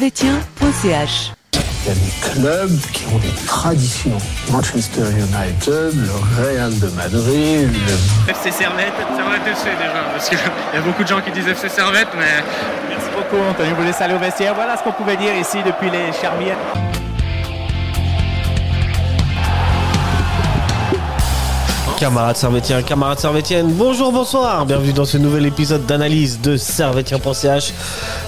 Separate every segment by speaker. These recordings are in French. Speaker 1: servetien.ch
Speaker 2: Il y a des clubs qui ont des traditions. Manchester United, le Real de Madrid, le-
Speaker 3: FC Servette. Servette FC déjà, parce qu'il y a beaucoup de gens qui disent FC Servette, mais. Merci beaucoup, Anthony. Vous laissez aller au vestiaire. Voilà ce qu'on pouvait dire ici depuis les Charmières.
Speaker 4: Camarades Servetien, camarades Servetienne, bonjour, bonsoir, bienvenue dans ce nouvel épisode d'analyse de Servetien.ch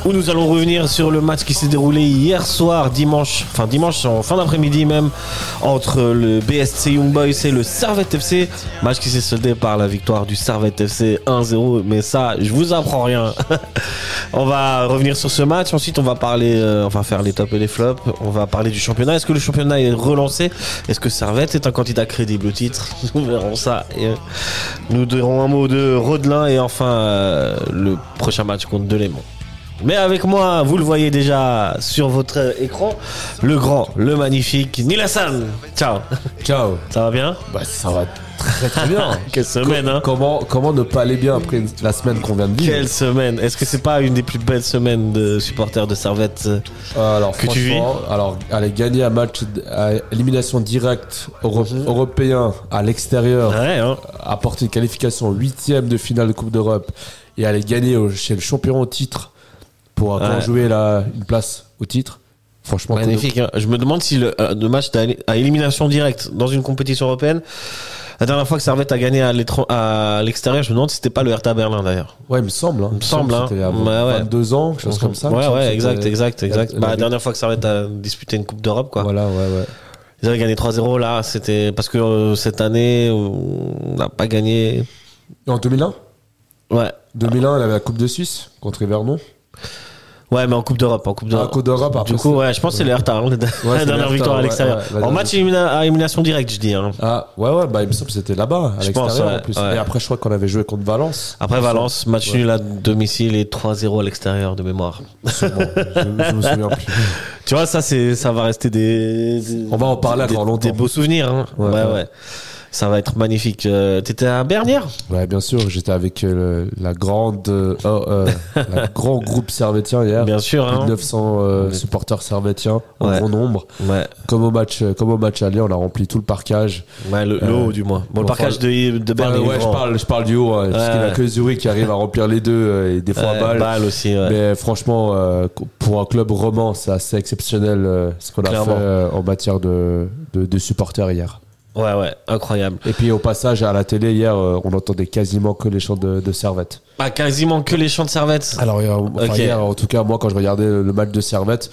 Speaker 4: où nous allons revenir sur le match qui s'est déroulé hier soir, dimanche, enfin dimanche en fin d'après-midi même, entre le BSC Young Boys et le Servette FC, match qui s'est soldé par la victoire du Servette FC 1-0, mais ça, je vous apprends rien. on va revenir sur ce match, ensuite on va parler, euh, on va faire les tops et les flops, on va parler du championnat, est-ce que le championnat est relancé est-ce que Servette est un candidat crédible au titre Nous verrons ça. Et, euh, nous dirons un mot de Rodelin et enfin euh, le prochain match contre Delémont. Mais avec moi, vous le voyez déjà sur votre écran, le grand, le magnifique Nilassan. Ciao.
Speaker 5: Ciao.
Speaker 4: Ça va bien
Speaker 5: Bah ça va très très bien.
Speaker 4: Quelle semaine, hein
Speaker 5: Comment comment ne pas aller bien après une- la semaine qu'on vient de vivre
Speaker 4: Quelle semaine Est-ce que c'est pas une des plus belles semaines de supporters de Servette
Speaker 5: Euh, Alors
Speaker 4: que tu
Speaker 5: franchement, alors allez gagner un match d- à élimination directe euro- européen à l'extérieur,
Speaker 4: Ouais, hein
Speaker 5: apporter une qualification huitième de finale de Coupe d'Europe et aller gagner au- chez le champion au titre pour encore
Speaker 4: Ouais.
Speaker 5: jouer la, une place au titre. Franchement, coup de-
Speaker 4: Magnifique. hein. Je me demande si le, euh, le match d'à- à élimination directe dans une compétition européenne, la dernière fois que Servette a gagné à l'étran- à l'extérieur, je me demande si c'était pas le Hertha Berlin d'ailleurs.
Speaker 5: Ouais, il me semble. Hein.
Speaker 4: me semble,
Speaker 5: que
Speaker 4: hein.
Speaker 5: c'était Il y a
Speaker 4: Bah ouais.
Speaker 5: 22 ans, quelque chose comme ça. il me
Speaker 4: Ouais,
Speaker 5: semble que
Speaker 4: ouais,
Speaker 5: c'était-
Speaker 4: exact, exact, exact.
Speaker 5: la-
Speaker 4: Bah,
Speaker 5: la-
Speaker 4: la dernière fois que Servette a disputé une Coupe d'Europe, quoi.
Speaker 5: Voilà, ouais, ouais.
Speaker 4: Ils avaient gagné 3-0 là, c'était parce que euh, cette année, on n'a pas gagné.
Speaker 5: Et en 2001
Speaker 4: Ouais.
Speaker 5: 2001, elle avait la Coupe de Suisse contre Evernon.
Speaker 4: Ouais, mais en Coupe d'Europe, en Coupe
Speaker 5: Ah,
Speaker 4: d'Europe.
Speaker 5: Coupe d'Europe, après
Speaker 4: Du coup,
Speaker 5: ça.
Speaker 4: ouais, je pense que c'est le Hertha, hein, la
Speaker 5: le
Speaker 4: dernière
Speaker 5: Hertha,
Speaker 4: victoire à
Speaker 5: ouais,
Speaker 4: l'extérieur.
Speaker 5: ouais, la
Speaker 4: en match élimina- à élimination directe, je dis. hein.
Speaker 5: Ah, ouais, ouais, bah, il me semble que c'était là-bas, à
Speaker 4: Je pense,
Speaker 5: l'extérieur
Speaker 4: ouais,
Speaker 5: en plus. Ah.
Speaker 4: ouais.
Speaker 5: Et après, je crois qu'on avait joué contre Valence.
Speaker 4: Après Valence, match
Speaker 5: Ouais.
Speaker 4: nul à domicile et 3-0 à l'extérieur de mémoire.
Speaker 5: Sûrement, je, je me souviens plus.
Speaker 4: Tu vois, ça, c'est, ça va rester des, des-
Speaker 5: On va en parler
Speaker 4: des,
Speaker 5: encore longtemps.
Speaker 4: Des beaux souvenirs, hein. Ouais,
Speaker 5: Ouais,
Speaker 4: ouais.
Speaker 5: ouais.
Speaker 4: Ça va être magnifique. Euh, T'étais à Bernière
Speaker 5: Ouais, bien sûr, j'étais avec euh, le- la grande, euh, oh, euh, la grand groupe servétien hier.
Speaker 4: Bien sûr,
Speaker 5: Plus de
Speaker 4: hein.
Speaker 5: 900 euh, supporters servétiens, en
Speaker 4: Ouais.
Speaker 5: grand nombre.
Speaker 4: Ouais,
Speaker 5: Comme au match, euh, comme au match aller, on a rempli tout le parcage.
Speaker 4: ouais le,
Speaker 5: Euh,
Speaker 4: le haut, du moins. Bon, le
Speaker 5: bon,
Speaker 4: parcage
Speaker 5: enfin,
Speaker 4: de, de
Speaker 5: Bah,
Speaker 4: Bernier.
Speaker 5: ouais, je parle, je parle du haut, hein, parce qu'il n'y a
Speaker 4: ouais.
Speaker 5: que Zurich qui arrive à remplir les deux euh, et des fois à balle.
Speaker 4: balle aussi, ouais.
Speaker 5: Mais franchement, euh, pour un club roman, c'est assez exceptionnel euh, ce qu'on a
Speaker 4: Clairement.
Speaker 5: fait euh, en matière de, de, de supporters hier.
Speaker 4: Ouais, ouais, incroyable.
Speaker 5: Et puis au passage, à la télé, hier, euh, on entendait quasiment que les chants de, de Servette.
Speaker 4: Ah, quasiment que les champs de servette.
Speaker 5: Alors euh, enfin,
Speaker 4: Ok.
Speaker 5: hier, en tout cas, moi, quand je regardais le match de Servette,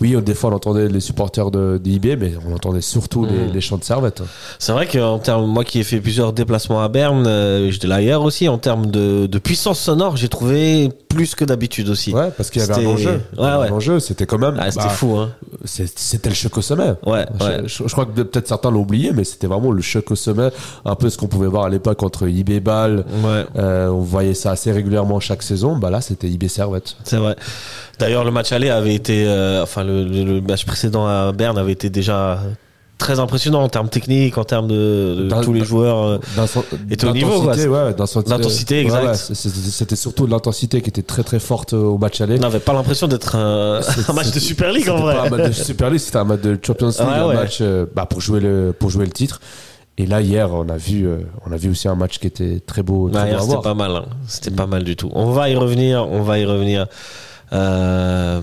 Speaker 5: oui, euh, des fois, on entendait les supporters de, d'IB, mais on entendait surtout
Speaker 4: Mm.
Speaker 5: les, les chants de Servette.
Speaker 4: C'est vrai qu'en termes, moi qui ai fait plusieurs déplacements à Berne, euh, j'étais là hier aussi, en termes de, de puissance sonore, j'ai trouvé plus que d'habitude aussi.
Speaker 5: Ouais, parce qu'il y avait un
Speaker 4: C'était-
Speaker 5: enjeu.
Speaker 4: Ouais, ouais.
Speaker 5: Un enjeu, c'était quand même...
Speaker 4: Ah, c'était
Speaker 5: bah,
Speaker 4: fou, hein.
Speaker 5: c'est- C'était le choc au sommet.
Speaker 4: Ouais,
Speaker 5: Je-
Speaker 4: ouais.
Speaker 5: Je, je crois que peut-être certains l'ont oublié, mais c'était vraiment le choc au sommet, un peu ce qu'on pouvait voir à l'époque entre IB Bâle.
Speaker 4: Ouais.
Speaker 5: Euh, on voyait ça assez régulièrement chaque saison. Bah là, c'était IB Servette.
Speaker 4: C'est vrai. D'ailleurs, le match aller avait été, euh, enfin, le, le- le match précédent à Berne avait été déjà très impressionnant en termes techniques, en termes de, de
Speaker 5: Dans-
Speaker 4: tous les
Speaker 5: dans-
Speaker 4: joueurs. euh, était
Speaker 5: D'intensité,
Speaker 4: au niveau, quoi.
Speaker 5: ouais, d'intensité,
Speaker 4: L'intensité,
Speaker 5: Ouais,
Speaker 4: exact.
Speaker 5: ouais, c'est- c'est- c'était surtout de l'intensité qui était très très forte euh, au match aller.
Speaker 4: On n'avait pas l'impression d'être un,
Speaker 5: C'est-
Speaker 4: un match de
Speaker 5: c'est-
Speaker 4: Super League en
Speaker 5: C'était
Speaker 4: vrai.
Speaker 5: pas un match de Super League, c'était un match de Champions League,
Speaker 4: Ouais,
Speaker 5: un
Speaker 4: ouais.
Speaker 5: match euh, bah, pour jouer le pour jouer le titre. Et là hier, on a vu euh, on a vu aussi un match qui était très beau, très
Speaker 4: Ouais,
Speaker 5: beau à
Speaker 4: c'était
Speaker 5: voir.
Speaker 4: pas mal, hein. c'était pas mal du tout. On va y revenir, on va y revenir. Euh,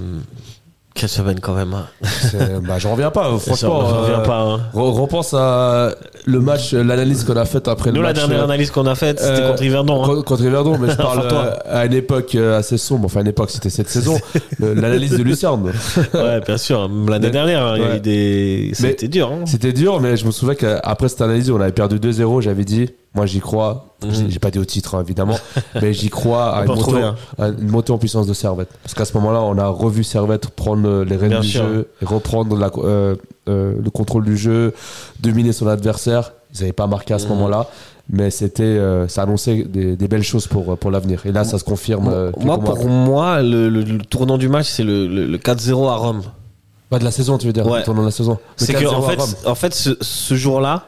Speaker 4: quelle semaine quand même. hein.
Speaker 5: C'est- Bah, j'en reviens pas, franchement.
Speaker 4: on revient
Speaker 5: euh,
Speaker 4: pas. hein.
Speaker 5: Re- Repense à le match, euh, l'analyse qu'on a faite après
Speaker 4: Nous,
Speaker 5: le
Speaker 4: la
Speaker 5: match.
Speaker 4: dernière
Speaker 5: euh,
Speaker 4: analyse qu'on a faite, c'était
Speaker 5: euh,
Speaker 4: contre Yverdon. hein.
Speaker 5: co- Contre Verdon, mais je parle
Speaker 4: Enfin, toi.
Speaker 5: euh, à une époque euh, assez sombre. Enfin, à une époque, c'était cette saison. Le- L'analyse de Lucerne.
Speaker 4: Ouais, bien sûr. hein. L'année
Speaker 5: Mais-
Speaker 4: dernière, hein, il y a
Speaker 5: ouais.
Speaker 4: eu des.
Speaker 5: Mais-
Speaker 4: C'était dur. hein.
Speaker 5: C'était dur, mais je me souviens qu'après cette analyse, on avait perdu 2-0. J'avais dit, moi, j'y crois. J'ai j'ai pas dit au titre, hein, évidemment, mais j'y crois à
Speaker 4: Mhm. peut hein.
Speaker 5: une
Speaker 4: en
Speaker 5: montée,
Speaker 4: trouver un.
Speaker 5: à une montée en puissance de Servette. Parce qu'à ce moment-là, on a revu Servette prendre euh, les rênes
Speaker 4: Bien
Speaker 5: du
Speaker 4: sûr.
Speaker 5: jeu, et reprendre la, co- euh, euh, le contrôle du jeu, dominer son adversaire. Ils n'avaient pas marqué à
Speaker 4: Mhm.
Speaker 5: ce moment-là. Mais c'était, euh, ça annonçait des, des belles choses pour, euh, pour l'avenir. Et là, ça se confirme. euh,
Speaker 4: Moi,
Speaker 5: quelques mois
Speaker 4: pour moi, le, le- le tournant du match, c'est le, le- le 4-0 à Rome.
Speaker 5: Pas de la saison, tu veux dire,
Speaker 4: Ouais.
Speaker 5: le tournant de la saison. Le
Speaker 4: C'est que,
Speaker 5: 4-0
Speaker 4: en
Speaker 5: à
Speaker 4: fait,
Speaker 5: Rome.
Speaker 4: en fait, ce, ce jour-là,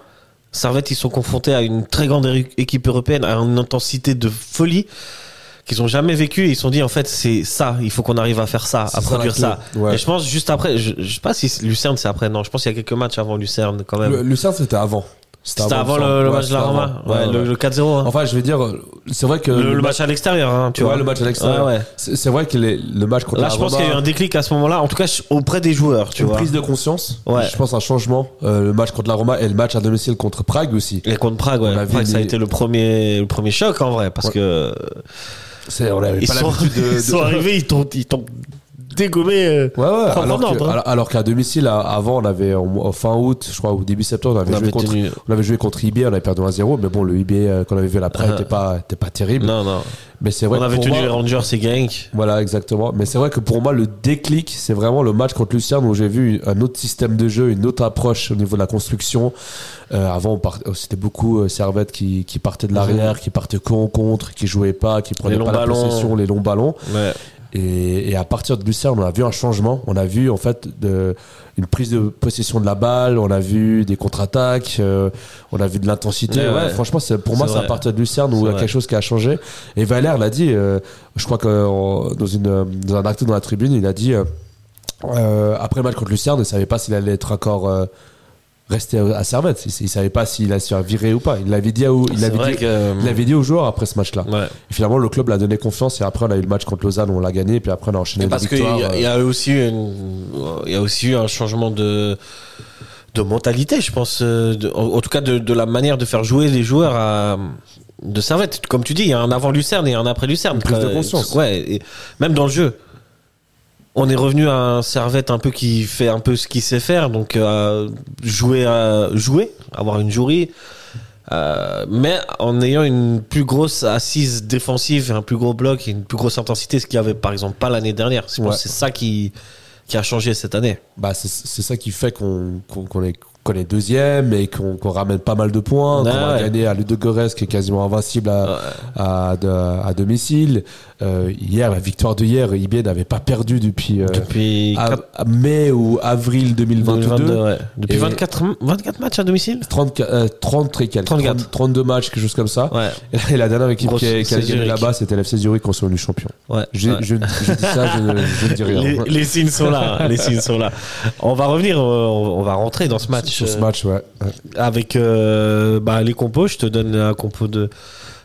Speaker 4: Servette, ils sont confrontés à une très grande é- équipe européenne, à une intensité de folie qu'ils ont jamais vécu et ils se sont dit en fait c'est ça, il faut qu'on arrive à faire ça,
Speaker 5: C'est
Speaker 4: à
Speaker 5: ça,
Speaker 4: produire
Speaker 5: la
Speaker 4: ça.
Speaker 5: clé. Ouais.
Speaker 4: Et je pense juste après, je, je sais pas si Lucerne c'est après, non, je pense qu'il y a quelques matchs avant Lucerne quand même.
Speaker 5: Le- Lucerne, c'était avant.
Speaker 4: C'était avant, le, le
Speaker 5: Ouais,
Speaker 4: match de la
Speaker 5: c'était avant.
Speaker 4: Roma,
Speaker 5: Ouais,
Speaker 4: Ouais, le,
Speaker 5: ouais.
Speaker 4: le 4-0. hein.
Speaker 5: Enfin, je veux dire, c'est vrai que.
Speaker 4: le, le match à l'extérieur, hein, tu
Speaker 5: Ouais,
Speaker 4: vois.
Speaker 5: le match à l'extérieur.
Speaker 4: Ouais, ouais.
Speaker 5: C'est c'est vrai que les- le match contre
Speaker 4: Là,
Speaker 5: la
Speaker 4: je pense
Speaker 5: Roma-
Speaker 4: qu'il y a eu un déclic à ce moment-là, en tout cas auprès des joueurs, tu
Speaker 5: une
Speaker 4: vois.
Speaker 5: prise de conscience.
Speaker 4: Ouais.
Speaker 5: Je pense un changement. Euh, le match contre la Roma et le match à domicile contre Prague aussi.
Speaker 4: Et contre Prague, ouais.
Speaker 5: On a vu
Speaker 4: Prague, ça a
Speaker 5: les-
Speaker 4: été le premier, le premier choc en vrai, parce
Speaker 5: Ouais.
Speaker 4: que
Speaker 5: C'est on avait
Speaker 4: ils
Speaker 5: pas
Speaker 4: sont,
Speaker 5: l'habitude de, de-
Speaker 4: ils sont arrivés, ils t'ont, ils t'ont dégommé. euh,
Speaker 5: Ouais, ouais,
Speaker 4: Prendre
Speaker 5: alors
Speaker 4: en ordre,
Speaker 5: que-
Speaker 4: hein.
Speaker 5: alors- alors qu'à domicile, à- avant, on avait en, en fin août, je crois, ou début septembre, on avait,
Speaker 4: On
Speaker 5: joué,
Speaker 4: avait
Speaker 5: contre,
Speaker 4: tenu-
Speaker 5: on avait joué contre IB, on avait perdu 1-0, mais bon, le IB euh, qu'on avait vu à l'après
Speaker 4: Ah.
Speaker 5: n'était pas, était pas terrible.
Speaker 4: Non, non.
Speaker 5: Mais c'est vrai
Speaker 4: On
Speaker 5: que
Speaker 4: avait
Speaker 5: pour
Speaker 4: tenu
Speaker 5: moi-
Speaker 4: les Rangers et Gang.
Speaker 5: Voilà, exactement. Mais c'est vrai que pour moi, le déclic, c'est vraiment le match contre Lucerne où j'ai vu un autre système de jeu, une autre approche au niveau de la construction. Euh, avant, on part- euh, c'était beaucoup euh, Servette qui, qui partait de l'arrière, qui partait con contre, qui jouait pas, qui prenait
Speaker 4: Mhm. Les longs
Speaker 5: pas la
Speaker 4: ballons.
Speaker 5: possession, les longs ballons.
Speaker 4: Ouais.
Speaker 5: Et, et à partir de Lucerne, on a vu un changement. On a vu en fait de- une prise de possession de la balle, on a vu des contre-attaques, euh, on a vu de l'intensité.
Speaker 4: Ouais,
Speaker 5: Ouais,
Speaker 4: ouais.
Speaker 5: Franchement, c'est- pour moi,
Speaker 4: C'est
Speaker 5: c'est à
Speaker 4: vrai.
Speaker 5: partir de Lucerne où
Speaker 4: C'est
Speaker 5: il y a
Speaker 4: vrai.
Speaker 5: quelque chose qui a changé. Et Valère l'a dit, euh, je crois que en- dans, une, euh, dans un acte dans la tribune, il a dit euh, euh, après le match contre Lucerne, il ne savait pas s'il allait être encore. euh, resté à à Servette, il ne savait pas s'il allait se faire virer ou pas. Il l'avait dit, à- il
Speaker 4: C'est
Speaker 5: l'avait
Speaker 4: vrai
Speaker 5: dit-
Speaker 4: que-
Speaker 5: il l'avait dit aux joueurs après ce match-là.
Speaker 4: Ouais.
Speaker 5: Et finalement, le club l'a donné confiance et après, on a eu le match contre Lausanne, on l'a gagné, et puis après, on a enchaîné
Speaker 4: Et
Speaker 5: les
Speaker 4: parce qu'il y,
Speaker 5: victoires.
Speaker 4: a- il y a aussi une- il y a aussi eu un changement de de mentalité, je pense. euh, de- en, en tout cas, de, de la manière de faire jouer les joueurs à- de Servette. Comme tu dis, il y a un avant Lucerne et un après Lucerne.
Speaker 5: Une prise de
Speaker 4: Euh,
Speaker 5: conscience.
Speaker 4: Ouais. et même dans le jeu. On est revenu à un Servette un peu qui fait un peu ce qu'il sait faire, donc euh, jouer, à, jouer, avoir une jury, euh, mais en ayant une plus grosse assise défensive, un plus gros bloc et une plus grosse intensité, ce qu'il n'y avait par exemple pas l'année dernière. Je pense
Speaker 5: Ouais.
Speaker 4: que C'est ça qui, qui a changé cette année.
Speaker 5: Bah, c'est c'est ça qui fait qu'on qu'on- qu'on est, qu'on est deuxième et qu'on qu'on ramène pas mal de points,
Speaker 4: Ouais,
Speaker 5: qu'on a
Speaker 4: ouais.
Speaker 5: gagné à Ludo Gorès qui est quasiment invincible à, à, de- à domicile. Euh, hier, la victoire de hier, IB n'avait pas perdu depuis, euh,
Speaker 4: Depuis,
Speaker 5: à-
Speaker 4: quatre-
Speaker 5: à mai ou avril 2022.
Speaker 4: 2022, ouais. depuis
Speaker 5: Et-
Speaker 4: 24, 24 matchs à domicile
Speaker 5: 30, euh, 30 et quelques,
Speaker 4: 34.
Speaker 5: 30 32 matchs, quelque chose comme ça.
Speaker 4: Ouais,
Speaker 5: Et la- Et la dernière équipe
Speaker 4: Grosse-
Speaker 5: qui a, qui a
Speaker 4: c'est
Speaker 5: gagné
Speaker 4: Zurich.
Speaker 5: là-bas, c'était l'FC Zurich qui sont venus champion.
Speaker 4: ouais.
Speaker 5: Je,
Speaker 4: ouais.
Speaker 5: je, je dis ça, je, ne- je ne dis rien.
Speaker 4: Les, les signes sont là, hein, les signes sont là. On va revenir, euh, on, on va rentrer dans ce match.
Speaker 5: Sur ce
Speaker 4: euh,
Speaker 5: match, ouais. Ouais.
Speaker 4: avec euh, bah, les compos. Je te donne un compo de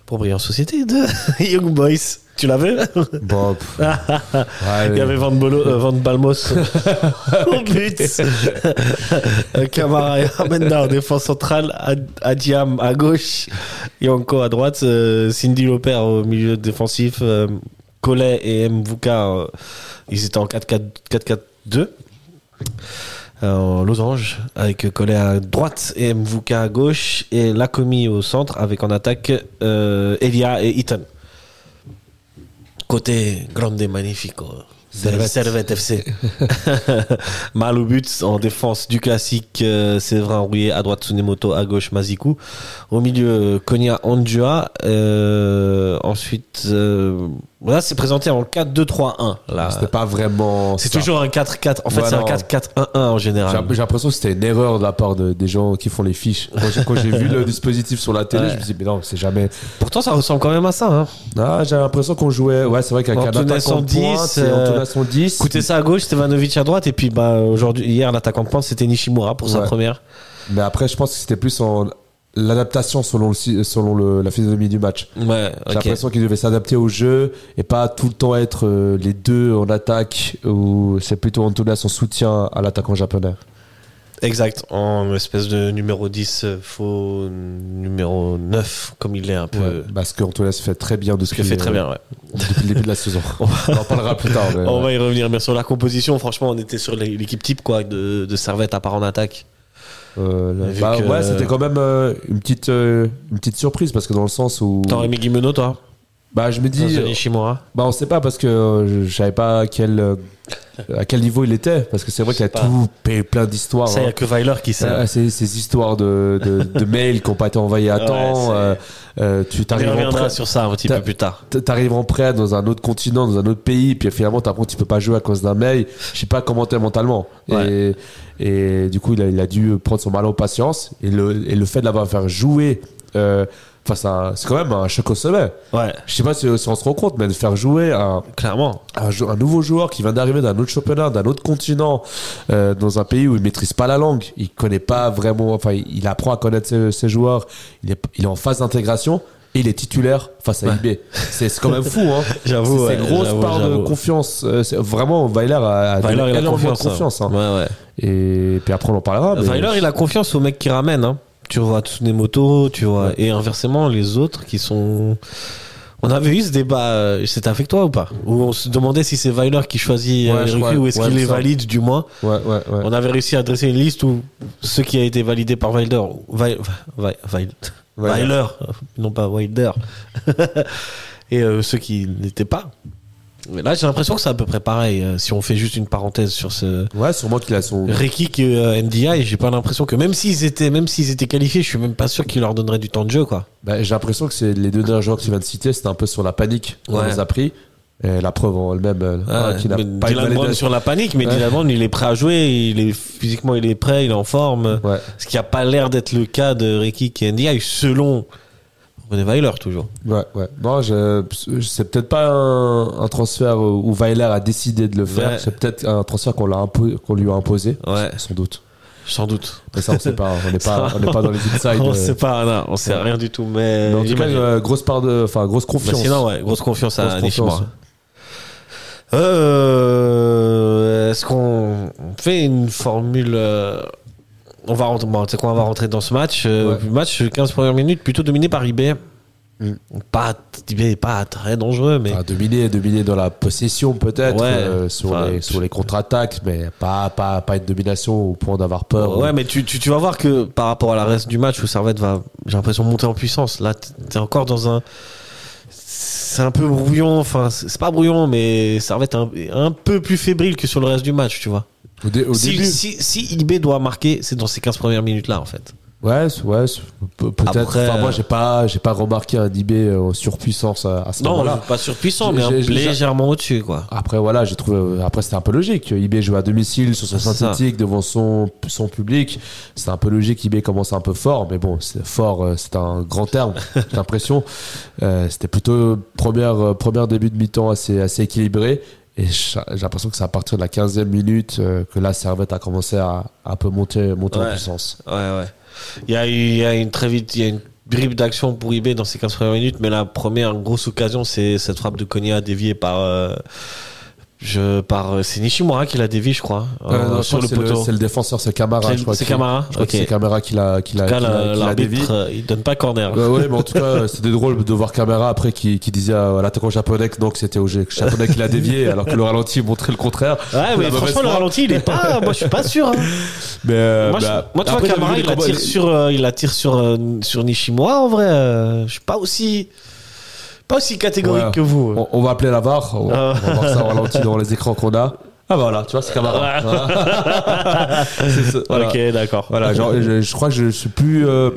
Speaker 4: pour Brillant Société de Young Boys. Tu l'avais
Speaker 5: Bon, pff, ouais,
Speaker 4: Il y avait Van, Bolo- euh, Van Balmos au but. Euh, Camara et Amenda en défense centrale. Ad- Adiam à gauche. Yanko à droite. euh, Cindy Loper au milieu défensif. euh, Collet et Mvuka, euh, ils étaient en 4-4-2. euh, en losange avec Collet à droite et Mvuka à gauche et Lacomi au centre avec en attaque euh, Elia et Ethan. Côté grande et magnifico.
Speaker 5: Servette.
Speaker 4: Servette. FC. Mal au but en défense du classique euh, Séverin Rouillé à droite Tsunemoto à gauche Mazikou au milieu Konya Anjua euh, ensuite euh, là c'est présenté en 4-2-3-1 là
Speaker 5: C'était pas vraiment.
Speaker 4: c'est
Speaker 5: ça.
Speaker 4: toujours un 4-4. En fait,
Speaker 5: Ouais,
Speaker 4: c'est un
Speaker 5: non.
Speaker 4: 4-4-1-1 en
Speaker 5: J'ai
Speaker 4: général.
Speaker 5: j'ai l'impression que c'était une erreur de la part de- des gens qui font les fiches. Quand j'ai- Quand j'ai vu le dispositif sur la télé,
Speaker 4: Ouais.
Speaker 5: je me suis dit, mais non, c'est jamais.
Speaker 4: Pourtant, ça ressemble quand même à ça. Hein.
Speaker 5: Ah, j'ai l'impression qu'on jouait. Ouais, c'est vrai qu'avec un
Speaker 4: Antunes
Speaker 5: attaquant
Speaker 4: en
Speaker 5: de pointe
Speaker 4: 10,
Speaker 5: et
Speaker 4: euh,
Speaker 5: Antunes en 10.
Speaker 4: Écoutez ça à gauche, Stevanovic à droite. Et puis, bah, aujourd'hui, hier, l'attaquant de pointe, c'était Nishimura pour sa
Speaker 5: Ouais.
Speaker 4: première.
Speaker 5: Mais après, je pense que c'était plus en. L'adaptation selon, le, si- selon le- la physionomie du match.
Speaker 4: Ouais,
Speaker 5: J'ai
Speaker 4: ok.
Speaker 5: l'impression qu'ils devaient s'adapter au jeu et pas tout le temps être euh, les deux en attaque ou c'est plutôt Antunes en soutien à l'attaquant japonais.
Speaker 4: Exact. En espèce de numéro 10, euh, faux numéro 9, comme il est un peu.
Speaker 5: Parce qu'Antunes fait très bien de ce
Speaker 4: Ce que fait très bien, ouais.
Speaker 5: depuis le début de la saison. on en parlera plus tard. mais,
Speaker 4: On
Speaker 5: ouais.
Speaker 4: va y revenir, mais sur la composition, franchement, on était sur l'équipe type quoi, de, de Servette à part en attaque.
Speaker 5: Euh,
Speaker 4: Vu
Speaker 5: bah,
Speaker 4: que-
Speaker 5: Ouais, c'était quand même euh, une, petite, euh, une petite surprise parce que dans le sens où.
Speaker 4: T'aurais mis Guimeno, toi
Speaker 5: Bah, je me
Speaker 4: dans
Speaker 5: Mm. dis.
Speaker 4: un Nishimura
Speaker 5: Bah, on sait pas parce que euh, je savais pas à quel, euh, à quel niveau il était. Parce que c'est vrai
Speaker 4: Je
Speaker 5: qu'il y a
Speaker 4: sais pas.
Speaker 5: tout et plein d'histoires.
Speaker 4: Ça, il n'y
Speaker 5: hein.
Speaker 4: a que Weiler qui sait.
Speaker 5: Euh, Ces, ces histoires de, de, de mails qui n'ont pas été envoyés à
Speaker 4: Ouais,
Speaker 5: temps.
Speaker 4: c'est-
Speaker 5: euh, euh, tu
Speaker 4: on y
Speaker 5: t'arrives en
Speaker 4: reviendra
Speaker 5: prêt.
Speaker 4: sur ça un petit
Speaker 5: T'as-
Speaker 4: peu plus tard.
Speaker 5: t- T'arrives en prêt dans un autre continent, dans un autre pays, puis finalement t'apprends que tu peux pas jouer à cause d'un mail. Je sais pas comment t'es mentalement.
Speaker 4: Ouais.
Speaker 5: Et, et du coup, il a, il a dû prendre son mal en patience. Et le, et le fait de l'avoir fait jouer euh, face à. C'est quand même un choc au sommet.
Speaker 4: Ouais,
Speaker 5: Je sais pas si, si on se rend compte, mais de faire jouer un,
Speaker 4: clairement.
Speaker 5: un, jou- un nouveau joueur qui vient d'arriver d'un autre championnat, d'un autre continent, euh, dans un pays où il maîtrise pas la langue, il connaît pas vraiment, enfin, il, il apprend à connaître ses, ses joueurs, il est, il est en phase d'intégration. Et il est titulaire face à IB. C'est c'est quand même fou, hein.
Speaker 4: J'avoue,
Speaker 5: C'est une
Speaker 4: ouais,
Speaker 5: grosse
Speaker 4: j'avoue,
Speaker 5: part de
Speaker 4: j'avoue.
Speaker 5: confiance. Euh, c'est- Vraiment, Weiler a, a
Speaker 4: Weiler,
Speaker 5: donné
Speaker 4: il a
Speaker 5: énormément
Speaker 4: confiance.
Speaker 5: de confiance. hein.
Speaker 4: Ouais, ouais.
Speaker 5: Et puis après, on en parlera. Ah, mais-
Speaker 4: Weiler, il a confiance au mec qui ramène. Hein. Tu vois Tsunemoto, tu vois. Et inversement, les autres qui sont. On avait eu ce débat, euh, c'était avec toi ou pas Où on se demandait si c'est Weiler qui choisit
Speaker 5: Ouais,
Speaker 4: euh, les
Speaker 5: je
Speaker 4: recrues
Speaker 5: crois,
Speaker 4: ou est-ce
Speaker 5: ouais,
Speaker 4: qu'il
Speaker 5: c'est
Speaker 4: les
Speaker 5: ça.
Speaker 4: valide du moins.
Speaker 5: Ouais, ouais, ouais.
Speaker 4: On avait réussi à dresser une liste où ce qui a été validé par Wilder, Weil- Weil- Weil-
Speaker 5: Weiler.
Speaker 4: Weiler, non pas Wilder, et euh, ceux qui n'étaient pas. Mais là, j'ai l'impression que c'est à peu près pareil. euh, si on fait juste une parenthèse sur ce
Speaker 5: Ouais, sûrement qu'il a son.
Speaker 4: Ricky qui euh, NDI, j'ai pas l'impression que même s'ils étaient, même s'ils étaient qualifiés, je suis même pas sûr qu'ils leur donneraient du temps de jeu, quoi.
Speaker 5: Bah, J'ai l'impression que c'est les deux derniers joueurs que tu viens de citer, c'était un peu sur la panique qu'on
Speaker 4: Ouais.
Speaker 5: les a pris. Et la preuve en elle-même, euh,
Speaker 4: Ah,
Speaker 5: hein, qu'il n'a
Speaker 4: mais
Speaker 5: pas eu de
Speaker 4: Dylan Brown
Speaker 5: validation.
Speaker 4: sur la panique, mais
Speaker 5: Ouais.
Speaker 4: Dylan Brown, il est prêt à jouer, il est physiquement, il est prêt, il est en forme.
Speaker 5: Ouais.
Speaker 4: Ce qui a pas l'air d'être le cas de Ricky Ndiaye selon René Weiler toujours.
Speaker 5: Ouais, ouais. Non, je, c'est peut-être pas un, un transfert où Weiler a décidé de le faire.
Speaker 4: Ouais.
Speaker 5: C'est peut-être un transfert qu'on l'a impo- qu'on lui a imposé. Eh,
Speaker 4: Ouais.
Speaker 5: Sans doute.
Speaker 4: Sans doute.
Speaker 5: Mais ça, on sait pas. hein. On n'est pas,
Speaker 4: Ça.
Speaker 5: on n'est pas dans les insides.
Speaker 4: on
Speaker 5: euh.
Speaker 4: sait pas, non, on sait rien du tout, mais,
Speaker 5: Mais en tout cas,
Speaker 4: j'imagine.
Speaker 5: euh, grosse part de, enfin, grosse
Speaker 4: Mais
Speaker 5: confiance.
Speaker 4: Bah, sinon, ouais, grosse confiance à
Speaker 5: Grosse
Speaker 4: Nishimura.
Speaker 5: confiance.
Speaker 4: Euh, Est-ce qu'on on fait une formule euh, On va rentrer, bon, tu sais quoi, on va rentrer dans ce match. euh,
Speaker 5: Ouais.
Speaker 4: Match 15 premières minutes plutôt dominé par IB.
Speaker 5: Mm.
Speaker 4: Pas IB pas très dangereux, mais
Speaker 5: Enfin, dominer, dominer dans la possession peut-être,
Speaker 4: Ouais.
Speaker 5: euh, sur,
Speaker 4: Enfin,
Speaker 5: les, sur les contre-attaques, mais pas, pas, pas une domination au point d'avoir peur.
Speaker 4: Ouais, mais tu, tu, tu vas voir que par rapport à la reste du match où Servette va, j'ai l'impression, monter en puissance. Là, t- t'es encore dans un. C'est un peu brouillon, enfin, c'est c'est pas brouillon, mais Servette est un, est un peu plus fébrile que sur le reste du match, tu vois.
Speaker 5: euh, Au, dé- au
Speaker 4: si,
Speaker 5: début.
Speaker 4: si, si IB doit marquer, c'est dans ces 15 premières minutes-là, en fait.
Speaker 5: Ouais, c'est- ouais c'est- pe- peut-être.
Speaker 4: Après,
Speaker 5: Enfin, moi,
Speaker 4: euh,
Speaker 5: j'ai pas, j'ai pas remarqué un IB euh, en surpuissance à, à ce
Speaker 4: Non,
Speaker 5: moment-là.
Speaker 4: pas surpuissant, mais
Speaker 5: J'ai-
Speaker 4: un-
Speaker 5: j'ai- j'ai-
Speaker 4: légèrement au-dessus, quoi.
Speaker 5: Après, voilà, j'ai trouvé. euh, Après, c'était un peu logique. IB joue à domicile sur son
Speaker 4: C'est ça.
Speaker 5: synthétique devant son, son public. C'est un peu logique. IB commence un peu fort, mais bon, c'est fort, euh, c'est un grand terme, j'ai l'impression. Euh, c'était plutôt première, euh, première début de mi-temps assez, assez équilibré. Et j'ai j'ai l'impression que c'est à partir de la 15e minute euh, que la Servette a commencé à, à un peu monter, monter
Speaker 4: Ouais.
Speaker 5: en puissance.
Speaker 4: Ouais, ouais. Il y a, eu- il y a une très vite, il y a une bribe d'action pour IB dans ces 15 premières minutes, mais la première grosse occasion, c'est cette frappe de Konya déviée par. euh, je, par euh, c'est Nishimura qui l'a déviée, je crois,
Speaker 5: Euh,
Speaker 4: euh,
Speaker 5: non, je
Speaker 4: sur
Speaker 5: crois
Speaker 4: le
Speaker 5: que c'est
Speaker 4: poteau.
Speaker 5: C'est le défenseur, c'est Camara.
Speaker 4: C'est-
Speaker 5: je crois
Speaker 4: c'est
Speaker 5: qu'il-
Speaker 4: Camara
Speaker 5: je crois que
Speaker 4: Ok.
Speaker 5: C'est Camara qui l'a qui l'a-
Speaker 4: En tout cas,
Speaker 5: qui l'a-
Speaker 4: la-
Speaker 5: qui l'a dévié.
Speaker 4: l'arbitre, euh, il donne pas corner.
Speaker 5: Ouais, ouais, mais en tout cas, euh, c'était drôle de voir Camara après qui, qui disait ah, à l'attaquant japonais que non, que c'était au jeu- que japonais qui l'a dévié, alors que le ralenti montrait le contraire.
Speaker 4: Ouais, mais
Speaker 5: La mauvaise
Speaker 4: franchement, le
Speaker 5: foi.
Speaker 4: ralenti, il est pas. Moi, je suis pas sûr. hein.
Speaker 5: Mais, euh,
Speaker 4: moi, je-
Speaker 5: bah,
Speaker 4: moi, tu vois,
Speaker 5: après, j'avais
Speaker 4: Camara,
Speaker 5: vu
Speaker 4: il
Speaker 5: les combats-
Speaker 4: attire sur, euh, il attire sur, euh, sur Nishimura, en vrai. euh, je suis pas aussi. Pas aussi catégorique
Speaker 5: Ouais.
Speaker 4: que vous.
Speaker 5: On, on va appeler la VAR, on,
Speaker 4: Ah.
Speaker 5: on va voir ça au ralenti dans les écrans qu'on a. Ah, voilà, tu vois, c'est Camara. Voilà. C'est ça, voilà.
Speaker 4: Ok, d'accord.
Speaker 5: Voilà, genre, je, je crois que je suis plus euh,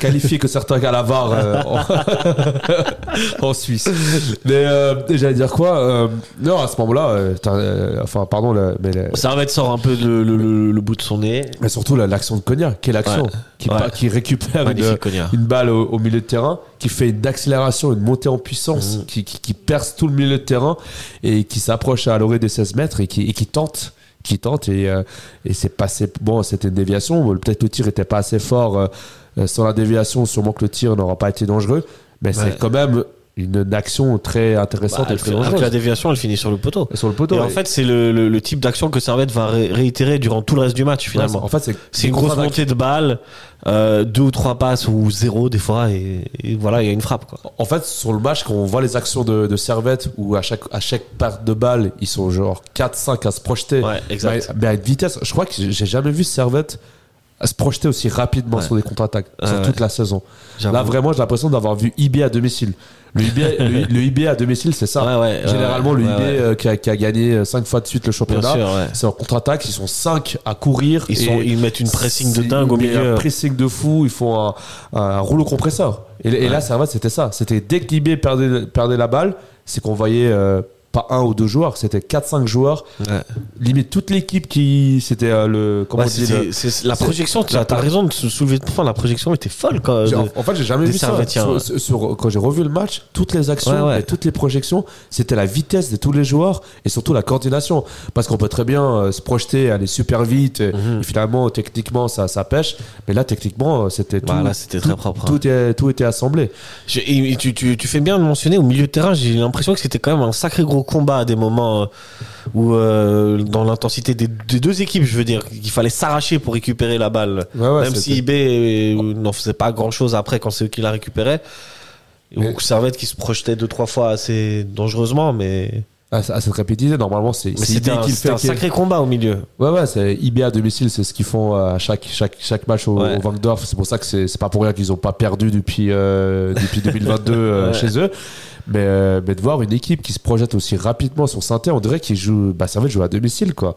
Speaker 5: qualifié que certains gars à la VAR euh, en... en Suisse. Mais euh, j'allais dire quoi euh, Non, à ce moment-là, euh, t'as, euh, enfin, pardon, le- mais le-
Speaker 4: Servette sort un peu le, le- le- le bout de son nez.
Speaker 5: mais surtout la- l'action de Cogna, quelle action
Speaker 4: Ouais.
Speaker 5: qui,
Speaker 4: Ouais.
Speaker 5: pa- qui récupère une,
Speaker 4: Magnifique, Konya.
Speaker 5: une balle au, au milieu de terrain, qui fait une accélération, une montée en puissance,
Speaker 4: Mhm.
Speaker 5: qui, qui, qui perce tout le milieu de terrain et qui s'approche à l'orée des 16 mètres et qui, et qui tente qui tente et, euh, et c'est passé bon c'était une déviation Bon, peut-être le tir était pas assez fort euh, euh, sans la déviation sûrement que le tir n'aura pas été dangereux mais
Speaker 4: Ouais.
Speaker 5: c'est quand même une, une action très
Speaker 4: Bah,
Speaker 5: intéressante
Speaker 4: elle
Speaker 5: et très
Speaker 4: fait- après la
Speaker 5: dangereuse
Speaker 4: déviation, elle finit sur le poteau.
Speaker 5: sur le poteau
Speaker 4: Et en
Speaker 5: ouais.
Speaker 4: fait, c'est le, le- le type d'action que Servette va ré- réitérer durant tout le reste du match, finalement.
Speaker 5: en fait c'est
Speaker 4: c'est une grosse
Speaker 5: contre-attaque.
Speaker 4: montée de balles, euh, deux ou trois passes ou zéro des fois, et, et voilà, il y a une frappe. Quoi.
Speaker 5: En fait, sur le match, quand on voit les actions de, de Servette, où à chaque, à chaque part de balle, ils sont genre 4-5 à se projeter.
Speaker 4: Ouais, exact.
Speaker 5: Mais, mais à une vitesse, je crois que j'ai jamais vu Servette se projeter aussi rapidement
Speaker 4: Ouais.
Speaker 5: sur des contre-attaques,
Speaker 4: Ouais,
Speaker 5: sur
Speaker 4: ouais.
Speaker 5: toute la saison.
Speaker 4: J'avoue.
Speaker 5: Là, vraiment, j'ai l'impression d'avoir vu IB à domicile. Le IB, le, le IB à domicile, c'est ça.
Speaker 4: Ouais, ouais, ouais,
Speaker 5: Généralement, le
Speaker 4: ouais,
Speaker 5: IB
Speaker 4: ouais.
Speaker 5: euh, qui, a, qui a gagné 5 fois de suite le championnat,
Speaker 4: sûr, ouais.
Speaker 5: c'est en contre-attaque, ils sont 5 à courir.
Speaker 4: Ils,
Speaker 5: et-
Speaker 4: sont, ils mettent une pressing de
Speaker 5: c'est-
Speaker 4: dingue au
Speaker 5: mais Un
Speaker 4: milieu.
Speaker 5: pressing de fou, ils font un, un rouleau compresseur. Et, et là, Servette, c'était ça. C'était dès que Libé perdait, perdait la balle, c'est qu'on voyait euh, pas un ou deux joueurs, c'était 4-5 joueurs.
Speaker 4: Ouais.
Speaker 5: Limite toute l'équipe qui. C'était euh, le. Comment
Speaker 4: Ouais,
Speaker 5: on dit
Speaker 4: c'est-
Speaker 5: le-
Speaker 4: c'est- c'est- la
Speaker 5: c'est-
Speaker 4: projection, tu as, t'as raison de sou- soulever le point, la projection était folle quand
Speaker 5: J'ai-
Speaker 4: même.
Speaker 5: en fait, j'ai jamais
Speaker 4: des
Speaker 5: vu ça.
Speaker 4: Servetiens,
Speaker 5: Sur-
Speaker 4: ouais.
Speaker 5: sur- sur- quand j'ai revu le match, toutes les actions,
Speaker 4: Ouais, ouais.
Speaker 5: et toutes les projections, c'était la vitesse de tous les joueurs et surtout la coordination. Parce qu'on peut très bien euh, se projeter, aller super vite. Et,
Speaker 4: Mhm.
Speaker 5: et finalement, techniquement, ça, ça pêche. Mais là, techniquement, euh, c'était tout.
Speaker 4: Bah, là, c'était très
Speaker 5: tout-
Speaker 4: propre, hein.
Speaker 5: Tout, est- tout était assemblé.
Speaker 4: Je- et- et tu, tu- tu fais bien de mentionner au milieu de terrain, j'ai l'impression que c'était quand même un sacré gros combat à des moments euh, où, euh, dans l'intensité des, des deux équipes, je veux dire, qu'il fallait s'arracher pour récupérer la balle.
Speaker 5: Ouais, ouais,
Speaker 4: même
Speaker 5: c'était-
Speaker 4: si IB euh, n'en faisait pas grand chose après quand c'est eux qui la récupéraient. Et
Speaker 5: Mais-
Speaker 4: Ou Servette qui se projetait deux, trois fois assez dangereusement, mais,
Speaker 5: À, à cette rapidité, normalement, c'est
Speaker 4: mais
Speaker 5: c'est
Speaker 4: c'était
Speaker 5: IB
Speaker 4: un,
Speaker 5: qui le
Speaker 4: c'était
Speaker 5: fait
Speaker 4: un
Speaker 5: qui-
Speaker 4: sacré combat au milieu.
Speaker 5: Ouais, ouais, c'est IB à domicile, c'est ce qu'ils font à chaque, chaque, chaque match au,
Speaker 4: Ouais.
Speaker 5: au Wangdorf. C'est pour ça que c'est c'est pas pour rien qu'ils ont pas perdu depuis, euh, depuis 2022 euh,
Speaker 4: Ouais.
Speaker 5: chez eux. Mais, euh, mais de voir une équipe qui se projette aussi rapidement sur Saint-Étienne, on dirait qu'ils jouent, bah, Servette joue à domicile, quoi.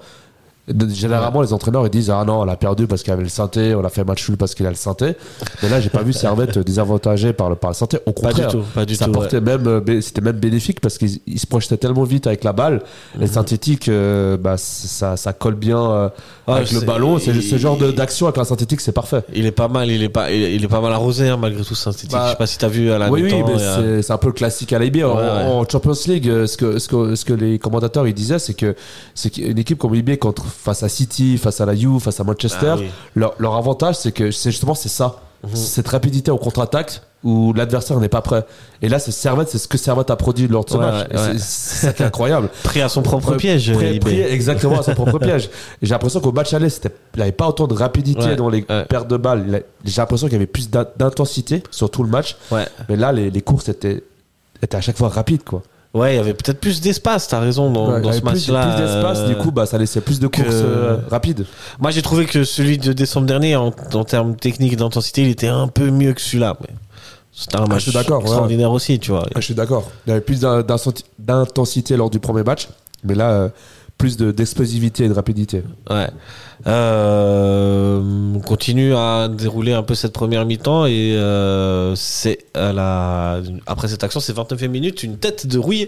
Speaker 5: De- Généralement, les entraîneurs ils disent Ah non, on a perdu parce qu'il avait le synthé, on a fait match nul parce qu'il a le synthé. Mais là, j'ai pas vu Servette euh, désavantagé par le, par le synthé. Au
Speaker 4: Pas
Speaker 5: contraire,
Speaker 4: du tout, pas du
Speaker 5: ça
Speaker 4: tout. ouais.
Speaker 5: portait même, euh, bé- c'était même bénéfique parce qu'ils ils se projetaient tellement vite avec la balle. Les
Speaker 4: Mhm.
Speaker 5: synthétiques, euh, bah, c- ça, ça colle bien euh,
Speaker 4: Ah,
Speaker 5: avec le
Speaker 4: c'est-
Speaker 5: ballon. C'est-
Speaker 4: il-
Speaker 5: Ce genre de- d'action avec la synthétique, c'est parfait.
Speaker 4: Il est pas mal, il est pas, il il est pas mal arrosé hein, malgré tout synthétique.
Speaker 5: Bah,
Speaker 4: je sais pas si t'as vu à la
Speaker 5: oui, oui,
Speaker 4: mi-temps,
Speaker 5: mais
Speaker 4: il y a-
Speaker 5: c'est- c'est un peu le classique à l'IB. en,
Speaker 4: Ouais, ouais.
Speaker 5: en Champions League, euh, ce que, ce, que, ce que les commentateurs ils disaient, c'est que c'est qu'une équipe comme l'IB, contre, face à City, face à la You, face à Manchester,
Speaker 4: Ah oui. Mhm.
Speaker 5: leur, leur avantage, c'est que c'est justement c'est ça. Cette rapidité en contre-attaque où l'adversaire n'est pas prêt. Et là, c'est Servette, c'est ce que Servette a produit lors de ce
Speaker 4: Ouais,
Speaker 5: match.
Speaker 4: ouais,
Speaker 5: Et c'est-
Speaker 4: ouais.
Speaker 5: C'est ça qui est incroyable.
Speaker 4: pris à son propre piège.
Speaker 5: Pré-
Speaker 4: IB.
Speaker 5: pris exactement à son propre piège. Et J'ai l'impression qu'au match aller, c'était- il n'avait pas autant de rapidité
Speaker 4: Ouais,
Speaker 5: dans les
Speaker 4: ouais.
Speaker 5: pertes de balles. Il a- J'ai l'impression qu'il y avait plus d'in- d'intensité sur tout le match.
Speaker 4: Ouais.
Speaker 5: Mais là, les, les courses étaient, étaient à chaque fois rapides. Quoi.
Speaker 4: Ouais, il y avait peut-être plus d'espace, t'as raison, dans,
Speaker 5: Ouais, il y
Speaker 4: dans
Speaker 5: avait
Speaker 4: ce
Speaker 5: plus,
Speaker 4: match-là.
Speaker 5: plus d'espace,
Speaker 4: euh,
Speaker 5: du coup, bah, ça laissait plus de
Speaker 4: que-
Speaker 5: courses euh, rapides.
Speaker 4: Moi, j'ai trouvé que celui de décembre dernier, en, en termes techniques et d'intensité, il était un peu mieux que celui-là. mais C'était un match
Speaker 5: Ah, suis d'accord, ouais.
Speaker 4: extraordinaire aussi, tu vois.
Speaker 5: Ah, je suis d'accord. Il y avait plus d'in- d'insenti- d'intensité lors du premier match. Mais là, euh, plus de- d'explosivité et de rapidité.
Speaker 4: Ouais. Euh, on continue à dérouler un peu cette première mi-temps et euh, c'est à la après cette action, c'est 29e minute, une tête de rouille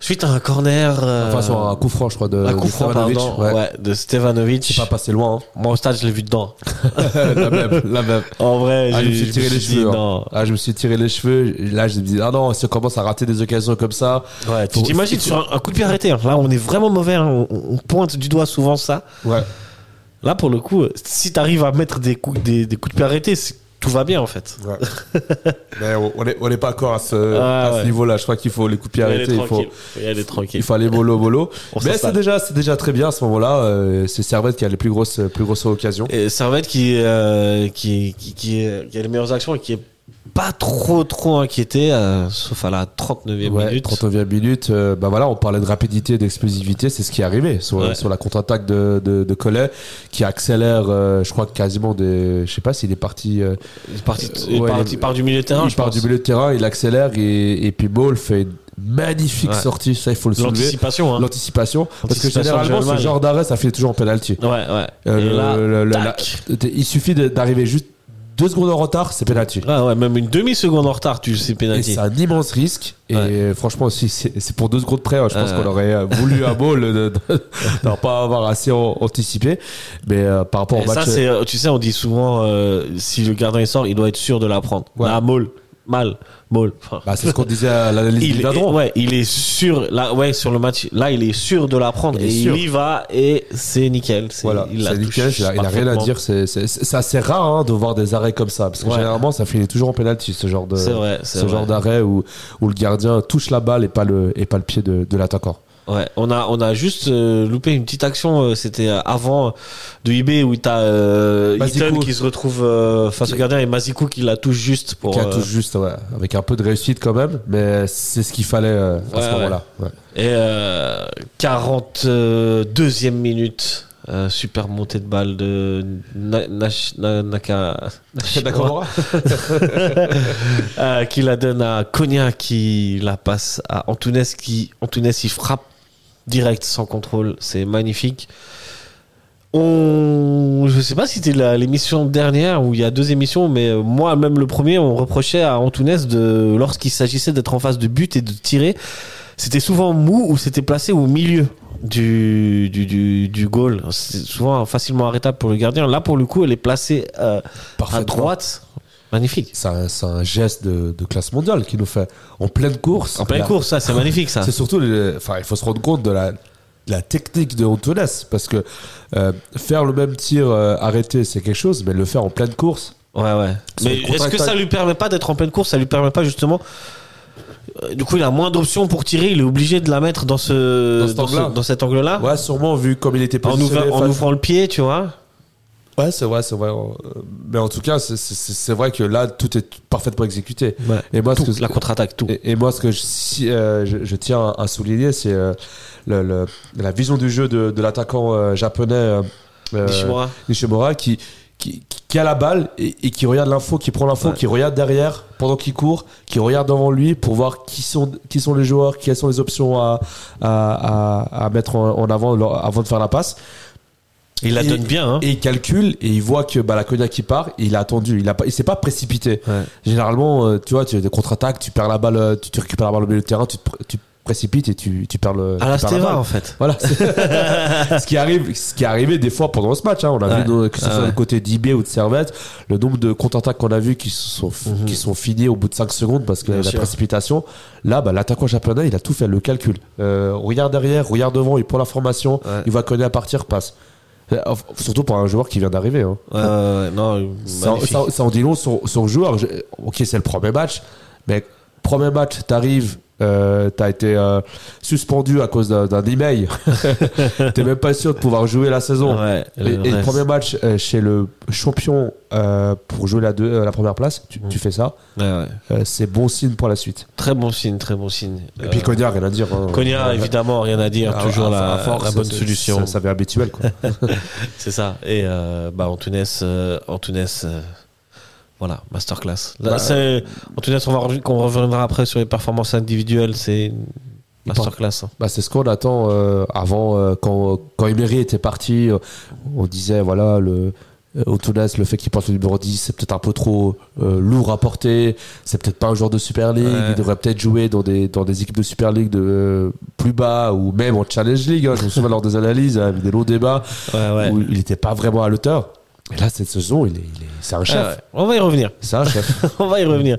Speaker 4: suite à un corner. euh,
Speaker 5: Enfin, sur un coup franc, je crois, de,
Speaker 4: un
Speaker 5: de
Speaker 4: coup franc,
Speaker 5: Stevanovic.
Speaker 4: pardon,
Speaker 5: Ouais.
Speaker 4: ouais, de Stevanovic.
Speaker 5: C'est pas passé loin.
Speaker 4: Moi au stade, je l'ai vu dedans.
Speaker 5: hein. la même, la même.
Speaker 4: En vrai,
Speaker 5: Ah, je
Speaker 4: j'ai-
Speaker 5: me suis tiré les
Speaker 4: dit,
Speaker 5: cheveux. hein.
Speaker 4: non.
Speaker 5: Ah, je me suis tiré les cheveux. Là, je me dis, ah non, si on commence à rater des occasions comme ça.
Speaker 4: Ouais, tu
Speaker 5: Faut-
Speaker 4: t'imagines sur un, un coup de pied arrêté. hein. Là, on est vraiment mauvais. hein. On, on pointe du doigt souvent ça.
Speaker 5: Ouais.
Speaker 4: Là, pour le coup, euh, si t'arrives à mettre des coups, des, des coups de pied arrêtés, c'est- tout va bien en fait.
Speaker 5: ouais. Mais on on est, on est pas encore à ce,
Speaker 4: Ah,
Speaker 5: à ce
Speaker 4: ouais.
Speaker 5: niveau-là. Je crois qu'il faut les couper
Speaker 4: Faut y aller
Speaker 5: arrêtés. Il faut,
Speaker 4: tranquille, faut y aller tranquille.
Speaker 5: il faut aller mollo, mollo.
Speaker 4: On
Speaker 5: Mais c'est
Speaker 4: s'installe.
Speaker 5: déjà, c'est déjà très bien à ce moment-là. Euh, c'est Servette qui a les plus grosses, euh, plus grosses occasions.
Speaker 4: Et Servette qui, euh, qui, qui, qui, euh, qui a les meilleures actions et qui est pas trop trop inquiété, euh, sauf à la 39e
Speaker 5: Ouais,
Speaker 4: minute.
Speaker 5: 39e minute, euh, bah voilà, on parlait de rapidité et d'explosivité, c'est ce qui est arrivé sur,
Speaker 4: Ouais.
Speaker 5: sur la contre-attaque de, de, de Collet qui accélère, euh, je crois que quasiment des. Je sais pas s'il est parti. euh,
Speaker 4: Il est parti-
Speaker 5: Euh,
Speaker 4: il est
Speaker 5: ouais,
Speaker 4: parti-
Speaker 5: il-
Speaker 4: il part du milieu de terrain,
Speaker 5: il
Speaker 4: je
Speaker 5: part
Speaker 4: pense.
Speaker 5: du milieu de terrain, il accélère et, et puis Ball fait une magnifique
Speaker 4: Ouais.
Speaker 5: sortie, ça il faut le soulever.
Speaker 4: L'anticipation. Hein.
Speaker 5: L'anticipation, parce que
Speaker 4: L'anticipation,
Speaker 5: généralement
Speaker 4: Joël
Speaker 5: ce
Speaker 4: Mal.
Speaker 5: genre d'arrêt ça finit toujours en penalty.
Speaker 4: Ouais, ouais.
Speaker 5: Euh,
Speaker 4: et
Speaker 5: le-
Speaker 4: là,
Speaker 5: le- le-
Speaker 4: tac.
Speaker 5: la- il suffit de- d'arriver juste deux secondes en retard, c'est penalty.
Speaker 4: Ah ouais, même une demi-seconde en retard, tu sais,
Speaker 5: Et
Speaker 4: pénalty.
Speaker 5: c'est un immense risque. Et
Speaker 4: Ouais.
Speaker 5: franchement, aussi, c'est c'est pour deux secondes près. hein, Je pense
Speaker 4: Ah.
Speaker 5: qu'on aurait euh, voulu un ball de ne pas avoir assez an- anticipé. Mais euh, par rapport au
Speaker 4: Et ça,
Speaker 5: match.
Speaker 4: c'est, euh, tu sais, on dit souvent, euh, si le gardien il sort, il doit être sûr de la prendre.
Speaker 5: Ouais.
Speaker 4: Là, Maul, mal, Maul. Enfin,
Speaker 5: bah, c'est ce qu'on disait à l'analyse
Speaker 4: il,
Speaker 5: du
Speaker 4: est,
Speaker 5: Dadron.
Speaker 4: ouais, il est sûr, là, ouais, sur le match, là, il est sûr de la prendre.
Speaker 5: Il est
Speaker 4: et
Speaker 5: sûr.
Speaker 4: il y va, et c'est nickel. C'est,
Speaker 5: Voilà,
Speaker 4: il la
Speaker 5: c'est
Speaker 4: touche
Speaker 5: nickel, il a, il a rien à
Speaker 4: parfaitement.
Speaker 5: dire. C'est c'est- c'est assez rare hein, de voir des arrêts comme ça, parce que
Speaker 4: Ouais.
Speaker 5: généralement ça finit toujours en pénalty, ce genre de
Speaker 4: C'est vrai, c'est
Speaker 5: ce
Speaker 4: vrai.
Speaker 5: genre d'arrêt où, où le gardien touche la balle et pas le et pas le pied de, de l'attaquant.
Speaker 4: Ouais, on a on a juste euh, loupé une petite action. euh, C'était euh, avant de IB où t'as euh,
Speaker 5: Mazikou.
Speaker 4: Eaton qui se retrouve euh, face au gardien et Mazikou qui la touche juste pour.
Speaker 5: Qui a
Speaker 4: euh,
Speaker 5: touche juste, ouais, avec un peu de réussite quand même, mais c'est ce qu'il fallait euh, à
Speaker 4: Ouais,
Speaker 5: ce
Speaker 4: ouais.
Speaker 5: moment-là. ouais.
Speaker 4: Et euh, 42e minute. euh, super montée de balle de Na- Nash- Na- Naka, Nakawa, euh, qui la donne à Konya qui la passe à Antunes qui Antunes il frappe direct sans contrôle c'est magnifique on je sais pas si c'était la- l'émission dernière ou il y a deux émissions mais euh, moi même le premier on reprochait à Antunes de lorsqu'il s'agissait d'être en face de but et de tirer c'était souvent mou ou c'était placé au milieu du, du, du, du goal. C'est souvent facilement arrêtable pour le gardien. Là, pour le coup, elle est placée euh, à
Speaker 5: Parfaitement.
Speaker 4: droite. Magnifique.
Speaker 5: C'est un, c'est un geste de, de classe mondiale qui nous fait en pleine course.
Speaker 4: En pleine
Speaker 5: La-
Speaker 4: course, hein. ça, c'est magnifique, ça.
Speaker 5: C'est surtout, le- enfin, il faut se rendre compte de la, de la technique de Antunes parce que euh, faire le même tir euh, arrêté, c'est quelque chose, mais le faire en pleine course,
Speaker 4: Ouais, ouais.
Speaker 5: Sur
Speaker 4: Mais
Speaker 5: le
Speaker 4: est-ce que
Speaker 5: contre-attaque.
Speaker 4: ça lui permet pas d'être en pleine course Ça lui permet pas justement. Euh, Du coup, il a moins d'options pour tirer. Il est obligé de la mettre dans ce
Speaker 5: Dans cet angle-là.
Speaker 4: dans cet angle-là,
Speaker 5: ouais, sûrement vu comme il était
Speaker 4: Ah. en,
Speaker 5: positionné.
Speaker 4: ouvrant- en
Speaker 5: face-
Speaker 4: ouvrant le pied, tu vois.
Speaker 5: Ouais, c'est vrai, c'est vrai. Euh, Mais en tout cas, c'est- c'est c'est vrai que là, tout est parfaitement exécuté.
Speaker 4: Ouais.
Speaker 5: Et moi, ce
Speaker 4: Tout,
Speaker 5: que-
Speaker 4: la contre-attaque, tout.
Speaker 5: Et, et moi, ce que je, si, euh, je, je tiens à souligner, c'est euh, le- le- la vision du jeu de, de l'attaquant euh, japonais euh, euh,
Speaker 4: Nishimura.
Speaker 5: Nishimura qui, qui, qui a la balle et, et qui regarde l'info, qui prend l'info,
Speaker 4: Ouais.
Speaker 5: qui regarde derrière pendant qu'il court, qui regarde devant lui pour voir qui sont, qui sont les joueurs, quelles sont les options à, à, à- à mettre en, en avant lors- avant de faire la passe.
Speaker 4: Il la
Speaker 5: Et-
Speaker 4: donne bien. Hein.
Speaker 5: Et il calcule et il voit que bah, la cognac qui part, il a attendu, il, a pas- il s'est pas précipité.
Speaker 4: Ouais.
Speaker 5: Généralement, euh, tu vois, tu as des contre-attaques, tu perds la balle, euh, tu, tu récupères la balle au milieu du terrain, tu te, pr- tu te précipites et tu, tu perds le.
Speaker 4: À la
Speaker 5: tu perds
Speaker 4: Steva,
Speaker 5: balle.
Speaker 4: en fait.
Speaker 5: Voilà. C'est- ce qui arrive, ce qui est arrivé des fois pendant ce match, hein. on a
Speaker 4: Ouais.
Speaker 5: vu nos- que ce
Speaker 4: Ah
Speaker 5: soit
Speaker 4: ouais.
Speaker 5: du côté d'IB ou de Servette, le nombre de contre-attaques qu'on a vu qui se sont f- qui sont finis au bout de 5 secondes parce que
Speaker 4: Mhm. Bien
Speaker 5: la
Speaker 4: sûr.
Speaker 5: précipitation. Là, bah, l'attaquant japonais, il a tout fait, le calcul. Euh, regarde derrière, regarde devant, il prend la formation,
Speaker 4: Ouais.
Speaker 5: il va connaître à partir, passe. Euh, f- Surtout pour un joueur qui vient d'arriver. hein.
Speaker 4: Ouais, ouais, ouais, non,
Speaker 5: Ça,
Speaker 4: magnifique.
Speaker 5: ça, ça en dit long sur, sur le joueur. Je- ok, c'est le premier match, mais premier match, t'arrives, euh, t'as été euh, suspendu à cause d'un d'un email. T'es même pas sûr de pouvoir jouer la saison.
Speaker 4: Ouais,
Speaker 5: et,
Speaker 4: le
Speaker 5: et le
Speaker 4: reste.
Speaker 5: premier match euh, chez le champion euh, pour jouer la, deux, euh, la première place, tu,
Speaker 4: Mm.
Speaker 5: tu fais ça,
Speaker 4: Ouais, ouais.
Speaker 5: euh, c'est bon signe pour la suite.
Speaker 4: Très bon signe, très bon signe.
Speaker 5: Et puis
Speaker 4: Euh,
Speaker 5: Cognac, rien à dire. hein.
Speaker 4: Cogna,
Speaker 5: Euh,
Speaker 4: évidemment, rien à dire.
Speaker 5: à-
Speaker 4: toujours
Speaker 5: à-
Speaker 4: la,
Speaker 5: à force,
Speaker 4: la bonne
Speaker 5: c'est-
Speaker 4: solution.
Speaker 5: Ça, ça fait habituel. Quoi.
Speaker 4: C'est ça. Et euh, bah, Antunes, euh, Antunes, euh, voilà, masterclass. Là,
Speaker 5: Bah,
Speaker 4: c'est- Antunes, on, va, re- qu'on reviendra après sur les performances individuelles, c'est une masterclass. hein.
Speaker 5: Bah, c'est ce qu'on attend euh, avant euh, quand quand Emery était parti euh, on disait voilà le euh, Antunes, le fait qu'il porte le numéro 10 c'est peut-être un peu trop euh, lourd à porter c'est peut-être pas un joueur de Super League
Speaker 4: Ouais.
Speaker 5: il devrait peut-être jouer dans des dans des équipes de Super League de euh, plus bas ou même en Challenge League hein. je me souviens lors des analyses hein, il y avait des longs débats
Speaker 4: Ouais, Ah ouais.
Speaker 5: où il n'était pas vraiment à l'auteur et là cette saison il est il est- c'est un
Speaker 4: Ouais,
Speaker 5: chef
Speaker 4: Ah ouais. On va y revenir.
Speaker 5: c'est un chef
Speaker 4: on va y revenir.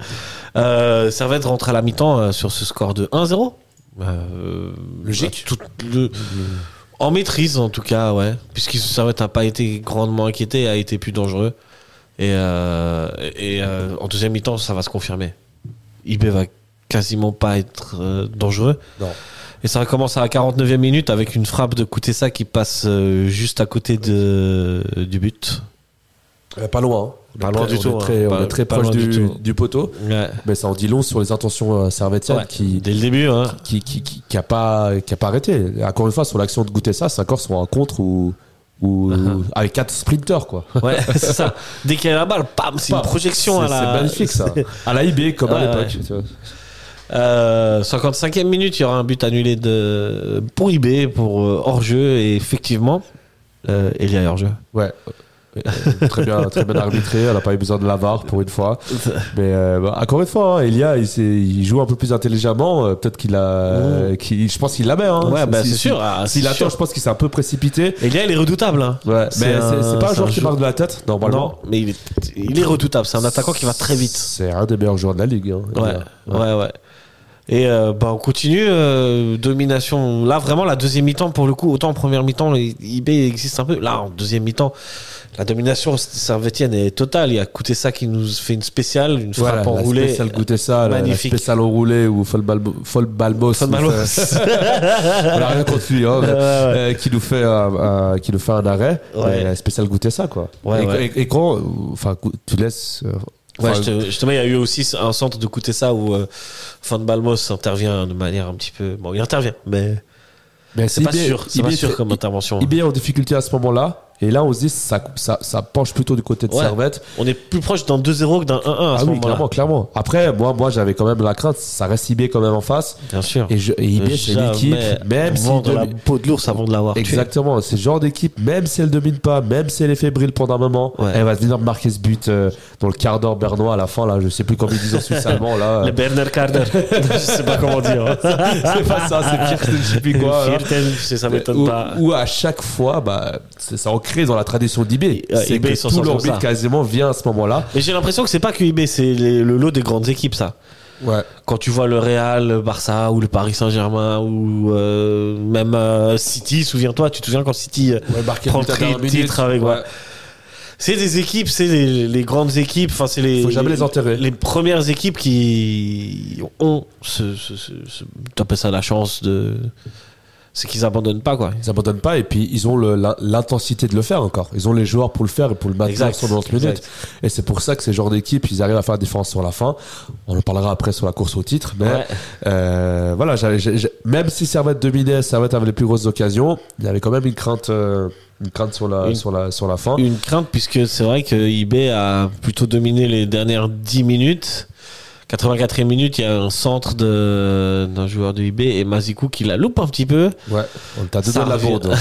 Speaker 4: Euh, Servette rentre à la mi-temps euh, sur ce score de 1-0. Euh,
Speaker 5: Logique.
Speaker 4: tout le- En maîtrise, en tout cas, ouais. Puisque Servette n'a pas été grandement inquiété, a été plus dangereux. Et, euh, et euh, en deuxième mi-temps, ça va se confirmer. IB va quasiment pas être euh, dangereux.
Speaker 5: Non.
Speaker 4: Et ça recommence à la 49e minute avec une frappe de Koutessa qui passe euh, juste à côté de, du but.
Speaker 5: Euh, pas loin hein.
Speaker 4: Pas loin
Speaker 5: On est
Speaker 4: du tout, hein.
Speaker 5: très- on
Speaker 4: Pas-
Speaker 5: est très
Speaker 4: pas
Speaker 5: proche
Speaker 4: loin du
Speaker 5: du
Speaker 4: tout.
Speaker 5: du poteau
Speaker 4: Ouais.
Speaker 5: mais Ben, ça en dit long sur les intentions euh, servettiennes qui
Speaker 4: Dès le début, hein.
Speaker 5: qui, qui, qui, qui a pas qui a pas arrêté. Encore une fois, sur l'action de goûter ça, c'est encore sur un contre ou ou avec quatre sprinters quoi.
Speaker 4: Ouais, c'est ça. Dès qu'il y a la balle, pam, c'est une
Speaker 5: Pam.
Speaker 4: projection à
Speaker 5: C'est-
Speaker 4: la.
Speaker 5: C'est magnifique ça. À la IB comme
Speaker 4: Ouais,
Speaker 5: à l'époque.
Speaker 4: ouais.
Speaker 5: tu vois.
Speaker 4: Euh, 55e minute, il y aura un but annulé de pour IB, pour euh, hors-jeu, et effectivement, euh, il y a hors-jeu.
Speaker 5: Ouais. Euh, très bien, très bien arbitré. Elle a pas eu besoin de l'avare pour une fois. Mais euh, bah, encore une fois, hein, Elia, il, s'est- il joue un peu plus intelligemment. Euh, Peut-être qu'il a, euh, qu'il- je pense qu'il la met. Hein.
Speaker 4: Mmh. ouais,
Speaker 5: Si-
Speaker 4: bah,
Speaker 5: si-
Speaker 4: c'est
Speaker 5: si-
Speaker 4: sûr. ah,
Speaker 5: S'il
Speaker 4: c'est
Speaker 5: attend,
Speaker 4: sûr.
Speaker 5: je pense qu'il s'est un peu précipité.
Speaker 4: Et là, il est redoutable. hein.
Speaker 5: Ouais,
Speaker 4: C'est
Speaker 5: mais c'est- c'est pas
Speaker 4: c'est
Speaker 5: un joueur qui
Speaker 4: joueur-
Speaker 5: marque de la tête normalement.
Speaker 4: Non, mais il est, il est redoutable. C'est un attaquant qui va très vite.
Speaker 5: C'est un des meilleurs joueurs de la ligue. hein,
Speaker 4: Ouais,
Speaker 5: Elia.
Speaker 4: ouais, ouais. Et euh, bah, on continue. euh, domination. Là, vraiment, la deuxième mi-temps, pour le coup, autant en première mi-temps, les- IB existe un peu. Là, en deuxième mi-temps, la domination servétienne est totale. Il y a coûté ça qui nous fait une spéciale, une
Speaker 5: Voilà,
Speaker 4: frappe
Speaker 5: la
Speaker 4: enroulée.
Speaker 5: spéciale goûter ça, la- la
Speaker 4: euh, Magnifique.
Speaker 5: spéciale enroulée ou folle balbo- folle balbos.
Speaker 4: Fin de
Speaker 5: nous
Speaker 4: Malo.
Speaker 5: fait- on a rien contre lui, hein, mais, euh, qui nous fait un, un- qui nous fait un arrêt.
Speaker 4: Ouais.
Speaker 5: Mais La spéciale goûter ça quoi.
Speaker 4: Ouais,
Speaker 5: et,
Speaker 4: ouais.
Speaker 5: et- et quand, euh, enfin, cou- tu laisses. euh,
Speaker 4: Ouais,
Speaker 5: enfin,
Speaker 4: je te- justement, il y a eu aussi un centre de coûté ça où euh, Fan Balmos intervient de manière un petit peu. Bon, il intervient, mais
Speaker 5: mais
Speaker 4: c'est pas
Speaker 5: IB
Speaker 4: sûr. C'est
Speaker 5: IB
Speaker 4: pas sûr
Speaker 5: fait-
Speaker 4: comme intervention.
Speaker 5: IB en difficulté à ce moment-là. Et là, on se dit, ça, ça, ça penche plutôt du côté de
Speaker 4: Ouais.
Speaker 5: Servette.
Speaker 4: On est plus proche d'un 2-0 que d'un 1-1 à
Speaker 5: Ah
Speaker 4: ce
Speaker 5: oui,
Speaker 4: moment-là.
Speaker 5: clairement, clairement. Après, moi, moi j'avais quand même la crainte, ça reste IB quand même en face.
Speaker 4: Eh Bien sûr.
Speaker 5: Et, je, et IB, c'est une
Speaker 4: Jamais
Speaker 5: équipe, même si.
Speaker 4: Euh, vendre
Speaker 5: demi-
Speaker 4: la peau de l'ours avant de l'avoir tué.
Speaker 5: Exactement, c'est le genre d'équipe, même si elle domine pas, même si elle est fébrile pendant un moment,
Speaker 4: Ouais.
Speaker 5: elle va venir marquer ce but euh, dans le quart d'heure bernois à la fin, là, je sais plus comment ils disent en suisse allemand, là.
Speaker 4: Le Berner Carter. je sais pas comment dire. hein.
Speaker 5: c'est pas ça, c'est Kirsten, je sais plus quoi. là.
Speaker 4: Vierten, c'est- ça m'étonne
Speaker 5: Où-
Speaker 4: pas.
Speaker 5: où à chaque fois, bah, c'est ça ancré dans la tradition d'IB.
Speaker 4: ouais,
Speaker 5: C'est
Speaker 4: IB, ils
Speaker 5: que
Speaker 4: s'en
Speaker 5: tout
Speaker 4: sortent
Speaker 5: leur
Speaker 4: comme
Speaker 5: but
Speaker 4: ça.
Speaker 5: quasiment vient à ce moment-là.
Speaker 4: Mais j'ai l'impression que c'est pas que IB, c'est les- le lot des grandes équipes, ça.
Speaker 5: Ouais.
Speaker 4: Quand tu vois le Real, le Barça ou le Paris Saint-Germain ou euh, même euh, City, souviens-toi, tu te souviens quand City euh,
Speaker 5: marquer
Speaker 4: prend le tri- titre avec. ouais. C'est des équipes, c'est les, les grandes équipes, enfin c'est les.
Speaker 5: Faut jamais les enterrer.
Speaker 4: Les premières équipes qui ont ce, ce, ce, ce- t'appelles ça la chance de, c'est qu'ils abandonnent pas quoi.
Speaker 5: Ils abandonnent pas et puis ils ont le- la- l'intensité de le faire encore. Ils ont les joueurs pour le faire et pour le maintenir
Speaker 4: Exact.
Speaker 5: sur 90 minutes.
Speaker 4: Exact.
Speaker 5: Et c'est pour ça que ces genres d'équipes, ils arrivent à faire la différence sur la fin. On en parlera après sur la course au titre. Mais
Speaker 4: Ouais.
Speaker 5: euh, voilà, j'avais- j'ai- j'ai- même si Servette dominait, Servette avait les plus grosses occasions, il y avait quand même une crainte, euh, une crainte sur, la,
Speaker 4: Une-
Speaker 5: sur, la, sur la fin.
Speaker 4: Une crainte puisque c'est vrai que IB a plutôt dominé les dernières 10 minutes. 84e minute, il y a un centre de- d'un joueur de IB et Mazikou qui la loupe un petit peu.
Speaker 5: Ouais, on- t'as deux
Speaker 4: Ça
Speaker 5: doigts de la
Speaker 4: revient.
Speaker 5: bourde.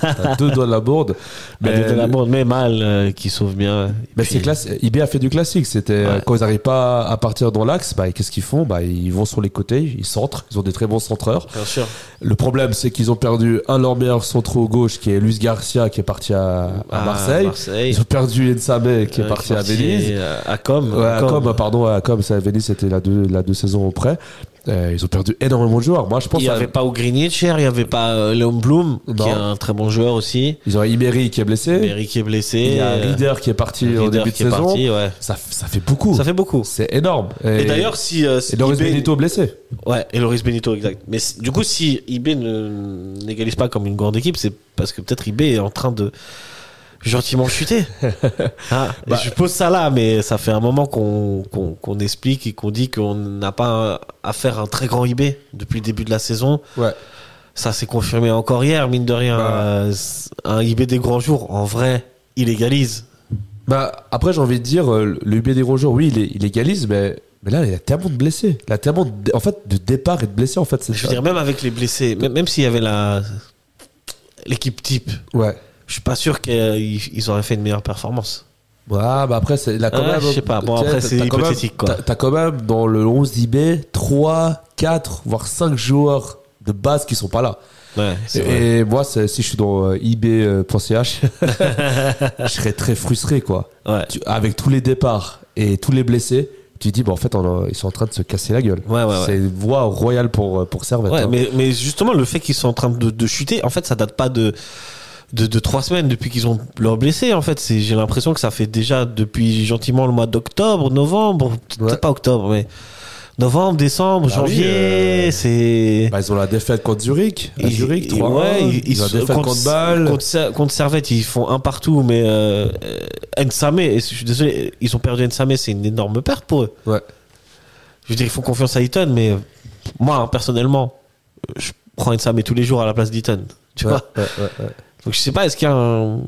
Speaker 5: t'as deux doigts de la bourde.
Speaker 4: Mais,
Speaker 5: Mais,
Speaker 4: la bourde, mais mal, euh, qui sauve bien. Et
Speaker 5: mais
Speaker 4: puis-
Speaker 5: Ben, c'est classe. IB a fait du classique. C'était euh,
Speaker 4: Ouais.
Speaker 5: quand ils n'arrivent pas à partir dans l'axe, bah, qu'est-ce qu'ils font bah, Ils vont sur les côtés, ils centrent. Ils ont des très bons centreurs.
Speaker 4: Bien sûr.
Speaker 5: Le problème, c'est qu'ils ont perdu un de leurs meilleurs centraux gauche, qui est Luis Garcia, qui est parti à, à
Speaker 4: Ah,
Speaker 5: Marseille.
Speaker 4: Marseille.
Speaker 5: Ils ont perdu Nsame, qui est
Speaker 4: Euh,
Speaker 5: parti à
Speaker 4: parti,
Speaker 5: Venise.
Speaker 4: euh, À Com.
Speaker 5: Ouais, à Com, pardon, à Com, ça, à Venise, c'était la deux, la deux saisons auprès. Euh, ils ont perdu énormément de joueurs. Moi, je pense
Speaker 4: Il n'y
Speaker 5: à-
Speaker 4: avait pas O'Grinier cher, il n'y avait pas euh, Léon Blum, qui
Speaker 5: Non.
Speaker 4: est un très bon joueur aussi.
Speaker 5: ils ont Imeri qui est blessé.
Speaker 4: Berry qui est blessé.
Speaker 5: Il y a Reader qui est parti
Speaker 4: euh,
Speaker 5: au
Speaker 4: Rieder
Speaker 5: début de
Speaker 4: qui est
Speaker 5: saison.
Speaker 4: parti, ouais.
Speaker 5: Ça, ça fait beaucoup.
Speaker 4: Ça fait beaucoup.
Speaker 5: C'est énorme.
Speaker 4: Et, d'ailleurs, si. euh, si
Speaker 5: et Loris
Speaker 4: IB
Speaker 5: Benito blessé.
Speaker 4: Ouais, et Loris Benito, exact. Mais c- du coup, si IB ne- n'égalise pas comme une grande équipe, c'est parce que peut-être IB est en train de gentiment chuter. Ah,
Speaker 5: Bah.
Speaker 4: je pose ça là, mais ça fait un moment qu'on qu'on- qu'on explique et qu'on dit qu'on n'a pas affaire à un très grand IB depuis le début de la saison.
Speaker 5: Ouais.
Speaker 4: Ça s'est confirmé encore hier, mine de rien.
Speaker 5: Bah.
Speaker 4: Euh, c- un IB des grands jours, en vrai, il égalise.
Speaker 5: Bah, après, j'ai envie de dire, euh, le UB des Rojors, oui, il, est- il égalise, mais, mais là, il a tellement de blessés. Il a tellement de, en fait, de départ et de blessés. En fait, c'est
Speaker 4: Je veux dire, même avec les blessés, même, même s'il y avait la l'équipe type,
Speaker 5: Ouais.
Speaker 4: je suis pas sûr qu'ils ils auraient fait une meilleure performance.
Speaker 5: Ah, bah après, c'est, il a quand
Speaker 4: Ouais,
Speaker 5: même.
Speaker 4: je sais pas. Bon,
Speaker 5: Tiens,
Speaker 4: après,
Speaker 5: t'as-
Speaker 4: c'est
Speaker 5: t'as quand
Speaker 4: hypothétique,
Speaker 5: même-
Speaker 4: quoi.
Speaker 5: T'as, t'as quand même, dans le 11 IB, 3, 4, voire 5 joueurs de base qui sont pas là.
Speaker 4: Ouais,
Speaker 5: Et, et moi, c'est- si je suis dans euh, IB.ch, je serais très frustré, quoi.
Speaker 4: Ouais.
Speaker 5: Euh, tu- avec tous les départs et tous les blessés, tu te dis, bah, en fait, on a- ils sont en train de se casser la gueule.
Speaker 4: Ouais, ouais, ouais.
Speaker 5: C'est une voie royale pour, euh, pour Servette.
Speaker 4: Ouais,
Speaker 5: hein.
Speaker 4: mais, mais justement, le fait qu'ils sont en train de, de chuter, en fait, ça date pas de, de, de trois semaines depuis qu'ils ont leur blessé. En fait, C'est- j'ai l'impression que ça fait déjà depuis gentiment le mois d'octobre, novembre, peut-être
Speaker 5: Ouais.
Speaker 4: pas octobre, mais novembre, décembre,
Speaker 5: Bah
Speaker 4: janvier,
Speaker 5: oui, euh,
Speaker 4: c'est.
Speaker 5: Bah, ils ont la défaite contre Zurich. À
Speaker 4: Ils-
Speaker 5: Zurich,
Speaker 4: ils-
Speaker 5: 3
Speaker 4: ouais, ils,
Speaker 5: hein. ont la
Speaker 4: se-
Speaker 5: défaite contre, Bâle.
Speaker 4: contre, Ser- contre Servette, ils font un partout, mais euh, euh, Nsame, et je suis désolé, ils ont perdu Nsame, c'est une énorme perte pour eux.
Speaker 5: Ouais.
Speaker 4: Je veux dire, ils font confiance à Eaton, mais euh, moi, hein, personnellement, euh, je prends Nsame tous les jours à la place d'Eaton. Tu
Speaker 5: Ouais,
Speaker 4: vois
Speaker 5: ouais, ouais, ouais.
Speaker 4: Donc, je sais pas, est-ce qu'il y a un-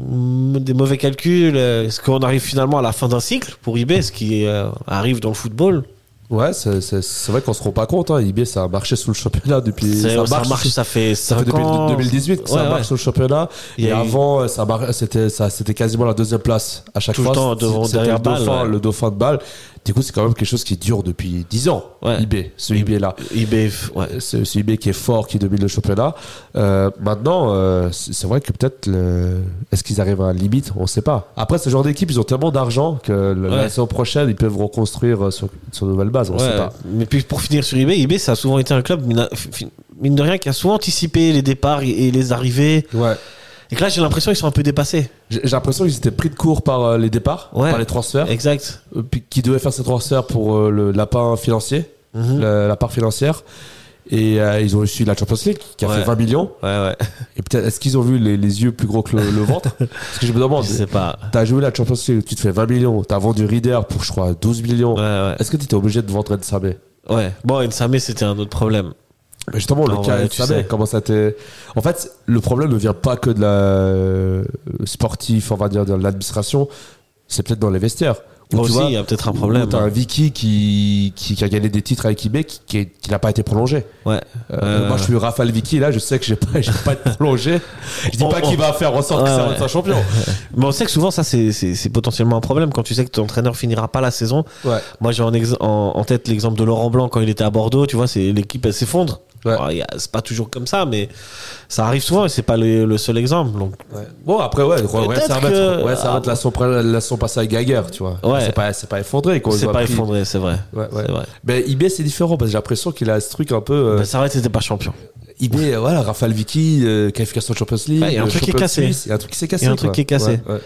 Speaker 4: des mauvais calculs euh, Est-ce qu'on arrive finalement à la fin d'un cycle pour IB, ce qui euh, arrive dans le football
Speaker 5: Ouais, c'est, c'est- c'est vrai qu'on se rend pas compte. Hein. IB, ça a marché sous le championnat depuis.
Speaker 4: C'est- Ça
Speaker 5: marche
Speaker 4: marche,
Speaker 5: sous-
Speaker 4: ça fait
Speaker 5: ça fait
Speaker 4: 5
Speaker 5: depuis
Speaker 4: ans.
Speaker 5: 2018 que
Speaker 4: Ouais,
Speaker 5: ça
Speaker 4: ouais.
Speaker 5: marche sous le championnat.
Speaker 4: Il y
Speaker 5: Et
Speaker 4: a eu-
Speaker 5: avant, euh, ça mar- c'était, ça, c'était quasiment la deuxième place à chaque
Speaker 4: Tout le
Speaker 5: fois.
Speaker 4: temps
Speaker 5: C'était-
Speaker 4: devant-
Speaker 5: c'était
Speaker 4: derrière
Speaker 5: le,
Speaker 4: Bâle,
Speaker 5: dauphin,
Speaker 4: ouais.
Speaker 5: le dauphin de balle. Du coup, c'est quand même quelque chose qui dure depuis 10 ans.
Speaker 4: Ouais.
Speaker 5: IB, ce IB-là.
Speaker 4: IB, ouais.
Speaker 5: C'est c'est IB qui est fort, qui domine le championnat. Euh, maintenant, euh, c'est c'est vrai que peut-être, le- est-ce qu'ils arrivent à la limite On ne sait pas. Après, ce genre d'équipe, ils ont tellement d'argent que le-
Speaker 4: Ouais.
Speaker 5: la saison prochaine, ils peuvent reconstruire euh, sur, sur de nouvelles bases. On ne
Speaker 4: Ouais,
Speaker 5: sait pas.
Speaker 4: Mais puis pour finir sur eBay, eBay ça a souvent été un club, mine fin- mine de rien, qui a souvent anticipé les départs et- et les arrivées.
Speaker 5: Ouais.
Speaker 4: Et que là, j'ai l'impression qu'ils sont un peu dépassés.
Speaker 5: J'ai j'ai l'impression qu'ils étaient pris de court par euh, les départs,
Speaker 4: Ouais.
Speaker 5: par les transferts,
Speaker 4: Exact.
Speaker 5: euh, puis qui devaient faire ces transferts pour euh, le lapin financier,
Speaker 4: Mhm.
Speaker 5: le- la part financière. Et euh, ils ont reçu la Champions League qui a
Speaker 4: Ouais.
Speaker 5: fait 20 millions.
Speaker 4: Ouais, ouais.
Speaker 5: Et peut-être, est-ce qu'ils ont vu les, les yeux plus gros que le, le ventre Parce que je me demande.
Speaker 4: Je sais pas.
Speaker 5: T'as joué la Champions League, tu te fais 20 millions, t'as vendu Reader pour je crois 12 millions.
Speaker 4: Ouais, ouais.
Speaker 5: Est-ce que t'étais obligé de vendre Nsabé
Speaker 4: ouais. Bon, Nsame, c'était un autre problème.
Speaker 5: Mais justement, le
Speaker 4: Ah
Speaker 5: cas,
Speaker 4: ouais,
Speaker 5: tu
Speaker 4: tu
Speaker 5: savais
Speaker 4: sais.
Speaker 5: comment ça t'est. En fait, le problème ne vient pas que de la euh, sportif, on va dire, de l'administration. C'est peut-être dans les vestiaires. Où
Speaker 4: Moi
Speaker 5: tu
Speaker 4: aussi,
Speaker 5: vois,
Speaker 4: il y a peut-être un problème. hein.
Speaker 5: où T'as un Vicky qui, qui, qui a gagné des titres avec eBay qui- qui est- qui n'a pas été prolongé.
Speaker 4: Ouais.
Speaker 5: Euh,
Speaker 4: Euh,
Speaker 5: Moi, je suis Rafale Vicky, là, je sais que j'ai pas, j'ai pas été prolongé. Je dis
Speaker 4: On-
Speaker 5: pas qu'il
Speaker 4: on-
Speaker 5: va faire en sorte que
Speaker 4: Ouais,
Speaker 5: ça
Speaker 4: ouais.
Speaker 5: reste un champion.
Speaker 4: Mais on sait que souvent, ça, c'est- c'est c'est potentiellement un problème quand tu sais que ton entraîneur finira pas la saison.
Speaker 5: Ouais.
Speaker 4: Moi, j'ai en, ex- en, en tête l'exemple de Laurent Blanc quand il était à Bordeaux. Tu vois, c'est l'équipe, elle s'effondre.
Speaker 5: Ouais.
Speaker 4: Alors, il y a- C'est pas toujours comme ça, mais ça arrive souvent et c'est pas le, le seul exemple. Donc,
Speaker 5: Bon, après, ouais, ouais,
Speaker 4: Peut-être
Speaker 5: ça
Speaker 4: que-
Speaker 5: ouais, ça
Speaker 4: Ah,
Speaker 5: la son, la son passé à Geiger, tu vois.
Speaker 4: Ouais.
Speaker 5: C'est pas, c'est pas effondré, quoi. Ils
Speaker 4: c'est
Speaker 5: ont
Speaker 4: pas
Speaker 5: appris-
Speaker 4: effondré, c'est vrai.
Speaker 5: Ouais, ouais.
Speaker 4: C'est vrai.
Speaker 5: Mais eBay, c'est différent parce que j'ai l'impression qu'il a ce truc un peu. euh,
Speaker 4: Ben, ça aurait été pas champion.
Speaker 5: eBay, euh, voilà, Rafale Vicky, euh, qualification de Champions League.
Speaker 4: Ouais, il y a un
Speaker 5: euh,
Speaker 4: truc qui est
Speaker 5: Champions
Speaker 4: cassé.
Speaker 5: Suisse, Il y a un truc qui s'est cassé.
Speaker 4: Il y a un truc
Speaker 5: quoi.
Speaker 4: qui est cassé.
Speaker 5: Ouais, ouais, ouais.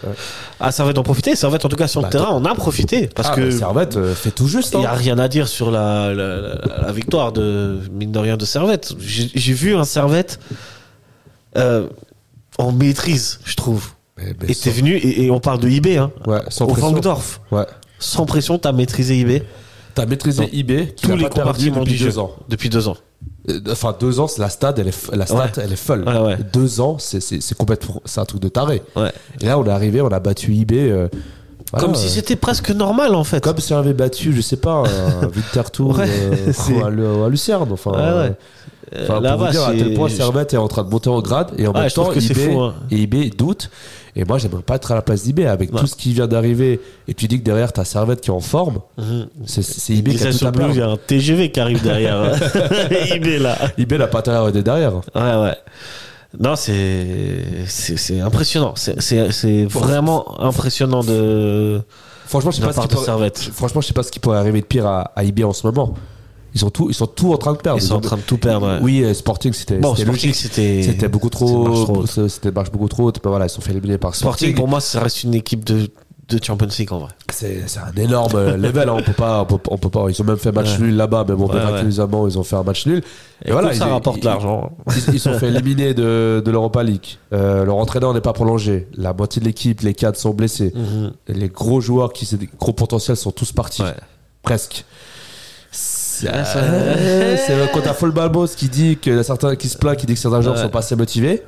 Speaker 4: Ah, ça va d'en profiter. Ça va être en tout cas sur le
Speaker 5: Bah,
Speaker 4: terrain. On a profité parce
Speaker 5: Ah,
Speaker 4: que
Speaker 5: bah, Servette euh, fait tout juste.
Speaker 4: Il n'y a
Speaker 5: Hein.
Speaker 4: rien à dire sur la, la- la- la victoire de mine de rien de Servette. J'ai j'ai vu un Servette euh, en maîtrise, je trouve.
Speaker 5: Mais- mais
Speaker 4: Et
Speaker 5: sans-
Speaker 4: t'es venu et, et on parle de IB, hein,
Speaker 5: Ouais, sans
Speaker 4: au
Speaker 5: pression.
Speaker 4: Vangdorf.
Speaker 5: Ouais.
Speaker 4: Sans pression, t'as maîtrisé IB
Speaker 5: T'as maîtrisé
Speaker 4: Dans
Speaker 5: eBay, qui
Speaker 4: tous
Speaker 5: n'a
Speaker 4: les
Speaker 5: pas perdu
Speaker 4: compartiments
Speaker 5: depuis
Speaker 4: du
Speaker 5: deux
Speaker 4: jeu
Speaker 5: ans.
Speaker 4: depuis deux ans.
Speaker 5: Euh, Enfin, deux ans, c'est la stade, elle est, f- la stade,
Speaker 4: Ouais.
Speaker 5: elle est folle.
Speaker 4: Ouais, ouais.
Speaker 5: Deux ans, c'est, c'est, c'est complètement, c'est un truc de taré.
Speaker 4: Ouais.
Speaker 5: Et là, on est arrivé, on a battu eBay. euh, voilà,
Speaker 4: Comme
Speaker 5: euh,
Speaker 4: si c'était presque normal en fait.
Speaker 5: Comme si on avait battu, je sais pas, un Victor Tour
Speaker 4: Ouais,
Speaker 5: euh,
Speaker 4: c'est-
Speaker 5: à, Lu- à Lucerne. Enfin,
Speaker 4: Ouais, ouais.
Speaker 5: euh,
Speaker 4: Euh,
Speaker 5: Enfin, pour
Speaker 4: Là-bas,
Speaker 5: vous dire à
Speaker 4: c'est-
Speaker 5: quel point
Speaker 4: je-
Speaker 5: Servette est en train de monter en grade et en
Speaker 4: Ouais,
Speaker 5: même
Speaker 4: je trouve
Speaker 5: temps
Speaker 4: que c'est
Speaker 5: eBay,
Speaker 4: fou, hein.
Speaker 5: et eBay doute. Et moi, j'aimerais pas être à la place d'eBay avec
Speaker 4: Ouais.
Speaker 5: tout ce qui vient d'arriver. Et tu dis que derrière, t'as Servette qui est en forme.
Speaker 4: Mhm.
Speaker 5: C'est- C'est eBay qui
Speaker 4: Déjà
Speaker 5: a tout
Speaker 4: sur
Speaker 5: à
Speaker 4: Blue, il y
Speaker 5: perdre.
Speaker 4: a un TGV qui arrive derrière. IB là.
Speaker 5: eBay n'a pas intérêt à regarder derrière.
Speaker 4: Ouais, ouais. Non, c'est c'est c'est impressionnant. C'est- C'est c'est vraiment impressionnant de
Speaker 5: Franchement, je sais
Speaker 4: de la
Speaker 5: pas ce
Speaker 4: part
Speaker 5: qui
Speaker 4: de
Speaker 5: pourrait...
Speaker 4: Servette.
Speaker 5: Franchement, je sais pas ce qui pourrait arriver de pire à, à eBay en ce moment. Ils sont tout, ils sont tout en train de perdre.
Speaker 4: Ils sont en
Speaker 5: ont-
Speaker 4: train de tout perdre. ouais.
Speaker 5: Ah, Oui, euh, Sporting, c'était
Speaker 4: bon,
Speaker 5: c'était
Speaker 4: Sporting,
Speaker 5: logique.
Speaker 4: c'était
Speaker 5: C'était beaucoup
Speaker 4: c'était marche
Speaker 5: trop.
Speaker 4: haute.
Speaker 5: C'était c'était marche beaucoup trop. haute. Bah, Voilà, ils sont fait éliminer par
Speaker 4: Sporting, pour moi, ça reste une équipe de de Champions League en vrai.
Speaker 5: C'est c'est un énorme euh, level, hein. on peut pas, on peut, on peut pas. Ils ont même fait match
Speaker 4: Ouais.
Speaker 5: nul là-bas, mais bon,
Speaker 4: Ouais,
Speaker 5: miraculeusement, ils ont fait un match nul. Et, voilà,
Speaker 4: Tout
Speaker 5: ils,
Speaker 4: ça rapporte
Speaker 5: ils-
Speaker 4: de l'argent.
Speaker 5: Ils ils sont fait éliminer de, de l'Europa League. Euh, leur entraîneur n'est pas prolongé. La moitié de l'équipe, les cadres sont blessés.
Speaker 4: Mhm.
Speaker 5: Les gros joueurs qui, c'est des gros potentiels, sont tous partis,
Speaker 4: Ouais.
Speaker 5: presque. C'est euh, c'est quand t'as Folbalbos qui dit que certains qui se plaint, qui dit que certains joueurs
Speaker 4: Ouais.
Speaker 5: sont pas assez motivés.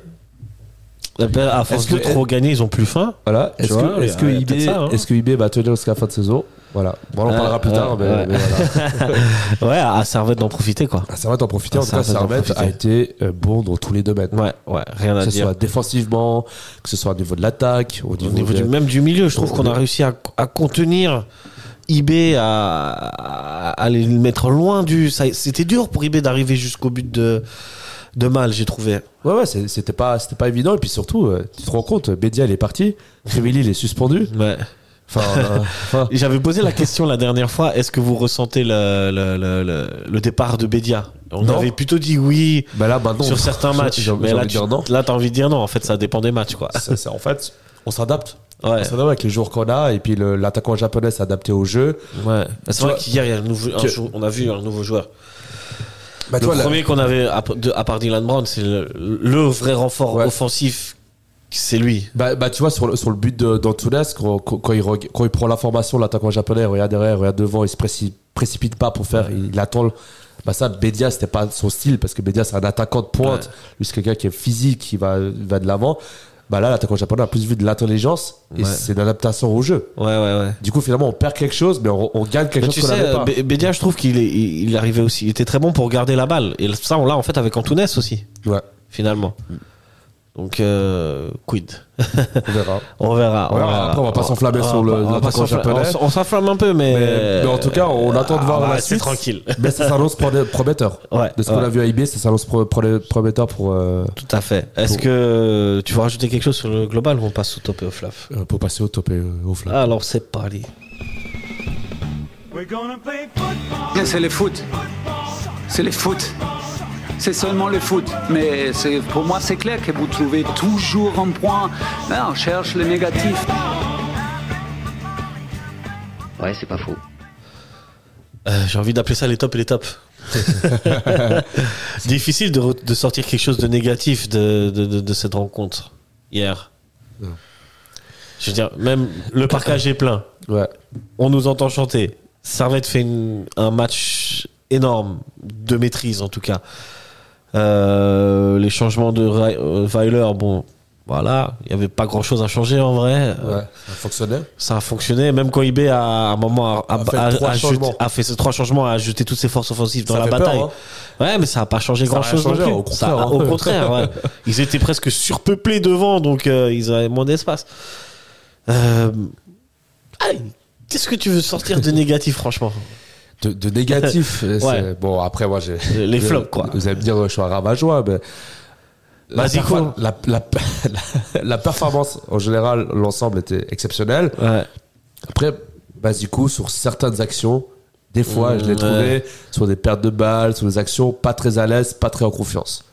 Speaker 4: Après, à force
Speaker 5: Est-ce
Speaker 4: de
Speaker 5: que-
Speaker 4: trop gagner, ils ont plus faim.
Speaker 5: Voilà. Est-ce
Speaker 4: vois,
Speaker 5: que, est-ce que,
Speaker 4: il y a
Speaker 5: IB
Speaker 4: peut-être ça, hein.
Speaker 5: est-ce que IB va tenir jusqu'à la fin de saison Voilà. Bon, on en
Speaker 4: Ouais,
Speaker 5: parlera plus
Speaker 4: ouais,
Speaker 5: tard, mais-
Speaker 4: ouais.
Speaker 5: mais voilà.
Speaker 4: Ouais, à Servette d'en profiter quoi.
Speaker 5: Ah, Servette en profiter. En
Speaker 4: Ah,
Speaker 5: tout cas,
Speaker 4: Servette en
Speaker 5: Servette a été euh, bon dans tous les domaines.
Speaker 4: Ouais, ouais, rien à
Speaker 5: Que ce
Speaker 4: dire.
Speaker 5: soit défensivement, que ce soit au niveau de l'attaque, au
Speaker 4: Au
Speaker 5: niveau,
Speaker 4: niveau
Speaker 5: de-
Speaker 4: du, même du milieu, je trouve
Speaker 5: au
Speaker 4: qu'on a
Speaker 5: niveau-
Speaker 4: réussi à, à contenir eBay, à, à, à les mettre loin du. ça- C'était dur pour eBay d'arriver jusqu'au but de, de mal, j'ai trouvé.
Speaker 5: Ouais, ouais, c'est- c'était pas, c'était pas évident. Et puis surtout, euh, tu te rends compte, Bédia, il est parti. Révili, il est suspendu.
Speaker 4: Ouais.
Speaker 5: Enfin, euh, enfin,
Speaker 4: Et J'avais posé la question la dernière fois est-ce que vous ressentez le, le, le, le- le départ de Bédia On
Speaker 5: Non.
Speaker 4: avait plutôt dit oui
Speaker 5: bah là, maintenant,
Speaker 4: sur certains
Speaker 5: j'ai-
Speaker 4: matchs.
Speaker 5: j'ai-
Speaker 4: mais
Speaker 5: j'ai
Speaker 4: là,
Speaker 5: envie de
Speaker 4: tu
Speaker 5: dire non.
Speaker 4: là, t'as envie de dire non. En fait, ça dépend des matchs, quoi.
Speaker 5: Ça, ça- en fait, on s'adapte.
Speaker 4: Ouais.
Speaker 5: On s'adapte avec les jours qu'on a. Et puis le- l'attaquant japonais s'est adapté au jeu.
Speaker 4: ouais. C'est
Speaker 5: Tu
Speaker 4: vrai
Speaker 5: vois-
Speaker 4: qu'hier, il y a un nouveau- un
Speaker 5: que-
Speaker 4: jou- on a vu un nouveau joueur.
Speaker 5: Bah, tu
Speaker 4: Le
Speaker 5: vois, là-
Speaker 4: premier qu'on avait à, de- à part Dylan Brown, c'est le, le vrai renfort
Speaker 5: Ouais.
Speaker 4: offensif, c'est lui.
Speaker 5: Bah, bah, tu vois, sur le, sur le but de- d'Antunes, quand, quand, quand il, reg- quand il prend la formation, l'attaquant japonais, il regarde derrière, il regarde devant, il se préci- précipite pas pour faire, il, il attend. le- Bah, ça, Bedia, c'était pas son style, parce que Bedia, c'est un attaquant de pointe. Lui, c'est quelqu'un qui est physique, qui va, va de l'avant. Bah, là, l'attaquant japonais a plus vu de l'intelligence, et
Speaker 4: Ouais.
Speaker 5: c'est une adaptation au jeu.
Speaker 4: Ouais, ouais, ouais.
Speaker 5: Du coup, finalement, on perd quelque chose, mais on, on gagne quelque
Speaker 4: Mais
Speaker 5: chose
Speaker 4: Bah, tu
Speaker 5: qu'on
Speaker 4: sais,
Speaker 5: n'avait
Speaker 4: euh,
Speaker 5: pas.
Speaker 4: Bé- Bédia, je trouve qu'il est- il, il arrivait aussi, il était très bon pour garder la balle. Et ça, on l'a en fait avec Antunes aussi,
Speaker 5: Ouais,
Speaker 4: finalement. Donc, euh, quid
Speaker 5: on verra.
Speaker 4: On verra.
Speaker 5: On verra. Après, on va pas s'enflammer
Speaker 4: on
Speaker 5: sur
Speaker 4: va
Speaker 5: le-
Speaker 4: pas- On, va pas
Speaker 5: l'attaquant
Speaker 4: s'enflammer.
Speaker 5: japonais.
Speaker 4: On s- on s'enflamme un peu, mais...
Speaker 5: Mais- mais en tout cas,
Speaker 4: euh,
Speaker 5: on attend de voir
Speaker 4: on va
Speaker 5: la
Speaker 4: rester
Speaker 5: suite.
Speaker 4: ah, tranquille.
Speaker 5: Mais ça s'annonce prode- prometteur.
Speaker 4: Ouais,
Speaker 5: De ce
Speaker 4: ouais.
Speaker 5: qu'on a vu à IB, ça s'annonce pro- pro- prometteur pour, euh,
Speaker 4: Tout à fait. Est-ce
Speaker 5: Pour-
Speaker 4: que tu veux rajouter quelque chose sur le global ou on passe au top et au flaf
Speaker 5: euh, pour passer au top et euh, au flanc.
Speaker 4: Alors, c'est parti.
Speaker 1: Mais C'est le foot. C'est le foot. C'est seulement le foot. Mais c'est- pour moi, c'est clair que vous trouvez toujours un point. Hein, on cherche le négatif.
Speaker 6: Ouais, c'est pas faux.
Speaker 4: Euh, J'ai envie d'appeler ça les tops et les tops. Difficile de, re- de sortir quelque chose de négatif de, de, de- de cette rencontre hier. Je veux dire, même le parcage est plein.
Speaker 5: Ouais.
Speaker 4: On nous entend chanter. Servette fait une- un match énorme, de maîtrise en tout cas. Euh, les changements de Ra- euh, Weiler, bon, voilà, il n'y avait pas grand chose à changer en vrai. Euh,
Speaker 5: Ouais, ça fonctionnait.
Speaker 4: ça a fonctionné. Même quand eBay a, à un moment a,
Speaker 5: A fait trois changements.
Speaker 4: a fait ces trois changements, a jeté toutes ses forces offensives dans
Speaker 5: Ça
Speaker 4: la
Speaker 5: fait
Speaker 4: bataille.
Speaker 5: peur, hein.
Speaker 4: Ouais, mais ça n'a pas changé
Speaker 5: Ça a
Speaker 4: grand chose
Speaker 5: rien changé,
Speaker 4: non
Speaker 5: au
Speaker 4: plus.
Speaker 5: contraire,
Speaker 4: Ça a-
Speaker 5: hein.
Speaker 4: au contraire, ouais. ils étaient presque surpeuplés devant, donc euh, ils avaient moins d'espace. Euh, aïe, Qu'est-ce que tu veux sortir de négatif, franchement
Speaker 5: De, de négatif. c'est-
Speaker 4: Ouais.
Speaker 5: Bon, après, moi, j'ai.
Speaker 4: Les flops, quoi. Bah,
Speaker 5: Vous allez me dire, je suis un ravageois, mais. La,
Speaker 4: Vas-y, quoi.
Speaker 5: perfor- la, la, la performance en général, l'ensemble était exceptionnel.
Speaker 4: Ouais.
Speaker 5: Après, Basico, sur certaines actions, des fois, je l'ai
Speaker 4: Mmh,
Speaker 5: trouvé sur des pertes de balles, sur des actions pas très à l'aise, pas très en confiance.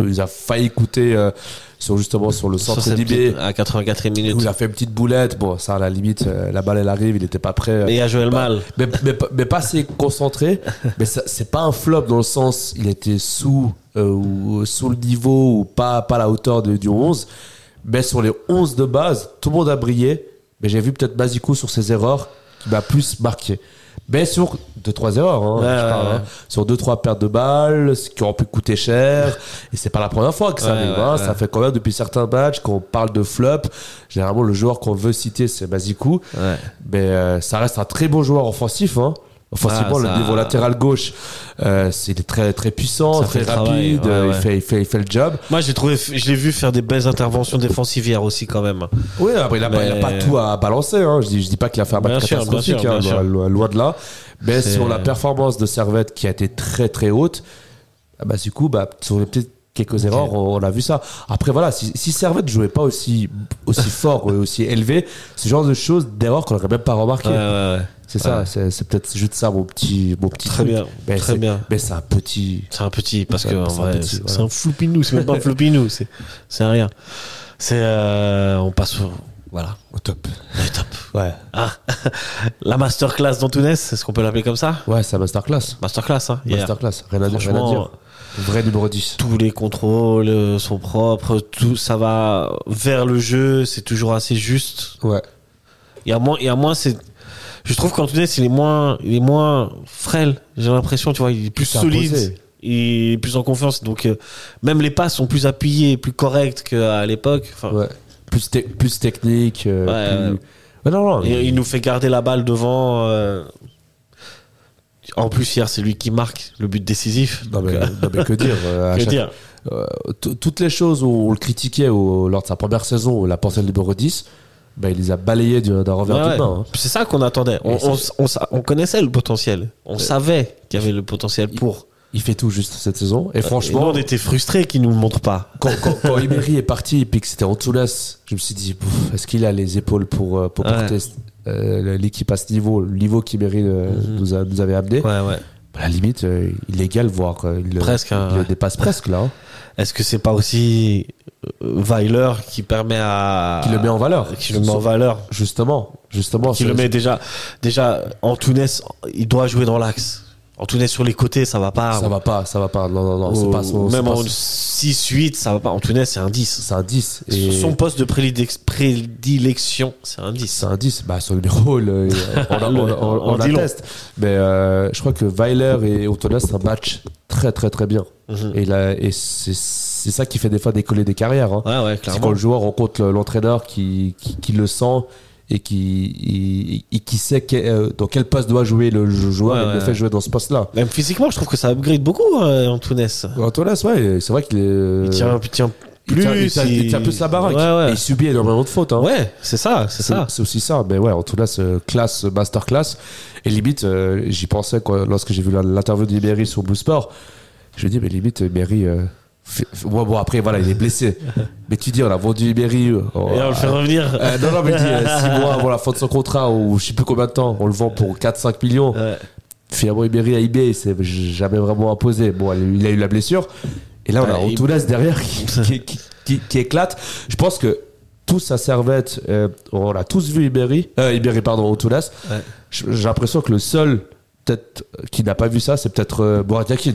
Speaker 5: Il a failli coûter euh, sur justement sur le centre
Speaker 4: Sur cette
Speaker 5: d'Ibé,
Speaker 4: petite- à 84 minutes.
Speaker 5: où il a fait une petite boulette. Bon, ça, à la limite, euh, la balle elle arrive, il n'était pas prêt. euh.
Speaker 4: Et à Joël Mal.
Speaker 5: mais, mais, pas- mais pas assez concentré. Mais ça- c'est pas un flop dans le sens, il était sous, euh, ou, sous le niveau ou pas, pas à la hauteur de- du 11. Mais sur les 11 de base, tout le monde a brillé. Mais j'ai vu peut-être Basico sur ses erreurs qui m'a plus marqué. Mais sur 2-3 erreurs, hein,
Speaker 4: Ouais,
Speaker 5: je parle,
Speaker 4: ouais,
Speaker 5: hein.
Speaker 4: ouais.
Speaker 5: sur 2-3 pertes de balles ce qui ont pu coûter cher. Et c'est pas la première fois que ça
Speaker 4: Ouais,
Speaker 5: arrive.
Speaker 4: ouais,
Speaker 5: hein.
Speaker 4: ouais.
Speaker 5: Ça fait quand même depuis certains matchs qu'on parle de flop. Généralement, le joueur qu'on veut citer, c'est Basico.
Speaker 4: Ouais.
Speaker 5: Mais euh, ça reste un très bon joueur offensif. Hein. Offensivement,
Speaker 4: Ah,
Speaker 5: le
Speaker 4: ça-
Speaker 5: niveau latéral gauche, euh, c'est il est très, très puissant,
Speaker 4: Ça
Speaker 5: très
Speaker 4: fait le travail,
Speaker 5: rapide.
Speaker 4: ouais,
Speaker 5: euh,
Speaker 4: ouais.
Speaker 5: Il, fait, il, fait, il fait le job.
Speaker 4: Moi, j'ai trouvé, je l'ai vu faire des belles interventions défensives hier aussi, quand même.
Speaker 5: Oui, après, il n'a
Speaker 4: Mais-
Speaker 5: pas tout à balancer. Hein. Je dis, je dis pas qu'il a fait un match
Speaker 4: Bien sûr,
Speaker 5: catastrophique,
Speaker 4: bien sûr,
Speaker 5: hein,
Speaker 4: bien
Speaker 5: loin-
Speaker 4: sûr.
Speaker 5: loin, loin de là. Mais
Speaker 4: C'est-
Speaker 5: sur la performance de Servette qui a été très très haute, ah bah, du coup, bah, sur les petites quelques erreurs, on, on a vu ça. Après, voilà, si, si Servette jouait pas aussi, aussi fort, euh, aussi élevé, ce genre de choses, d'erreurs qu'on n'aurait même pas remarqué.
Speaker 4: Ouais, ouais, ouais.
Speaker 5: C'est
Speaker 4: Ouais.
Speaker 5: ça, c'est c'est peut-être juste ça mon petit, mon petit
Speaker 4: Très
Speaker 5: truc.
Speaker 4: bien,
Speaker 5: Mais
Speaker 4: très
Speaker 5: c'est-
Speaker 4: bien.
Speaker 5: Mais c'est un petit.
Speaker 4: C'est un petit, parce que
Speaker 5: C'est un-
Speaker 4: en
Speaker 5: c'est un
Speaker 4: vrai,
Speaker 5: petit,
Speaker 4: c'est
Speaker 5: voilà.
Speaker 4: c'est un floupinou, c'est même pas un floupinou, c'est c'est rien. C'est. euh, on passe au. Voilà.
Speaker 5: Au top.
Speaker 4: Allez, top.
Speaker 5: Ouais.
Speaker 4: Ah, la masterclass d'Antunes, est-ce qu'on peut l'appeler comme ça
Speaker 5: Ouais, c'est un masterclass.
Speaker 4: Masterclass, hein. hier.
Speaker 5: Masterclass. Rien à dire. Rien à
Speaker 4: Franchement,
Speaker 5: dire. Vrai numéro 10.
Speaker 4: Tous les contrôles euh, sont propres, tout ça va vers le jeu, c'est toujours assez juste.
Speaker 5: Ouais.
Speaker 4: Il y a moins, il y a moins, c'est. Je trouve qu'Antunes, il est moins, il est moins frêle. J'ai l'impression, tu vois, il est plus
Speaker 5: C'est
Speaker 4: solide.
Speaker 5: imposé.
Speaker 4: Il est plus en confiance. Donc, euh, même les passes sont plus appuyées, plus correctes qu'à l'époque. Enfin,
Speaker 5: Ouais. Plus, te- plus technique. euh,
Speaker 4: Ouais,
Speaker 5: plus-
Speaker 4: ouais.
Speaker 5: Ouais, non, non.
Speaker 4: Et
Speaker 5: mais-
Speaker 4: il nous fait garder la balle devant. euh, En plus, hier, c'est lui qui marque le but décisif.
Speaker 5: Non,
Speaker 4: Donc,
Speaker 5: mais,
Speaker 4: euh,
Speaker 5: non, mais que dire euh, à
Speaker 4: que
Speaker 5: chaque-
Speaker 4: dire
Speaker 5: euh, t- Toutes les choses où on le critiquait au- lors de sa première saison, où il a pensé le numéro 10, bah, il les a balayés du- d'un revers
Speaker 4: Ouais,
Speaker 5: de main. hein.
Speaker 4: ouais. C'est ça qu'on attendait. On,
Speaker 5: Et c'est-
Speaker 4: on s- on sa- on connaissait le potentiel. On savait qu'il y avait le potentiel pour.
Speaker 5: Il fait tout juste cette saison. Et
Speaker 4: Et nous,
Speaker 5: franchement,
Speaker 4: on était frustrés qu'il nous le montre pas.
Speaker 5: quand, quand, quand Iberi est parti et puis que c'était Antunas, je me suis dit, Pouf, est-ce qu'il a les épaules pour, euh, pour
Speaker 4: Ouais.
Speaker 5: porter euh, l'équipe à ce niveau, le niveau qu'Iberi euh, nous, a- nous avait amené
Speaker 4: Mhm. Ouais, ouais.
Speaker 5: À la limite, euh, il l'égale, voire euh, il, le-
Speaker 4: Presque, hein,
Speaker 5: il le
Speaker 4: ouais.
Speaker 5: dépasse presque là. hein.
Speaker 4: Est-ce que c'est pas aussi euh, Weiler qui permet à.
Speaker 5: Qui le met en valeur.
Speaker 4: Qui le met en valeur.
Speaker 5: Justement, justement.
Speaker 4: Qui
Speaker 5: c'est-
Speaker 4: le met déjà. Déjà, Antunes, il doit jouer dans l'axe. Antunes sur les côtés, ça va pas.
Speaker 5: Ça va pas, ça va pas. Non, non, non, c'est
Speaker 4: Ou
Speaker 5: pas son. c'est
Speaker 4: Ah, Oh, même
Speaker 5: pas
Speaker 4: en
Speaker 5: son-
Speaker 4: 6-8, ça va pas. Antunes, c'est un 10.
Speaker 5: c'est un 10. Et
Speaker 4: Son poste de prédilex- prédilection, c'est un 10.
Speaker 5: C'est un 10. Bah, son numéro, le- on, on, on, on-
Speaker 4: On
Speaker 5: on
Speaker 4: dit long.
Speaker 5: atteste. Mais euh, je crois que Weiler et Otola, c'est un match très, très, très bien.
Speaker 4: Mhm.
Speaker 5: Et, là, et c'est c'est ça qui fait des fois décoller des carrières. hein.
Speaker 4: Ouais, ouais,
Speaker 5: C'est quand
Speaker 4: clairement.
Speaker 5: le joueur rencontre le- l'entraîneur qui, qui, qui le sent et qui, et- et qui sait que- euh, dans quel poste doit jouer le joueur
Speaker 4: Ouais,
Speaker 5: et
Speaker 4: ouais,
Speaker 5: le
Speaker 4: ouais.
Speaker 5: fait jouer dans ce poste-là.
Speaker 4: Même physiquement, je trouve que ça upgrade beaucoup, euh, Antunes.
Speaker 5: Antonas, ouais, c'est vrai qu'il est. euh,
Speaker 4: Il tient, il tient
Speaker 5: il
Speaker 4: plus.
Speaker 5: tient- il tient- il tient plus la baraque. Et
Speaker 4: Ouais,
Speaker 5: il subit énormément de fautes. hein.
Speaker 4: ouais. Ah. ouais c'est ça, c'est
Speaker 5: C'est
Speaker 4: ça.
Speaker 5: c'est aussi ça. Mais ouais, en tout cas, ce classe, euh, masterclass. Et limite, euh, j'y pensais quoi, lorsque j'ai vu la- l'interview d'Iberi sur Blue Sport. Je me dis, mais limite, Iberi. euh, fait- fait- bon, bon, après, voilà, il est blessé. mais tu dis, on a vendu Iberi. euh,
Speaker 4: Et on le fait
Speaker 5: euh,
Speaker 4: revenir.
Speaker 5: euh, non, non, mais 6 mois avant la fin de son contrat, ou je sais plus combien de temps, on le vend pour 4-5 millions.
Speaker 4: Ouais.
Speaker 5: Finalement, Iberi à eBay, c'est jamais vraiment imposé. Bon, il a eu la blessure. Et là, on a
Speaker 4: Ouais, il-
Speaker 5: Antunas derrière qui, qui- qui- qui- qui éclate. Je pense que tout sa servette, euh, on a tous vu Iberi, euh, Iberi, pardon, Antunas.
Speaker 4: Ouais.
Speaker 5: J- J'ai l'impression que le seul peut-être qui n'a pas vu ça, c'est peut-être euh, Borat Yakin.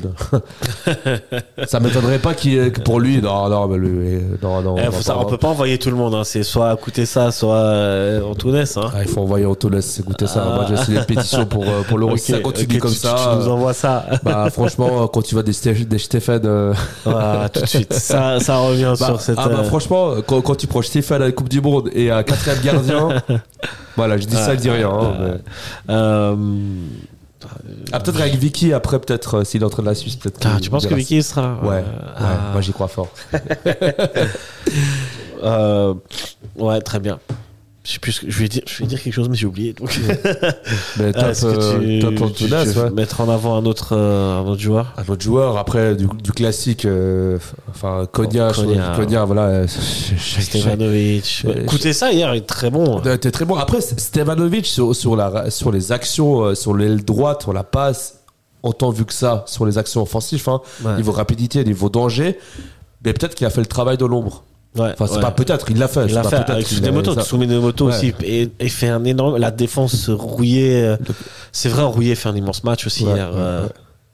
Speaker 5: ça m'étonnerait pas qu'il, que pour lui, non, non, mais lui, euh, non, non.
Speaker 4: Eh,
Speaker 5: on va
Speaker 4: faut
Speaker 5: pas
Speaker 4: ça, on
Speaker 5: voir.
Speaker 4: peut pas envoyer tout le monde. hein. C'est soit à coûter ça, soit euh, en Tunis. Hein.
Speaker 5: Ah, il faut envoyer Antones goûter ça.
Speaker 4: Ah.
Speaker 5: Moi, j'ai essayé des pétitions pour, euh, pour l'euro.
Speaker 4: Ok,
Speaker 5: si ça continue
Speaker 4: ok,
Speaker 5: comme
Speaker 4: tu-
Speaker 5: ça. euh.
Speaker 4: Tu, nous envoies ça euh,
Speaker 5: Bah franchement, quand tu vois des, Sté- des Stéphane, euh,
Speaker 4: Voilà, tout de suite. Ça, ça revient
Speaker 5: bah,
Speaker 4: sur cette.
Speaker 5: ah, bah,
Speaker 4: euh,
Speaker 5: franchement, quand, quand tu prends Stéphane à la Coupe du Monde et un quatrième gardien, voilà, je dis ça, je dis rien. hein,
Speaker 4: euh,
Speaker 5: mais-
Speaker 4: euh,
Speaker 5: Ah, peut-être avec Vicky après, peut-être euh, s'il est en train de la Suisse, peut-être.
Speaker 4: putain,
Speaker 5: qu'il
Speaker 4: Ah, tu penses que
Speaker 5: verra
Speaker 4: Vicky il sera
Speaker 5: ça. Ouais, ouais,
Speaker 4: ah,
Speaker 5: moi j'y crois fort.
Speaker 4: euh, ouais, très bien. Je sais plus ce que je vais dire. Je vais dire quelque chose, mais j'ai oublié. Donc,
Speaker 5: Mais top,
Speaker 4: Ah, est-ce
Speaker 5: euh,
Speaker 4: que tu,
Speaker 5: top
Speaker 4: tu-
Speaker 5: Antunes,
Speaker 4: tu veux
Speaker 5: ouais.
Speaker 4: mettre en avant un autre, euh, un autre joueur
Speaker 5: Un autre joueur, après du, du classique, euh, f- enfin Konya,
Speaker 4: Konya,
Speaker 5: je- Konya, voilà. euh, je- je- je-
Speaker 4: Stevanovic.
Speaker 5: euh,
Speaker 4: Écoutez ça hier, il est très bon.
Speaker 5: Ouais, T'es très bon. Après, Stevanovic, sur, sur, la, sur les actions, euh, sur l'aile droite, sur la passe, en tant vu que ça, sur les actions offensives, hein,
Speaker 4: Ouais.
Speaker 5: niveau rapidité, niveau danger, mais peut-être qu'il a fait le travail de l'ombre.
Speaker 4: Ouais,
Speaker 5: Enfin, c'est
Speaker 4: ouais.
Speaker 5: pas peut-être, il l'a fait.
Speaker 4: Il
Speaker 5: c'est
Speaker 4: l'a
Speaker 5: pas
Speaker 4: fait
Speaker 5: peut-être,
Speaker 4: avec
Speaker 5: il a-
Speaker 4: Souménémoto.
Speaker 5: ça-
Speaker 4: Souménémoto
Speaker 5: Ouais.
Speaker 4: aussi et, et fait un énorme. La défense rouillée. euh, C'est vrai, rouillé fait un immense match aussi
Speaker 5: Ouais,
Speaker 4: hier.
Speaker 5: ouais,
Speaker 4: euh,
Speaker 5: ouais.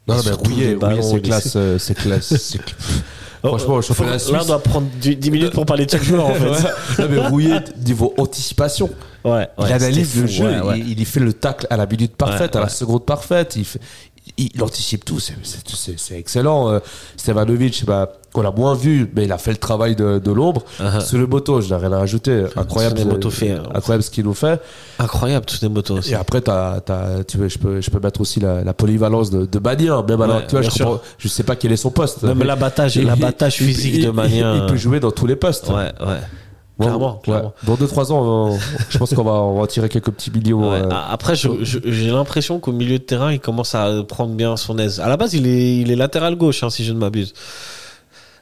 Speaker 5: Non,
Speaker 4: il
Speaker 5: non,
Speaker 4: se
Speaker 5: mais
Speaker 4: retrouve des
Speaker 5: rouillé, rouillé,
Speaker 4: ballons, il
Speaker 5: c'est
Speaker 4: est-
Speaker 5: classe. euh, C'est classe. c'est-
Speaker 4: Oh,
Speaker 5: Franchement, je
Speaker 4: faut-
Speaker 5: fais la
Speaker 4: Là, on
Speaker 5: Suisse.
Speaker 4: doit prendre du- 10 minutes pour parler de chaque joueur en fait.
Speaker 5: Non, mais rouillé, niveau anticipation.
Speaker 4: Ouais, ouais,
Speaker 5: il analyse
Speaker 4: c'était
Speaker 5: le
Speaker 4: fou,
Speaker 5: jeu,
Speaker 4: ouais, ouais.
Speaker 5: Il, il y fait le tacle à la minute parfaite,
Speaker 4: Ouais,
Speaker 5: à la
Speaker 4: ouais.
Speaker 5: seconde parfaite, il, fait- il, il anticipe tout, c'est- c'est c'est- c'est excellent. Euh, Stevanovic, bah, qu'on l'a moins vu, mais il a fait le travail de, de l'ombre.
Speaker 4: Uh-huh.
Speaker 5: Sur le moto, je n'ai rien à rajouter, incroyable,
Speaker 4: Tsunemoto
Speaker 5: euh,
Speaker 4: fait, euh,
Speaker 5: incroyable ce qu'il nous fait.
Speaker 4: Incroyable, toutes les motos aussi.
Speaker 5: Et après, t'as- t'as- tu veux, je, peux, je peux mettre aussi la, la polyvalence de, de Bagnin, même alors, tu vois,
Speaker 4: bien
Speaker 5: je, comprends-
Speaker 4: sûr.
Speaker 5: je sais pas quel est son poste.
Speaker 4: Même
Speaker 5: Mais-
Speaker 4: l'abattage-
Speaker 5: il-
Speaker 4: l'abattage
Speaker 5: il-
Speaker 4: physique
Speaker 5: il-
Speaker 4: de Bagnin,
Speaker 5: Il, il peut
Speaker 4: euh,
Speaker 5: jouer dans tous les postes.
Speaker 4: Ouais, ouais.
Speaker 5: Bon,
Speaker 4: Clairement,
Speaker 5: ouais.
Speaker 4: clairement.
Speaker 5: Dans 2-3 ans, on- je pense qu'on va, on va en tirer quelques petits millions.
Speaker 4: Ouais. Ah, A-
Speaker 5: euh,
Speaker 4: Après, je- je- j'ai l'impression qu'au milieu de terrain, il commence à prendre bien son aise. À la base, il est, il est latéral gauche, hein, si je ne m'abuse.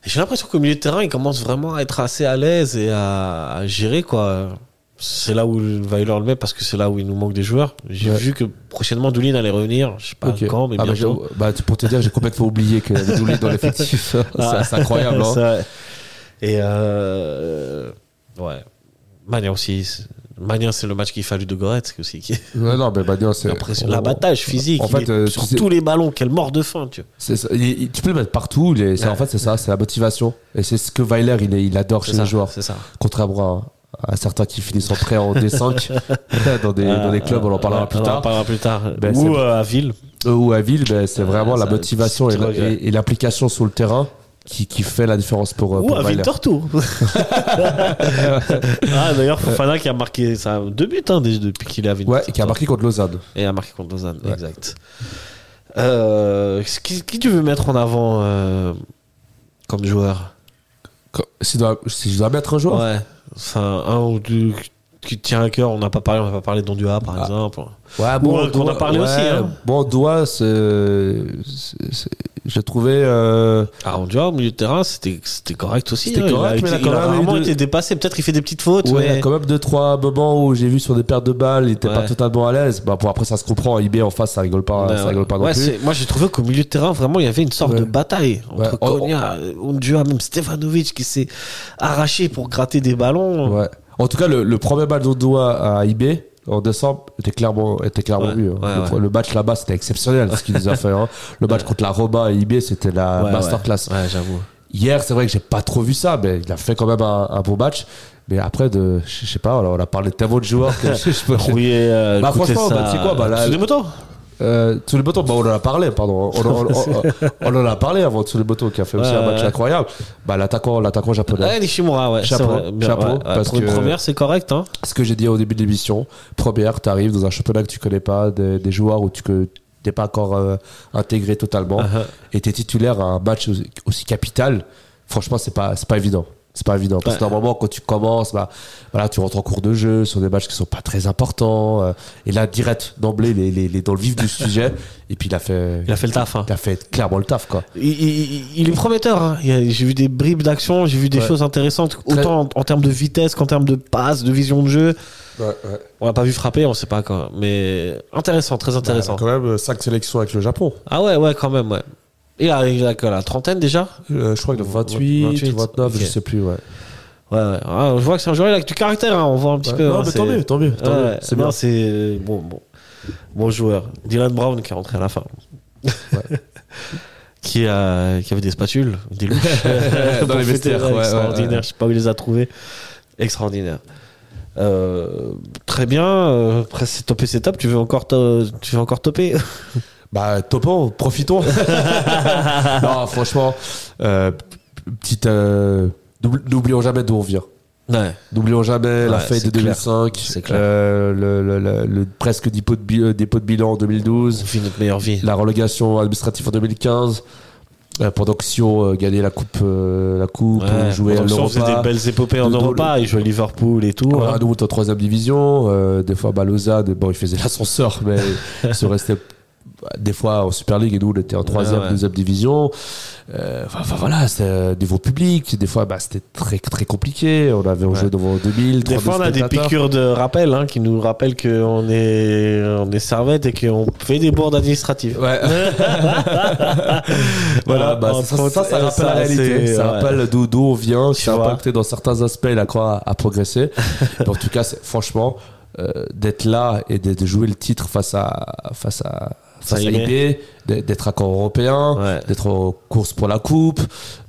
Speaker 4: Et J'ai l'impression qu'au milieu de terrain, il commence vraiment à être assez à l'aise et à, à gérer, quoi. C'est là où Weiler le met parce que c'est là où il nous manque des joueurs. J'ai
Speaker 5: Ouais.
Speaker 4: vu que prochainement Doulin allait revenir. Je sais pas
Speaker 5: Ok.
Speaker 4: quand, mais
Speaker 5: Ah, bah,
Speaker 4: bientôt.
Speaker 5: j'ai- bah, tu- pour te dire, j'ai complètement oublié qu'il y avait Dooley dans l'effectif.
Speaker 4: Ah.
Speaker 5: C'est- C'est incroyable. hein.
Speaker 4: C'est vrai. Et euh, ouais. Magnan aussi. c'est- Magnan, c'est le match qu'il fallu de Goretz aussi. qui-
Speaker 5: Ouais, non, mais Bagnon, c'est.
Speaker 4: Impression-
Speaker 5: on-
Speaker 4: L'abattage physique.
Speaker 5: Euh, En
Speaker 4: il
Speaker 5: fait,
Speaker 4: est
Speaker 5: euh,
Speaker 4: sur
Speaker 5: c'est-
Speaker 4: tous les ballons, quelle mort de faim, tu vois.
Speaker 5: c'est ça. Il- il- tu peux le mettre partout. il est- c'est- En fait, c'est ça, c'est la motivation. Et c'est ce que Weiler, il, est- il adore chez
Speaker 4: ça,
Speaker 5: les joueurs.
Speaker 4: C'est ça.
Speaker 5: Contrairement à, à certains qui finissent en prêt en D5 dans, des, dans des clubs, on en parlera
Speaker 4: Ah, Ouais,
Speaker 5: plus
Speaker 4: on en
Speaker 5: tard.
Speaker 4: parlera plus tard.
Speaker 5: Ben, c'est-
Speaker 4: Ou euh, à Ville.
Speaker 5: Eux ou à Ville, ben, c'est
Speaker 4: Ouais,
Speaker 5: vraiment la
Speaker 4: ça,
Speaker 5: motivation
Speaker 4: c'est
Speaker 5: et la-
Speaker 4: vrai.
Speaker 5: et et l'implication sur le terrain qui, qui fait la différence pour, euh,
Speaker 4: Ou
Speaker 5: pour
Speaker 4: à
Speaker 5: Weiler.
Speaker 4: Ville Tortour. ah, d'ailleurs, Fofana qui a marqué ça, deux buts hein, déjà, depuis qu'il est à Ville
Speaker 5: Ouais, et qui a marqué contre Lausanne.
Speaker 4: Et a marqué contre Lausanne, exact. Euh, qui, qui tu veux mettre en avant euh, comme joueur
Speaker 5: Quand- Si je dois- si je dois mettre un joueur,
Speaker 4: Ouais. Enfin, un ou deux qui te tient à cœur. On n'a pas parlé, on n'a pas parlé d'Ondua
Speaker 5: Ah.
Speaker 4: par exemple.
Speaker 5: Ouais,
Speaker 4: Ouais, qu'on a
Speaker 5: doit-
Speaker 4: parlé aussi, hein.
Speaker 5: Bon, doigt, c'est. c'est- c'est- J'ai trouvé. euh,
Speaker 4: Ah, on dirait au milieu de terrain, c'était c'était correct aussi.
Speaker 5: C'était
Speaker 4: hein.
Speaker 5: correct,
Speaker 4: il a,
Speaker 5: mais il a
Speaker 4: été- il a
Speaker 5: quand même eu
Speaker 4: rarement
Speaker 5: deux-
Speaker 4: été dépassé. Peut-être il fait des petites fautes.
Speaker 5: ouais,
Speaker 4: mais...
Speaker 5: quand même deux, trois moments où j'ai vu sur des pertes de balles, il était pas
Speaker 4: Ouais.
Speaker 5: totalement à l'aise. Bah, bon, après, ça se comprend. IB en face, ça rigole pas,
Speaker 4: Ouais,
Speaker 5: Ah, ça
Speaker 4: ouais.
Speaker 5: rigole pas non
Speaker 4: Ben Ouais,
Speaker 5: plus.
Speaker 4: c'est- Moi, j'ai trouvé qu'au milieu de terrain, vraiment, il y avait une sorte
Speaker 5: Ouais.
Speaker 4: de bataille entre
Speaker 5: Ouais. Oh,
Speaker 4: Konya, euh, Ondua, même Stefanovic qui s'est arraché pour gratter des ballons.
Speaker 5: Ouais. En tout cas, le, le premier match d'Ondoa à IB en décembre était clairement, était clairement
Speaker 4: Ouais,
Speaker 5: mieux. hein.
Speaker 4: ouais,
Speaker 5: le,
Speaker 4: ouais.
Speaker 5: le match là-bas, c'était exceptionnel ce qu'il nous a fait. hein. Le match contre la Roma à IB, c'était la
Speaker 4: Ouais,
Speaker 5: masterclass.
Speaker 4: Ouais, Ouais, j'avoue.
Speaker 5: Hier, c'est vrai que j'ai pas trop vu ça, mais il a fait quand même un, un bon match. Mais après, de, je je sais pas, alors on a parlé de tellement de joueurs que je, je peux.
Speaker 4: Rouillé, euh,
Speaker 5: Bah,
Speaker 4: écoutez
Speaker 5: franchement,
Speaker 4: ça.
Speaker 5: bah, tu sais quoi, bah, là-
Speaker 4: Sous les motos
Speaker 5: Euh, tous les boutons, bah, on en a parlé, pardon. On, en- on- on- on en a parlé avant tous les boutons qui a fait aussi
Speaker 4: Ouais,
Speaker 5: un match
Speaker 4: ouais.
Speaker 5: incroyable. Bah, l'attaquant, l'attaquant japonais.
Speaker 4: Ouais, Nishimura, ouais.
Speaker 5: Chapeau,
Speaker 4: c'est vrai, bien,
Speaker 5: chapeau,
Speaker 4: ouais, ouais.
Speaker 5: parce
Speaker 4: Pour une
Speaker 5: que-
Speaker 4: première, c'est correct, hein.
Speaker 5: Ce que j'ai dit au début de l'émission, première, t'arrives dans un championnat que tu connais pas, des, des joueurs où tu que t'es pas encore euh, intégré totalement,
Speaker 4: Uh-huh.
Speaker 5: et t'es titulaire à un match aussi, aussi capital. Franchement, c'est pas, c'est pas évident. C'est pas évident. Parce que
Speaker 4: Ouais.
Speaker 5: normalement, quand tu commences, bah, voilà, tu rentres en cours de jeu sur des matchs qui sont pas très importants. euh, et là, direct, d'emblée, les, les, les- dans le vif du sujet. Et puis, il a fait,
Speaker 4: Il a fait le taf, hein.
Speaker 5: il a fait clairement le taf, quoi.
Speaker 4: Il, il- il est prometteur. hein. Il y a- J'ai vu des bribes d'action, j'ai vu des
Speaker 5: Ouais.
Speaker 4: choses intéressantes,
Speaker 5: Très-
Speaker 4: autant en, en termes de vitesse qu'en termes de passe, de vision de jeu. On l'a pas vu frapper, on sait pas quand. Mais intéressant,
Speaker 5: Bah,
Speaker 4: très intéressant.
Speaker 5: quand même 5 sélections avec le Japon.
Speaker 4: ah ouais, ouais, quand même, ouais. Il a, il a quoi, la trentaine déjà
Speaker 5: Euh, je crois que 28,
Speaker 4: 28,
Speaker 5: 29,
Speaker 4: ok.
Speaker 5: je sais plus. Ouais.
Speaker 4: Ouais, ouais. Ah, je vois que c'est un joueur, il a que du caractère, hein. on voit un petit peu.
Speaker 5: non,
Speaker 4: hein,
Speaker 5: mais
Speaker 4: c'est-
Speaker 5: tant mieux, tant mieux. tant
Speaker 4: Ouais,
Speaker 5: mieux,
Speaker 4: ouais.
Speaker 5: c'est
Speaker 4: Non,
Speaker 5: bien.
Speaker 4: c'est. Bon, bon. bon joueur. Dylan Brown qui est rentré à la fin. qui, a, qui avait des spatules, des louches.
Speaker 5: Dans
Speaker 4: pour
Speaker 5: les
Speaker 4: fêter,
Speaker 5: vestiaires,
Speaker 4: ouais,
Speaker 5: ouais, ouais,
Speaker 4: extraordinaire.
Speaker 5: ouais.
Speaker 4: Je sais pas où il les a trouvés. Extraordinaire. Euh, très bien. euh, Après, c'est topé, c'est top. Tu veux encore, to- tu veux encore topper
Speaker 5: Bah, topons, profitons. non, franchement, euh, p- p- petite. euh, n'oubl- N'oublions jamais d'où on vient.
Speaker 4: Ouais.
Speaker 5: N'oublions jamais la
Speaker 4: Ouais,
Speaker 5: fête de
Speaker 4: c'est clair.
Speaker 5: 2005,
Speaker 4: C'est clair.
Speaker 5: euh, le, le- le- le presque dépôt de, bi- euh, dépôt de bilan en
Speaker 4: On
Speaker 5: 2012,
Speaker 4: vit notre meilleure vie.
Speaker 5: la relégation administrative en 2015. euh, pendant que Sion euh, gagnait la coupe, euh, la coupe, on jouait à
Speaker 4: Pendant que ça, on faisait des
Speaker 5: l'Europa. Ah,
Speaker 4: belles épopées en
Speaker 5: Le-
Speaker 4: Europa. Ils jouaient à Liverpool et tout.
Speaker 5: Ouais,
Speaker 4: hein.
Speaker 5: nous, on était en troisième division. euh, des fois, Baloza, des- bon, il faisait l'ascenseur, mais il se restait bah, des fois en Super League et nous, on était en troisième,
Speaker 4: Ah, ouais.
Speaker 5: deuxième division. Euh, Enfin, enfin, voilà, c'était euh, niveau public. Des fois, bah, c'était très, très compliqué. On avait
Speaker 4: Ouais.
Speaker 5: joué devant 2000,
Speaker 4: Des fois, on a des piqûres de rappel hein, qui nous rappellent qu'on est, on est servette et qu'on fait des bourdes administratives.
Speaker 5: Ouais. voilà, bah, ça, ça, ça, ça rappelle la réalité. Ça rappelle d'où d'où on vient.
Speaker 4: Tu
Speaker 5: Ça
Speaker 4: vois.
Speaker 5: rappelle peut-être dans certains aspects, il a quoi à, à progresser. Mais en tout cas, c'est- franchement, euh, d'être là et de, de jouer le titre face à, face à,
Speaker 4: Ça
Speaker 5: face à
Speaker 4: y est.
Speaker 5: IB, d'être- d'être à camp européen,
Speaker 4: Ouais.
Speaker 5: d'être en course pour la coupe,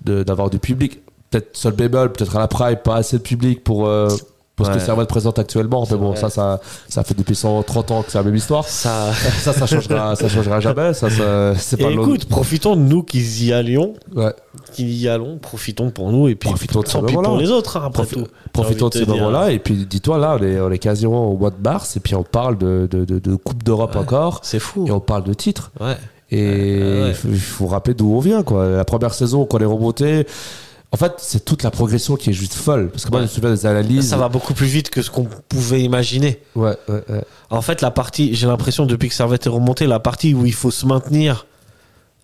Speaker 5: de- d'avoir du public. Peut-être seul bémol, peut-être à la Pride, pas assez de public pour. euh, pour ce
Speaker 4: Ouais.
Speaker 5: que Servette présente actuellement, mais bon,
Speaker 4: vrai.
Speaker 5: ça, ça, ça fait depuis 130 ans que c'est la même histoire
Speaker 4: Ça-
Speaker 5: Eh, ça, ça changera, ça changera jamais. Ça, ça- c'est
Speaker 4: Et
Speaker 5: pas l'autre.
Speaker 4: écoute, profitons de nous qui y allions,
Speaker 5: Ouais.
Speaker 4: qui y allons, profitons pour nous et puis
Speaker 5: Profitons de ce
Speaker 4: tant pis
Speaker 5: moment-là.
Speaker 4: pour les autres. hein, après
Speaker 5: Profi-
Speaker 4: tout. J'ai
Speaker 5: profitons
Speaker 4: envie te
Speaker 5: de ce
Speaker 4: dire.
Speaker 5: moment-là. Et puis, dis-toi, là, on est, on est quasiment au mois de mars. Et puis, on parle de, de, de- de Coupe d'Europe encore.
Speaker 4: C'est fou.
Speaker 5: Et on parle de titres.
Speaker 4: Ouais.
Speaker 5: Et
Speaker 4: Ouais, ouais.
Speaker 5: il faut- il faut rappeler d'où on vient, quoi. La première saison, qu'on est remonté. En fait, c'est toute la progression qui est juste folle. Parce que moi,
Speaker 4: Ouais.
Speaker 5: je me souviens des analyses.
Speaker 4: Ça va beaucoup plus vite que ce qu'on pouvait imaginer.
Speaker 5: Ouais, ouais, ouais.
Speaker 4: En fait, la partie, j'ai l'impression depuis que Servette est remonté, la partie où il faut se maintenir.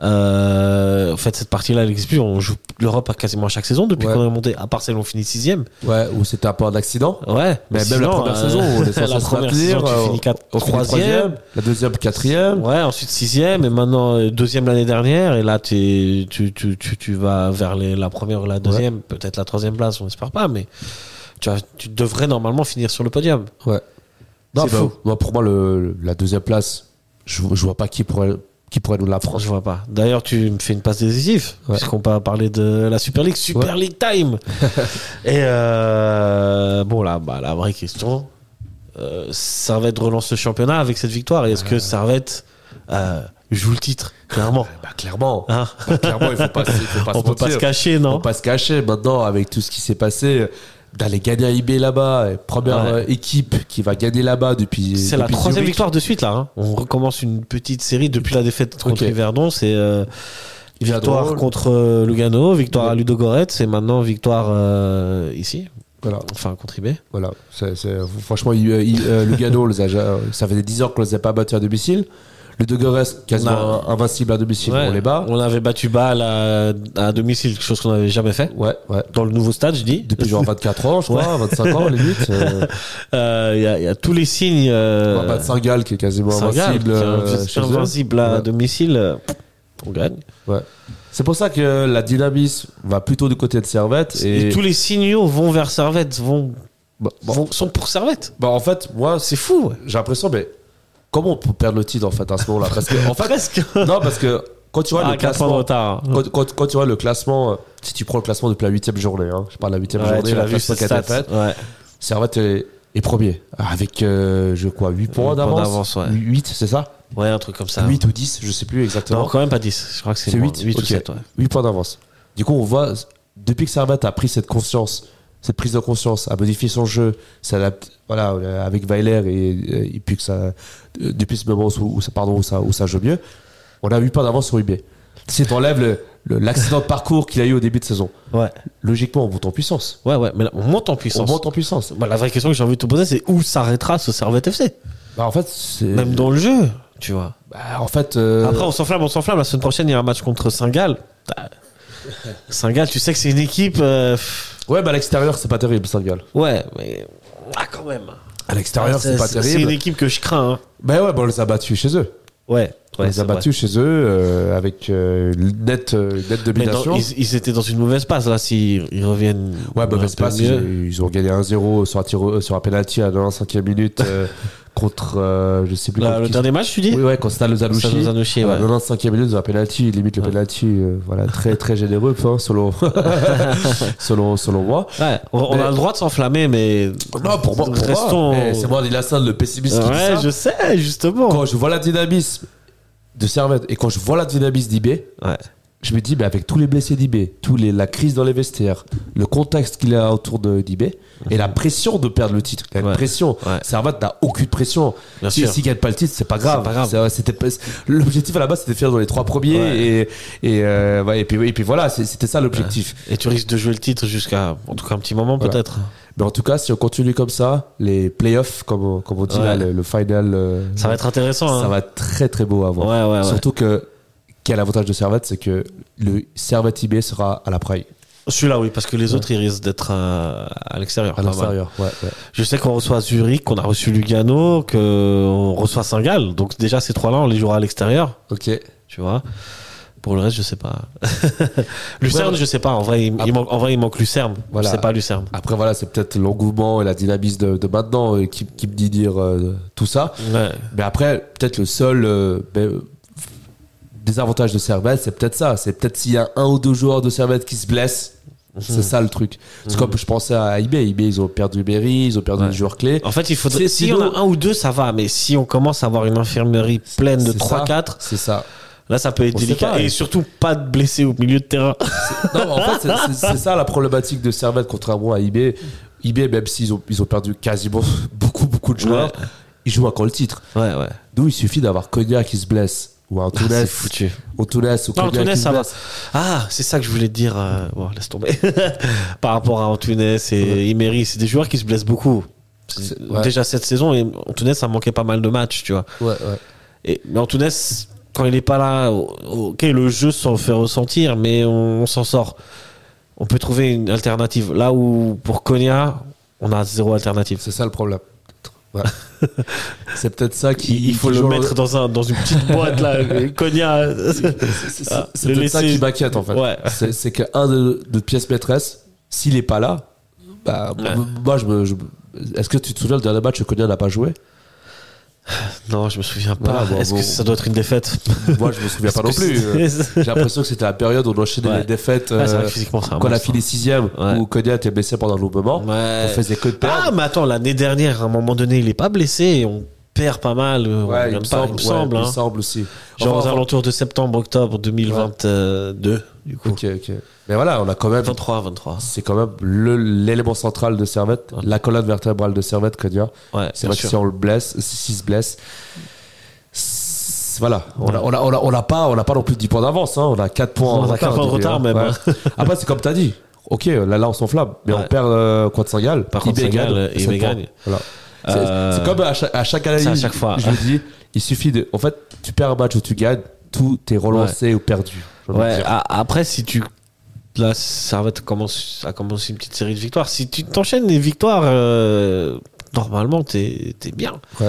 Speaker 4: euh, en fait, cette partie-là, elle n'existe plus. On joue l'Europe à quasiment à chaque saison depuis
Speaker 5: Ouais.
Speaker 4: qu'on est remonté. À part celle où on finit sixième.
Speaker 5: Ouais, ou c'était un peu un accident.
Speaker 4: Ouais.
Speaker 5: Mais
Speaker 4: Mais
Speaker 5: même la première saison, on est censé
Speaker 4: euh, la
Speaker 5: se
Speaker 4: première
Speaker 5: maintenir,
Speaker 4: saison, tu
Speaker 5: euh,
Speaker 4: finis quatre-
Speaker 5: on finit
Speaker 4: troisième.
Speaker 5: La deuxième, quatrième.
Speaker 4: Ouais, ensuite sixième et maintenant euh, deuxième l'année dernière et là t'es- tu, tu, tu, tu vas vers les- la première ou la deuxième, peut-être la troisième place, on espère pas, mais tu, as- tu devrais normalement finir sur le podium.
Speaker 5: Ouais. Non,
Speaker 4: C'est
Speaker 5: bah,
Speaker 4: fou.
Speaker 5: moi, pour moi, le, la deuxième place, je, je vois pas qui pourrait, qui pourrait nous la prendre.
Speaker 4: Je vois pas. D'ailleurs, tu me fais une passe décisive,
Speaker 5: Ouais.
Speaker 4: puisqu'on va parler de la Super League, Super
Speaker 5: Ouais.
Speaker 4: League Time. et euh, bon, là, bah, la vraie question, euh, Servette relance le championnat avec cette victoire. Et est-ce que Servette euh, joue le titre, clairement
Speaker 5: Bah, clairement.
Speaker 4: Hein
Speaker 5: Bah, clairement, il faut pas, il faut pas
Speaker 4: On
Speaker 5: se
Speaker 4: peut pas
Speaker 5: mentir.
Speaker 4: se cacher,
Speaker 5: On
Speaker 4: non
Speaker 5: peut pas se cacher. Maintenant, avec tout ce qui s'est passé, d'aller gagner à IB là-bas, et première
Speaker 4: Ouais.
Speaker 5: euh, équipe qui va gagner là-bas depuis.
Speaker 4: C'est la
Speaker 5: depuis
Speaker 4: troisième
Speaker 5: Zurich.
Speaker 4: victoire de suite là. hein. On recommence une petite série depuis la défaite contre
Speaker 5: Ok.
Speaker 4: Yverdon. C'est euh,
Speaker 5: Yverdon.
Speaker 4: victoire contre euh, Lugano, victoire à Ludogorets et maintenant victoire euh, ici,
Speaker 5: Voilà,
Speaker 4: enfin contre IB.
Speaker 5: voilà. C'est- c'est- franchement, il- euh, il- euh, Lugano, on les a ja- ça faisait 10 ans qu'on les a pas battus à domicile. Le De Gorès, quasiment
Speaker 4: Non.
Speaker 5: invincible à domicile,
Speaker 4: Ouais.
Speaker 5: on les bat.
Speaker 4: On avait battu Bâle à, à domicile, quelque chose qu'on n'avait jamais fait.
Speaker 5: Ouais, ouais.
Speaker 4: Dans le nouveau stade, je dis.
Speaker 5: Depuis genre 24 ans, je crois, 25 ans, limite. Euh,
Speaker 4: Euh, Il y, a- il y a tous les signes. euh,
Speaker 5: Pas de Singal qui est quasiment
Speaker 4: Saint-Gall,
Speaker 5: bah, invincible.
Speaker 4: qui est
Speaker 5: euh,
Speaker 4: invi-
Speaker 5: chez eux.
Speaker 4: invincible à
Speaker 5: Ouais.
Speaker 4: domicile. euh, On gagne.
Speaker 5: Ouais. C'est pour ça que la dynamisme va plutôt du côté de Servette.
Speaker 4: Et,
Speaker 5: Et,
Speaker 4: tous les signaux vont vers Servette, vont,
Speaker 5: Bah, bon.
Speaker 4: vont- sont pour Servette.
Speaker 5: Bah, en fait, moi, c'est-
Speaker 4: C'est fou. ouais.
Speaker 5: j'ai l'impression, mais comment on peut perdre le titre en fait à ce moment-là Parce que, en fait,
Speaker 4: Presque.
Speaker 5: non, parce que quand tu vois
Speaker 4: Ah,
Speaker 5: le
Speaker 4: quatre points de
Speaker 5: classement.
Speaker 4: retard.
Speaker 5: Quand, quand- quand tu vois le classement, euh, si tu prends le classement depuis la 8 journée, hein, je parle de la 8
Speaker 4: Ouais,
Speaker 5: journée,
Speaker 4: tu
Speaker 5: la
Speaker 4: l'as vu
Speaker 5: classement
Speaker 4: cette
Speaker 5: qui a été
Speaker 4: stat.
Speaker 5: faite,
Speaker 4: Ouais.
Speaker 5: Servette est, est premier, avec euh, je crois 8
Speaker 4: points
Speaker 5: points
Speaker 4: d'avance,
Speaker 5: d'avance.
Speaker 4: ouais.
Speaker 5: 8, c'est ça
Speaker 4: ouais, un truc comme ça.
Speaker 5: 8 ou 10, je sais plus exactement.
Speaker 4: non, quand même pas 10. Je crois que c'est
Speaker 5: C'est
Speaker 4: 8,
Speaker 5: 8,
Speaker 4: 8 ou
Speaker 5: Ok.
Speaker 4: 7. Ouais.
Speaker 5: 8 points d'avance. Du coup, on voit, depuis que Servette a pris cette conscience, cette prise de conscience, a modifié son jeu, s'adapte, voilà, euh, avec Weiler, et, et puis que ça, euh, depuis ce moment où, où ça, pardon, où ça, où ça joue mieux, on a 8 points d'avance sur UB. Si t'enlèves le- le- l'accident de parcours qu'il a eu au début de saison,
Speaker 4: ouais.
Speaker 5: logiquement, on monte en puissance.
Speaker 4: Ouais, ouais. Mais là, on monte en
Speaker 5: On
Speaker 4: puissance.
Speaker 5: monte en puissance.
Speaker 4: Bah, la vraie question que j'ai envie de te poser, c'est où s'arrêtera ce Servette FC
Speaker 5: Bah, en fait, c'est.
Speaker 4: Même dans le jeu, tu vois.
Speaker 5: bah, en fait. euh,
Speaker 4: Après, on s'enflamme, on s'enflamme. La semaine prochaine, il y a un match contre Saint-Gall. Bah, Saint-Gall, tu sais que c'est une équipe. euh, pff,
Speaker 5: Ouais, bah, à l'extérieur, c'est pas terrible, ça gueule.
Speaker 4: Ouais, mais. Ah, quand même.
Speaker 5: À l'extérieur, c'est pas
Speaker 4: Ah, C'est une
Speaker 5: terrible.
Speaker 4: équipe que je crains. hein.
Speaker 5: Bah, ouais, bah, on les a battus chez eux.
Speaker 4: Ouais.
Speaker 5: On
Speaker 4: ouais,
Speaker 5: les
Speaker 4: c'est
Speaker 5: a
Speaker 4: vrai.
Speaker 5: battus chez eux euh, avec euh, une nette, euh, une nette
Speaker 4: Mais dans-
Speaker 5: domination.
Speaker 4: ils, ils étaient dans une mauvaise passe, là, s'ils ils reviennent.
Speaker 5: Ouais,
Speaker 4: un
Speaker 5: mauvaise
Speaker 4: peu
Speaker 5: passe.
Speaker 4: mieux.
Speaker 5: Ils, ils ont gagné 1-0 sur un, tir- euh, sur un penalty à la 5 minute euh, contre, euh, je sais plus
Speaker 4: Là,
Speaker 5: contre
Speaker 4: Bah, le
Speaker 5: qui-
Speaker 4: dernier match, tu dis
Speaker 5: Oui, ouais, contre Stade Zanushi.
Speaker 4: Stade Zanushi, ouais.
Speaker 5: 95e minute dans un penalty, limite le
Speaker 4: Ouais.
Speaker 5: penalty, euh, voilà, très très généreux, enfin, selon, selon, selon moi.
Speaker 4: Ouais, on, on
Speaker 5: Mais-
Speaker 4: a le droit de s'enflammer, mais.
Speaker 5: Non, pour moi, pour moi,
Speaker 4: Restons.
Speaker 5: eh, c'est moi, Dylan Sand, le pessimiste qui dit
Speaker 4: Ouais,
Speaker 5: ça.
Speaker 4: je sais, justement.
Speaker 5: Quand je vois la dynamisme de Servette et quand je vois la dynamisme d'IB,
Speaker 4: Ouais.
Speaker 5: je me dis, mais avec tous les blessés d'IB, tous les, la crise dans les vestiaires, le contexte qu'il a autour de d'IB et la pression de perdre le titre, la
Speaker 4: Ouais.
Speaker 5: pression.
Speaker 4: Ouais.
Speaker 5: Servette n'a aucune pression.
Speaker 4: Bien
Speaker 5: si
Speaker 4: sûr.
Speaker 5: s'il gagne pas le titre, c'est pas grave.
Speaker 4: C'est pas grave.
Speaker 5: C'est- c'était pas- L'objectif à la base, c'était de faire dans les trois premiers
Speaker 4: Ouais.
Speaker 5: et, et, euh, ouais, et, puis, et puis voilà, c'est- c'était ça l'objectif.
Speaker 4: Et tu risques de jouer le titre jusqu'à, en tout cas, un petit moment,
Speaker 5: Voilà.
Speaker 4: peut-être.
Speaker 5: Mais en tout cas, si on continue comme ça, les playoffs, comme, on- comme on dit
Speaker 4: Ouais.
Speaker 5: là, le, le final, euh,
Speaker 4: Ça va être intéressant.
Speaker 5: ça
Speaker 4: hein.
Speaker 5: va être très très beau à voir.
Speaker 4: Ouais, ouais, ouais.
Speaker 5: Surtout que quel avantage de Servette, c'est que le Servette IB sera à la praille,
Speaker 4: Celui-là, oui, parce que les autres, ils risquent d'être euh, à l'extérieur.
Speaker 5: à
Speaker 4: pas mal.
Speaker 5: l'extérieur. Ouais, ouais.
Speaker 4: Je sais qu'on reçoit Zurich, qu'on a reçu Lugano, qu'on reçoit Saint-Gall. Donc, déjà, ces trois-là, on les jouera à l'extérieur,
Speaker 5: Ok.
Speaker 4: tu vois. Pour le reste, je sais pas. Lucerne,
Speaker 5: Ouais. Ah.
Speaker 4: je sais pas. En vrai, il, il manque, en vrai, il manque Lucerne.
Speaker 5: Voilà.
Speaker 4: Je sais pas Lucerne.
Speaker 5: Après voilà, c'est peut-être l'engouement et la dynamisme de, de maintenant euh, qui, qui me dit dire euh, tout ça.
Speaker 4: Ouais.
Speaker 5: Mais après, peut-être le seul euh, ben, euh, désavantage de Servette, c'est peut-être ça. C'est peut-être s'il y a un ou deux joueurs de Servette qui se blessent.
Speaker 4: Mhm.
Speaker 5: C'est ça le truc. C'est comme je pensais à IB. IB, ils ont perdu Berry, ils ont perdu le joueur clé.
Speaker 4: En fait, il faudrait.
Speaker 5: C'est-
Speaker 4: S'il y
Speaker 5: c'est
Speaker 4: en
Speaker 5: nous.
Speaker 4: a un ou deux, ça va. Mais si on commence à avoir une infirmerie pleine de
Speaker 5: C'est
Speaker 4: 3-4,
Speaker 5: ça, C'est ça.
Speaker 4: là, ça peut être
Speaker 5: On sait
Speaker 4: délicat.
Speaker 5: pas,
Speaker 4: et
Speaker 5: ouais.
Speaker 4: surtout, pas de blessés au milieu de terrain.
Speaker 5: Non, mais en fait, c'est- c'est- c'est ça la problématique de Servette, contrairement à IB. IB, même s'ils ont, ils ont perdu quasiment beaucoup, beaucoup de joueurs, ils jouent encore le titre.
Speaker 4: Ouais, ouais.
Speaker 5: Nous, il suffit d'avoir Konya qui se blesse, ou un
Speaker 4: Ah, c'est
Speaker 5: Tounes,
Speaker 4: foutu.
Speaker 5: ou Tounes, ou
Speaker 4: Non,
Speaker 5: Konya
Speaker 4: Antunes,
Speaker 5: qui se
Speaker 4: ça va.
Speaker 5: blesse.
Speaker 4: Ah, c'est ça que je voulais te dire. euh, Bon, laisse tomber. Par rapport à Antunes et Imery, c'est des joueurs qui se blessent beaucoup. C'est-
Speaker 5: C'est- ouais.
Speaker 4: Déjà cette saison, et Antunes, ça manquait pas mal de matchs, tu vois.
Speaker 5: Ouais, ouais.
Speaker 4: Et, mais Antunes, quand il est pas là, o- ok, le jeu s'en fait ressentir, mais on, on s'en sort. On peut trouver une alternative. Là où, pour Konya, on a zéro alternative.
Speaker 5: C'est ça le problème. Ouais. c'est peut-être ça qui.
Speaker 4: Il faut
Speaker 5: qui
Speaker 4: le
Speaker 5: joue-
Speaker 4: mettre dans, un, dans une petite boîte, là. Konya.
Speaker 5: C'est
Speaker 4: Ah,
Speaker 5: c'est
Speaker 4: le
Speaker 5: peut-être ça
Speaker 4: laisser-
Speaker 5: qui m'inquiète, en fait.
Speaker 4: Ouais.
Speaker 5: C'est- C'est qu'un de, de pièces maîtresses, s'il est pas là, bah,
Speaker 4: Ouais.
Speaker 5: moi, je me. je- Est-ce que tu te souviens le dernier match que Konya n'a pas joué
Speaker 4: Non, je me souviens pas.
Speaker 5: Voilà, bon,
Speaker 4: Est-ce
Speaker 5: bon.
Speaker 4: que ça doit être une défaite
Speaker 5: Moi, je me souviens pas non
Speaker 4: Parce que
Speaker 5: plus. euh.
Speaker 4: c'est-
Speaker 5: J'ai l'impression que c'était la période où on enchaînait
Speaker 4: Ouais.
Speaker 5: les défaites.
Speaker 4: Ouais, c'est vrai
Speaker 5: euh,
Speaker 4: que physiquement, c'est un
Speaker 5: quand on a
Speaker 4: monstre, hein.
Speaker 5: fini sixième,
Speaker 4: Ouais.
Speaker 5: où Konya était blessé pendant le moment,
Speaker 4: Ouais.
Speaker 5: on faisait que de
Speaker 4: Ah,
Speaker 5: perdre.
Speaker 4: mais attends, l'année dernière, à un moment donné, il est pas blessé et on perd pas mal. euh, on
Speaker 5: Ouais, il
Speaker 4: gagne
Speaker 5: me
Speaker 4: pas,
Speaker 5: semble,
Speaker 4: il me
Speaker 5: ouais,
Speaker 4: semble,
Speaker 5: il me
Speaker 4: hein.
Speaker 5: semble aussi.
Speaker 4: Genre
Speaker 5: Enfin,
Speaker 4: aux alentours de septembre-octobre 2022, du coup.
Speaker 5: ok, ok. Mais voilà, on a quand même.
Speaker 4: 23, 23.
Speaker 5: C'est quand même le- l'élément central de Servette, la colonne vertébrale de Servette, Konya.
Speaker 4: Ouais,
Speaker 5: C'est
Speaker 4: bien
Speaker 5: vrai que
Speaker 4: sûr.
Speaker 5: si on le blesse, s'il se blesse, c'est- voilà, on n'a on a, on a- on a pas, on a pas non plus 10 points d'avance, hein. on a 4 points
Speaker 4: On
Speaker 5: en
Speaker 4: a quatre
Speaker 5: retard.
Speaker 4: points de retard,
Speaker 5: dirais, hein.
Speaker 4: même,
Speaker 5: Ouais. Après, c'est comme tu as dit, ok, là, là on s'enflamme, mais
Speaker 4: Ouais.
Speaker 5: on perd euh, contre Saint-Gall,
Speaker 4: Par contre,
Speaker 5: IB gagne,
Speaker 4: Saint-Gall,
Speaker 5: et
Speaker 4: IB
Speaker 5: sept points.
Speaker 4: gagne.
Speaker 5: Voilà. C'est
Speaker 4: Euh,
Speaker 5: c'est comme à chaque, à chaque analyse,
Speaker 4: c'est à chaque fois.
Speaker 5: je le dis, il suffit de. En fait, tu perds un match ou tu gagnes, tout est relancé ou perdu. j'ai envie de
Speaker 4: Ouais,
Speaker 5: dire.
Speaker 4: a- après, si tu. Là, ça va te commencer, a commencé une petite série de victoires. Si tu t'enchaînes les victoires, euh, normalement, t'es t'es bien.
Speaker 5: Ouais.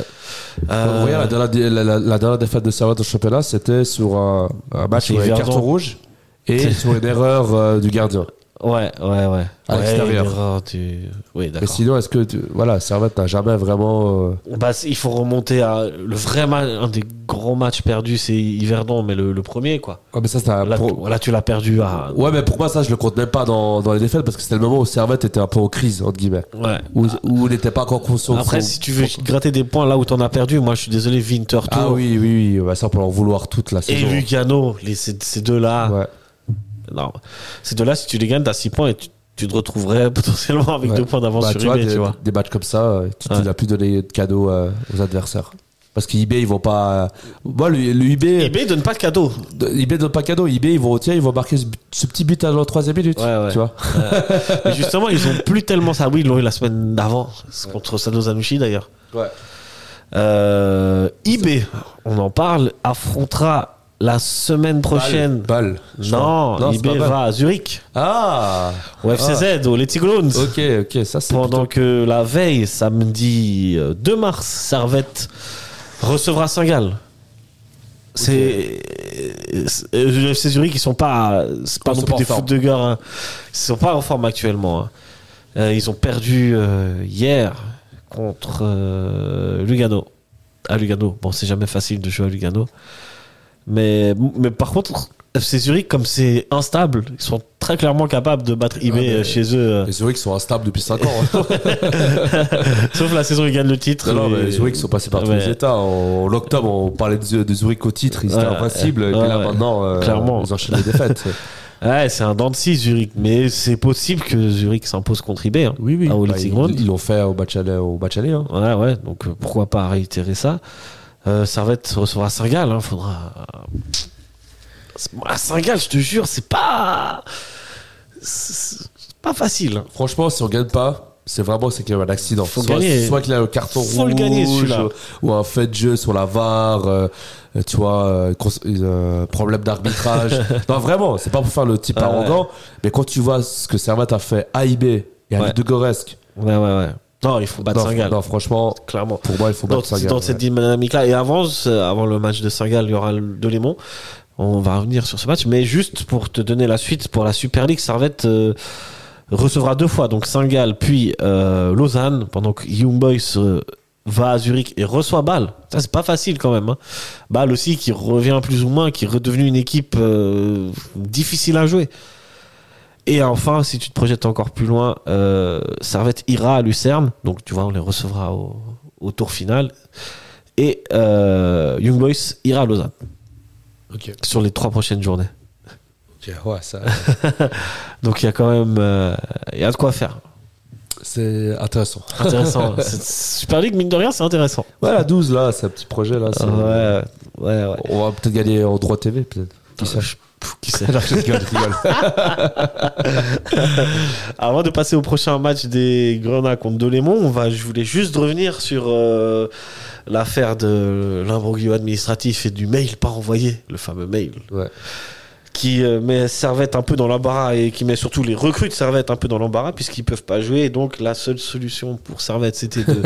Speaker 4: Euh,
Speaker 5: Vous voyez, la dernière, la- la- la dernière défaite de Servette au championnat, c'était sur un, un match
Speaker 4: Sur
Speaker 5: sur les
Speaker 4: Yverdon.
Speaker 5: cartons rouges et sur une erreur euh, du gardien.
Speaker 4: Ouais, ouais, ouais.
Speaker 5: À
Speaker 4: Ouais,
Speaker 5: l'extérieur.
Speaker 4: une erreur, tu- Oui,
Speaker 5: Mais
Speaker 4: d'accord.
Speaker 5: sinon, est-ce que tu- voilà, Servette n'a jamais vraiment. euh,
Speaker 4: Bah, c- il faut remonter à le vrai match, un des grands matchs perdus, c'est Yverdon, mais le, le premier, quoi.
Speaker 5: Ouais, mais ça, c'est un
Speaker 4: Là,
Speaker 5: pro-
Speaker 4: t- là, tu l'as perdu à.
Speaker 5: Ouais, mais pour moi, ça, je le compte même pas dans, dans les défaites parce que c'était le moment où Servette était un peu en crise, entre guillemets.
Speaker 4: Ouais.
Speaker 5: Où, où il n'était pas encore conscient. de
Speaker 4: Ah. Après,
Speaker 5: son-
Speaker 4: si tu veux gratter des points là où t'en as perdu, moi, je suis désolé, Winter Tour
Speaker 5: Ah oui, oui, oui, bah, ça, on peut en vouloir toute la
Speaker 4: et
Speaker 5: saison.
Speaker 4: Lugano, les, ces, ces deux-là.
Speaker 5: Ouais.
Speaker 4: Non. Ces deux-là, si tu les gagnes, t'as 6 points et tu, tu te retrouverais potentiellement avec
Speaker 5: Ouais.
Speaker 4: 2 points d'avance
Speaker 5: Bah,
Speaker 4: sur
Speaker 5: tu, vois,
Speaker 4: eBay,
Speaker 5: des,
Speaker 4: tu vois.
Speaker 5: des matchs comme ça, euh, tu tu
Speaker 4: Ouais.
Speaker 5: n'as plus donné de cadeaux euh, aux adversaires. Parce qu'IB, ils vont pas. euh, Moi, le, le IB.
Speaker 4: eBay donne pas de cadeau.
Speaker 5: De- IB donne pas cadeau, IB ils vont retirer, ils vont marquer ce, but- ce petit but à la troisième minute.
Speaker 4: Ouais, ouais.
Speaker 5: Tu vois
Speaker 4: Mais justement, ils ont plus tellement ça. Oui, ils l'ont eu la semaine d'avant, c'est contre Sado Zanushi d'ailleurs.
Speaker 5: Ouais.
Speaker 4: Euh, IB, on en parle, affrontera la semaine prochaine.
Speaker 5: Balle. je
Speaker 4: non,
Speaker 5: crois. Non, c'est
Speaker 4: IB
Speaker 5: pas Bâle.
Speaker 4: va à Zurich,
Speaker 5: Ah
Speaker 4: au FCZ, au Letty Clowns.
Speaker 5: Ok, ok, ça c'est.
Speaker 4: Pendant que la veille, samedi euh, 2 mars, Servette recevra Saint-Gall. C'est c'est- euh, le FC Zurich, ils sont pas, c'est pas
Speaker 5: Ils
Speaker 4: non
Speaker 5: sont
Speaker 4: plus
Speaker 5: pas
Speaker 4: des
Speaker 5: en forme.
Speaker 4: foot de gueule. hein. Ils sont pas en forme actuellement. hein. Euh, ils ont perdu euh, hier contre euh, Lugano. à Lugano. Bon, c'est jamais facile de jouer à Lugano. Mais, mais par contre, FC Zurich, comme c'est instable, ils sont très clairement capables de battre IB
Speaker 5: Ah, mais-
Speaker 4: euh, chez eux. euh,
Speaker 5: Les Zurich sont instables depuis 5 ans. hein.
Speaker 4: Sauf la saison où ils gagnent le titre.
Speaker 5: non, non, mais
Speaker 4: et-
Speaker 5: les Zurich sont passés par tous
Speaker 4: Ouais.
Speaker 5: les états. En, en octobre, on parlait de, de Zurich au titre, ils étaient
Speaker 4: Ouais,
Speaker 5: invincibles. et
Speaker 4: ouais,
Speaker 5: puis là,
Speaker 4: ouais.
Speaker 5: maintenant, euh,
Speaker 4: Clairement.
Speaker 5: ils enchaînent les défaites.
Speaker 4: Ouais, c'est un dent de scie, Zurich. Mais c'est possible que Zurich s'impose contre IB. hein.
Speaker 5: oui, oui.
Speaker 4: Ah, au
Speaker 5: Bah,
Speaker 4: Leipzig Round.
Speaker 5: ils ils l'ont fait au match aller. Au match aller, hein.
Speaker 4: Ouais, ouais, donc euh, pourquoi pas réitérer ça. Euh, Servette recevra Saint-Gall, hein, faudra. C'est- moi, Saint-Gall, je te jure, c'est pas. C'est c'est pas facile. hein.
Speaker 5: Franchement, si on gagne pas, c'est vraiment c'est qu'il y a eu un accident.
Speaker 4: Faut
Speaker 5: soit
Speaker 4: gagner.
Speaker 5: soit qu'il y a un carton
Speaker 4: Faut
Speaker 5: rouge,
Speaker 4: le gagner, celui-là.
Speaker 5: ou, ou un fait de jeu sur la VAR, euh, tu vois, euh, cons- euh, problème d'arbitrage. non, vraiment, c'est pas pour faire le type
Speaker 4: Ah,
Speaker 5: arrogant, mais quand tu vois ce que Servat a fait à IB et à
Speaker 4: Ouais.
Speaker 5: de Goresk,
Speaker 4: Ouais, ouais, ouais. Non, il faut battre
Speaker 5: non,
Speaker 4: Saint-Gall,
Speaker 5: non, franchement,
Speaker 4: clairement.
Speaker 5: pour moi, il faut
Speaker 4: Dans,
Speaker 5: battre Saint-Gall.
Speaker 4: dans cette dynamique-là. Et avant, ce- avant le match de Saint-Gall, il y aura le- de Lémon. On va revenir sur ce match. Mais juste pour te donner la suite, pour la Super League, Servette euh, recevra deux fois. Donc Saint-Gall, puis euh, Lausanne, pendant que Young Boys euh, va à Zurich et reçoit Bâle. Ça, c'est pas facile quand même. hein. Bâle aussi qui revient plus ou moins, qui est redevenue une équipe euh, difficile à jouer. Et enfin, si tu te projettes encore plus loin, euh, Servette ira à Lucerne. Donc, tu vois, on les recevra au, au tour final. Et euh, Young Boys ira à Lausanne
Speaker 5: Ok.
Speaker 4: sur les trois prochaines journées.
Speaker 5: Ok, ouais, ça-
Speaker 4: Donc, il y a quand même euh, il y a de quoi faire.
Speaker 5: c'est intéressant.
Speaker 4: Intéressant. Cette Super League, mine de rien, c'est intéressant.
Speaker 5: Ouais, la 12, là, c'est un petit projet, là. c'est-
Speaker 4: Ouais, ouais, ouais.
Speaker 5: On va peut-être gagner en droit TV, peut-être. Qui sait
Speaker 4: Pff, qui sait.
Speaker 5: Non, je rigole, je rigole.
Speaker 4: Avant de passer au prochain match des Grenats contre Delémont, on va, je voulais juste revenir sur euh, l'affaire de l'imbroglio administratif et du mail pas envoyé, le fameux mail,
Speaker 5: Ouais.
Speaker 4: qui euh, met Servette un peu dans l'embarras et qui met surtout les recrues de Servette un peu dans l'embarras puisqu'ils peuvent pas jouer. Et donc la seule solution pour Servette, c'était de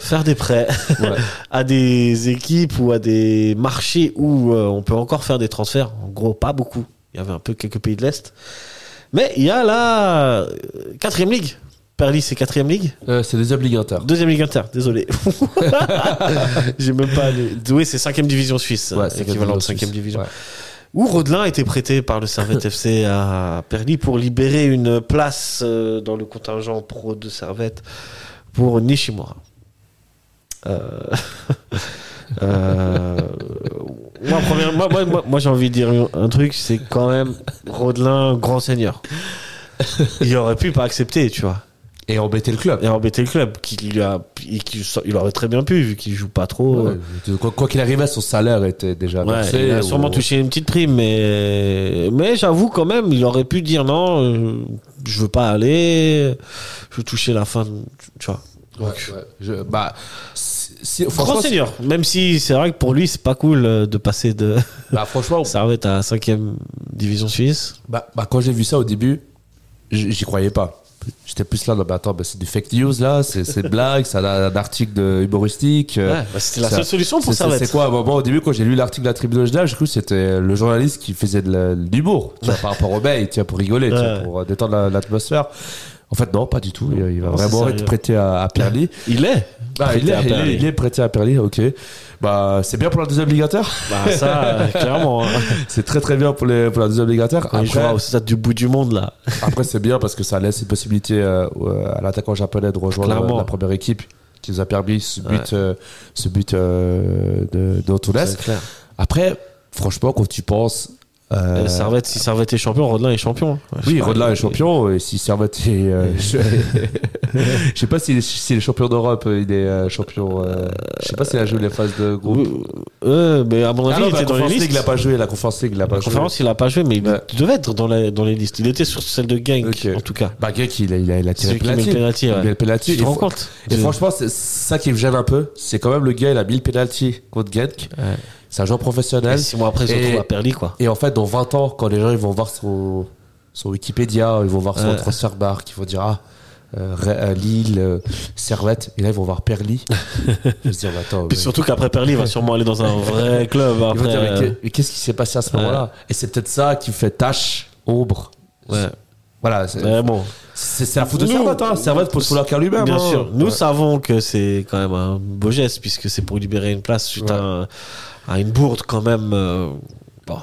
Speaker 4: faire des prêts
Speaker 5: Ouais.
Speaker 4: à des équipes ou à des marchés où euh, on peut encore faire des transferts. En gros, pas beaucoup. Il y avait un peu quelques pays de l'Est. Mais il y a la euh, quatrième ligue. Perlis, c'est quatrième ligue.
Speaker 5: Euh, c'est des obligateurs.
Speaker 4: Deuxième ligue inter, désolé. J'ai même pas. les- Oui, c'est cinquième division suisse.
Speaker 5: Ouais,
Speaker 4: hein,
Speaker 5: c'est
Speaker 4: équivalent de
Speaker 5: Suisse.
Speaker 4: cinquième division.
Speaker 5: Ouais.
Speaker 4: Où Rodelin était prêté par le Servette FC à Perly pour libérer une place euh, dans le contingent pro de Servette pour Nishimura. Euh, euh, moi, première- moi, moi, moi- moi, j'ai envie de dire un truc, c'est quand même Rodelin, grand seigneur. Il aurait pu pas accepter, tu vois,
Speaker 5: Et embêter le club.
Speaker 4: et embêter le club, qui lui a, et qui- il aurait très bien pu vu qu'il joue pas trop. euh,
Speaker 5: Ouais, de- Quoi quoi qu'il arrivait, son salaire était déjà
Speaker 4: Ouais,
Speaker 5: versé.
Speaker 4: il a sûrement
Speaker 5: ou-
Speaker 4: touché une petite prime, mais, mais j'avoue quand même, il aurait pu dire non, euh, je veux pas aller, je veux toucher la fin, de- tu vois.
Speaker 5: Ouais, ouais. Je- bah, si- si-
Speaker 4: Grand
Speaker 5: franchement, si-
Speaker 4: seigneur, même si c'est vrai que pour lui, c'est pas cool euh, de passer de
Speaker 5: bah, franchement,
Speaker 4: Servette à 5ème division suisse.
Speaker 5: bah, bah, quand j'ai vu ça au début, j- j'y croyais pas. J'étais plus là, non, mais attends, bah, c'est du fake news là, c'est c'est une blague, c'est un, un article de humoristique. euh,
Speaker 4: Ouais, bah, c'était la
Speaker 5: ça-
Speaker 4: seule solution pour
Speaker 5: c'est-
Speaker 4: Servette.
Speaker 5: C'est c'est quoi Moi, au début, quand j'ai lu l'article de la Tribune originale, j'ai cru que c'était le journaliste qui faisait de la- de l'humour tu vois, par rapport au mail, tu vois, pour rigoler, tu vois,
Speaker 4: Ouais.
Speaker 5: pour euh, détendre la- l'atmosphère. En fait, non, pas du tout. Il, il va
Speaker 4: Non, c'est
Speaker 5: vraiment être
Speaker 4: sérieux.
Speaker 5: prêté à, à Pirli.
Speaker 4: Il est
Speaker 5: Bah, il,
Speaker 4: prêté
Speaker 5: est,
Speaker 4: à
Speaker 5: il est-
Speaker 4: Perly.
Speaker 5: il est prêté à Perly, ok. Bah, c'est bien pour la deuxième obligataire.
Speaker 4: Bah, ça, euh, clairement. hein.
Speaker 5: c'est très très bien pour, les, pour la deuxième obligataire.
Speaker 4: Quand il
Speaker 5: Après,
Speaker 4: jouera au stade du bout du monde, là.
Speaker 5: après, c'est bien parce que ça laisse une possibilité euh, au- à l'attaquant japonais de rejoindre euh,
Speaker 4: Clairement.
Speaker 5: la première équipe qui nous a permis ce but,
Speaker 4: Ouais.
Speaker 5: euh, ce but euh, de, de Antunes.
Speaker 4: C'est clair.
Speaker 5: Après, franchement, quand tu penses. euh,
Speaker 4: Euh, Servette, si Servette est champion, Rodelin est champion. hein. Ouais, je sais
Speaker 5: oui,
Speaker 4: pas,
Speaker 5: Rodelin
Speaker 4: il-
Speaker 5: est champion, et si Servette est. euh, je... je sais pas s'il est, s'il est champion d'Europe, il est euh, champion. euh, Je sais pas s'il a joué les phases de groupe.
Speaker 4: Euh, mais à mon avis,
Speaker 5: Ah non,
Speaker 4: il
Speaker 5: bah,
Speaker 4: était
Speaker 5: la
Speaker 4: dans les
Speaker 5: Conference League,
Speaker 4: listes.
Speaker 5: il a pas joué. La Conference League, il a pas
Speaker 4: La
Speaker 5: joué.
Speaker 4: conférence, il a pas joué, mais il
Speaker 5: Ouais.
Speaker 4: devait être dans, la- dans les listes. Il était sur celle de Genk,
Speaker 5: Ok.
Speaker 4: en tout cas.
Speaker 5: Bah, Greg, il a, il a, il a
Speaker 4: C'est
Speaker 5: tiré
Speaker 4: lui qui met
Speaker 5: penalty.
Speaker 4: le penalty,
Speaker 5: Il
Speaker 4: ouais.
Speaker 5: met le penalty.
Speaker 4: Tu te
Speaker 5: Et
Speaker 4: rends
Speaker 5: fr-
Speaker 4: compte
Speaker 5: Et franchement, c'est ça qui me gêne un peu. C'est quand même le gars, il a mis le penalty contre Genk.
Speaker 4: Ouais.
Speaker 5: C'est un joueur
Speaker 4: Et
Speaker 5: professionnel.
Speaker 4: six mois après, ils se
Speaker 5: Et-
Speaker 4: retrouvent à Perly, quoi.
Speaker 5: Et en fait, dans 20 ans, quand les gens ils vont voir son, son Wikipédia, ils vont voir son
Speaker 4: Ouais.
Speaker 5: transfert bar, ils vont dire Ah, euh, Re- euh, Lille, euh, Servette, et là ils vont voir Perly. je vais se dire Mais Attends,
Speaker 4: Puis
Speaker 5: mais-
Speaker 4: surtout qu'après Perly, il va sûrement aller dans un vrai club.
Speaker 5: ils vont
Speaker 4: Après,
Speaker 5: dire, Mais
Speaker 4: euh,
Speaker 5: qu'est- mais qu'est-ce qui s'est passé à ce moment-là Et c'est peut-être ça qui fait tache, ombre
Speaker 4: ouais.
Speaker 5: Voilà, c'est
Speaker 4: Mais bon,
Speaker 5: c'est- c'est un foot de
Speaker 4: Nous-
Speaker 5: Servette, hein. Servette pour le soulacar lui-même.
Speaker 4: bien
Speaker 5: hein.
Speaker 4: sûr. Nous
Speaker 5: Ouais.
Speaker 4: savons que c'est quand même un beau geste puisque c'est pour libérer une place suite à, un- à une bourde quand même. euh, bon.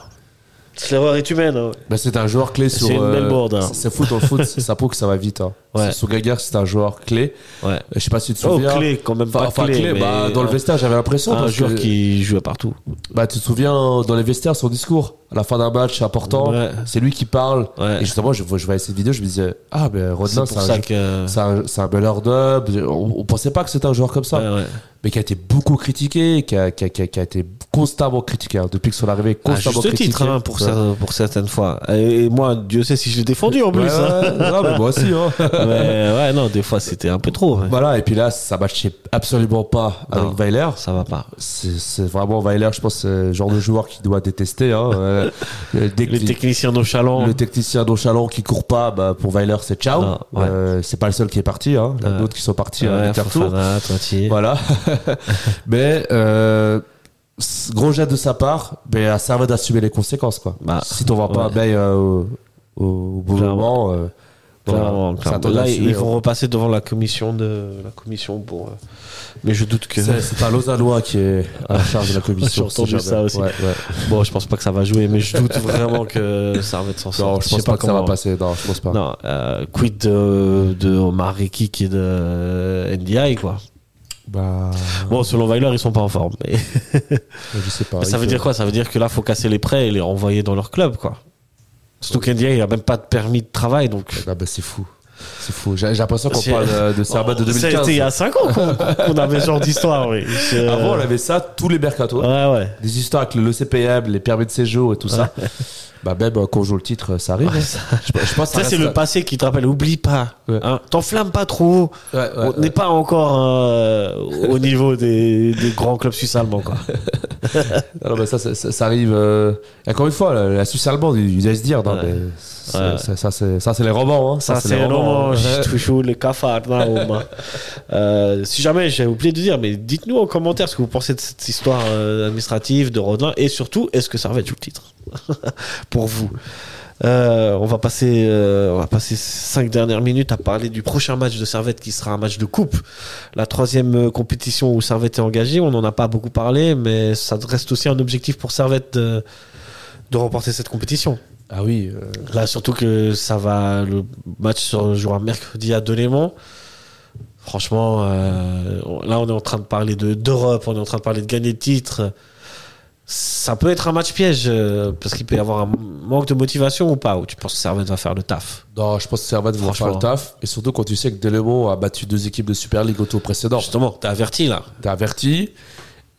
Speaker 4: L'erreur est humaine. hein.
Speaker 5: Ben, c'est un joueur clé sur.
Speaker 4: C'est une belle
Speaker 5: euh,
Speaker 4: board, hein.
Speaker 5: c'est- C'est foot, au foot, ça prouve que ça va vite. Hein.
Speaker 4: Ouais.
Speaker 5: Sous Geiger, c'est un joueur clé.
Speaker 4: Ouais.
Speaker 5: Je sais pas si tu te
Speaker 4: Oh,
Speaker 5: souviens.
Speaker 4: clé, quand même
Speaker 5: Enfin,
Speaker 4: pas
Speaker 5: enfin,
Speaker 4: clé,
Speaker 5: clé,
Speaker 4: mais
Speaker 5: bah, dans le
Speaker 4: un-
Speaker 5: vestiaire, j'avais l'impression.
Speaker 4: un
Speaker 5: parce
Speaker 4: joueur
Speaker 5: que-
Speaker 4: qui jouait partout.
Speaker 5: Bah, tu te souviens, dans les vestiaires, son discours, à la fin d'un match important,
Speaker 4: Ouais.
Speaker 5: c'est lui qui parle.
Speaker 4: Ouais.
Speaker 5: Et justement, je, je voyais cette vidéo, je me disais, ah, ben, Rodin,
Speaker 4: C'est
Speaker 5: c'est
Speaker 4: pour
Speaker 5: un,
Speaker 4: ça
Speaker 5: jou-
Speaker 4: que.
Speaker 5: c'est un- c'est un bel hors On, on pensait pas que c'était un joueur comme ça.
Speaker 4: Ouais, ouais.
Speaker 5: Mais qui a été beaucoup critiqué, qui a, qui a- qui a- qui a été constamment critiqué. hein. Depuis que son arrivée,
Speaker 4: À
Speaker 5: constamment
Speaker 4: juste
Speaker 5: critiqué.
Speaker 4: titre hein, pour,
Speaker 5: Ouais.
Speaker 4: cer- pour certaines fois. Et, et moi, Dieu sait si je l'ai défendu en plus.
Speaker 5: Ouais,
Speaker 4: hein.
Speaker 5: ouais, non, mais moi aussi. hein.
Speaker 4: Mais ouais, non, des fois c'était un peu trop. ouais.
Speaker 5: Voilà, et puis là, ça matchait absolument pas
Speaker 4: Non.
Speaker 5: avec Weiler.
Speaker 4: Ça va pas.
Speaker 5: C'est c'est vraiment Weiler, je pense, euh, le genre de joueur qui doit détester. Hein. Euh, euh, dès que
Speaker 4: Les techniciens nonchalants.
Speaker 5: le technicien nonchalant qui court pas, bah, pour Weiler, c'est ciao.
Speaker 4: Non, ouais.
Speaker 5: Euh, c'est pas le seul qui est parti. Hein. Il y en a
Speaker 4: Ouais.
Speaker 5: d'autres qui sont partis hein, à
Speaker 4: Ouais,
Speaker 5: l'intertour.
Speaker 4: Fofana, Toiti.
Speaker 5: Voilà. mais euh, c- gros jet de sa part, mais à Servette d'assumer les conséquences. Quoi.
Speaker 4: Bah,
Speaker 5: si t'en vas pas à
Speaker 4: ouais.
Speaker 5: Bay euh, au, au bon
Speaker 4: Clairement.
Speaker 5: moment, euh, voilà,
Speaker 4: Clairement,
Speaker 5: c'est à
Speaker 4: clairement.
Speaker 5: toi
Speaker 4: Là,
Speaker 5: d'assumer,
Speaker 4: ils vont
Speaker 5: hein.
Speaker 4: repasser devant la commission de la commission pour. euh, Mais je doute que.
Speaker 5: C'est c'est un Lausannois qui est à la charge de la commission.
Speaker 4: J'ai entendu
Speaker 5: c'est jamais-
Speaker 4: ça aussi.
Speaker 5: Ouais, ouais.
Speaker 4: Bon, je pense pas que ça va jouer, mais je doute vraiment que ça va être sans
Speaker 5: Non,
Speaker 4: sorte.
Speaker 5: je pense pas, que ça va
Speaker 4: comment-
Speaker 5: passer. Non, je pense pas.
Speaker 4: Non, euh, quid de, de Omar Rekik et de euh, NDI, quoi.
Speaker 5: Bah,
Speaker 4: Bon, selon Weiler, ils sont pas en forme. Mais,
Speaker 5: je sais pas.
Speaker 4: mais ça
Speaker 5: Il
Speaker 4: veut
Speaker 5: faut-
Speaker 4: dire quoi Ça veut dire que là, faut casser les prêts et les renvoyer dans leur club, quoi. Surtout qu'NDI, il a même pas de permis de travail, donc.
Speaker 5: Ah bah, c'est fou. C'est fou. J'ai j'ai l'impression qu'on
Speaker 4: C'est-
Speaker 5: parle euh, de Serbat de
Speaker 4: Oh, Ça a été il y
Speaker 5: 2015.
Speaker 4: a 5 ans qu'on qu'on avait ce genre d'histoire, oui.
Speaker 5: Ah
Speaker 4: Je-
Speaker 5: Avant, on avait ça tous les mercatos.
Speaker 4: Ouais, ouais.
Speaker 5: Des histoires avec le le CPM, les permis de séjour et tout ça. Bah, même euh, quand on joue le titre, ça arrive. hein. Je, je pense que
Speaker 4: Ça, c'est
Speaker 5: reste-
Speaker 4: le passé qui te rappelle. Oublie pas.
Speaker 5: Ouais.
Speaker 4: hein. T'enflamme pas trop.
Speaker 5: Ouais, ouais,
Speaker 4: On
Speaker 5: ouais.
Speaker 4: n'est pas encore euh, au niveau des, des grands clubs suisses allemands. Quoi.
Speaker 5: Non, mais ça, ça, ça- ça arrive. euh, et Encore une fois, la, la Suisse allemande, ils ils allaient se dire. non,
Speaker 4: Ouais.
Speaker 5: mais c'est-
Speaker 4: Ouais.
Speaker 5: c'est- ça, c'est ça, c'est les romans. Hein.
Speaker 4: Ça, c'est
Speaker 5: les
Speaker 4: vraiment
Speaker 5: romans, hein.
Speaker 4: je touche le cafard. là, au moins. Euh, si jamais j'ai oublié de dire, mais dites-nous en commentaire ce que vous pensez de cette histoire euh, administrative de Rodelin et surtout, est-ce que ça va être le titre pour vous Euh, on va passer, euh, on va passer cinq dernières minutes à parler du prochain match de Servette qui sera un match de coupe, la troisième euh, compétition où Servette est engagée. On n'en a pas beaucoup parlé, mais ça reste aussi un objectif pour Servette de, de remporter cette compétition.
Speaker 5: Ah oui. euh,
Speaker 4: Là, surtout que ça va, le match se jouera mercredi à Delémont. Franchement, euh, on- là, on est en train de parler de- d'Europe, on est en train de parler de gagner le titre. Ça peut être un match piège, euh, parce qu'il peut y avoir un manque de motivation ou pas, ou tu penses que Servette va faire le taf
Speaker 5: Non, je pense que Servette va faire
Speaker 4: Franchement.
Speaker 5: le taf. Et surtout quand tu sais que Delémont a battu deux équipes de Super League au tour précédent.
Speaker 4: Justement, t'es averti là.
Speaker 5: T'es averti.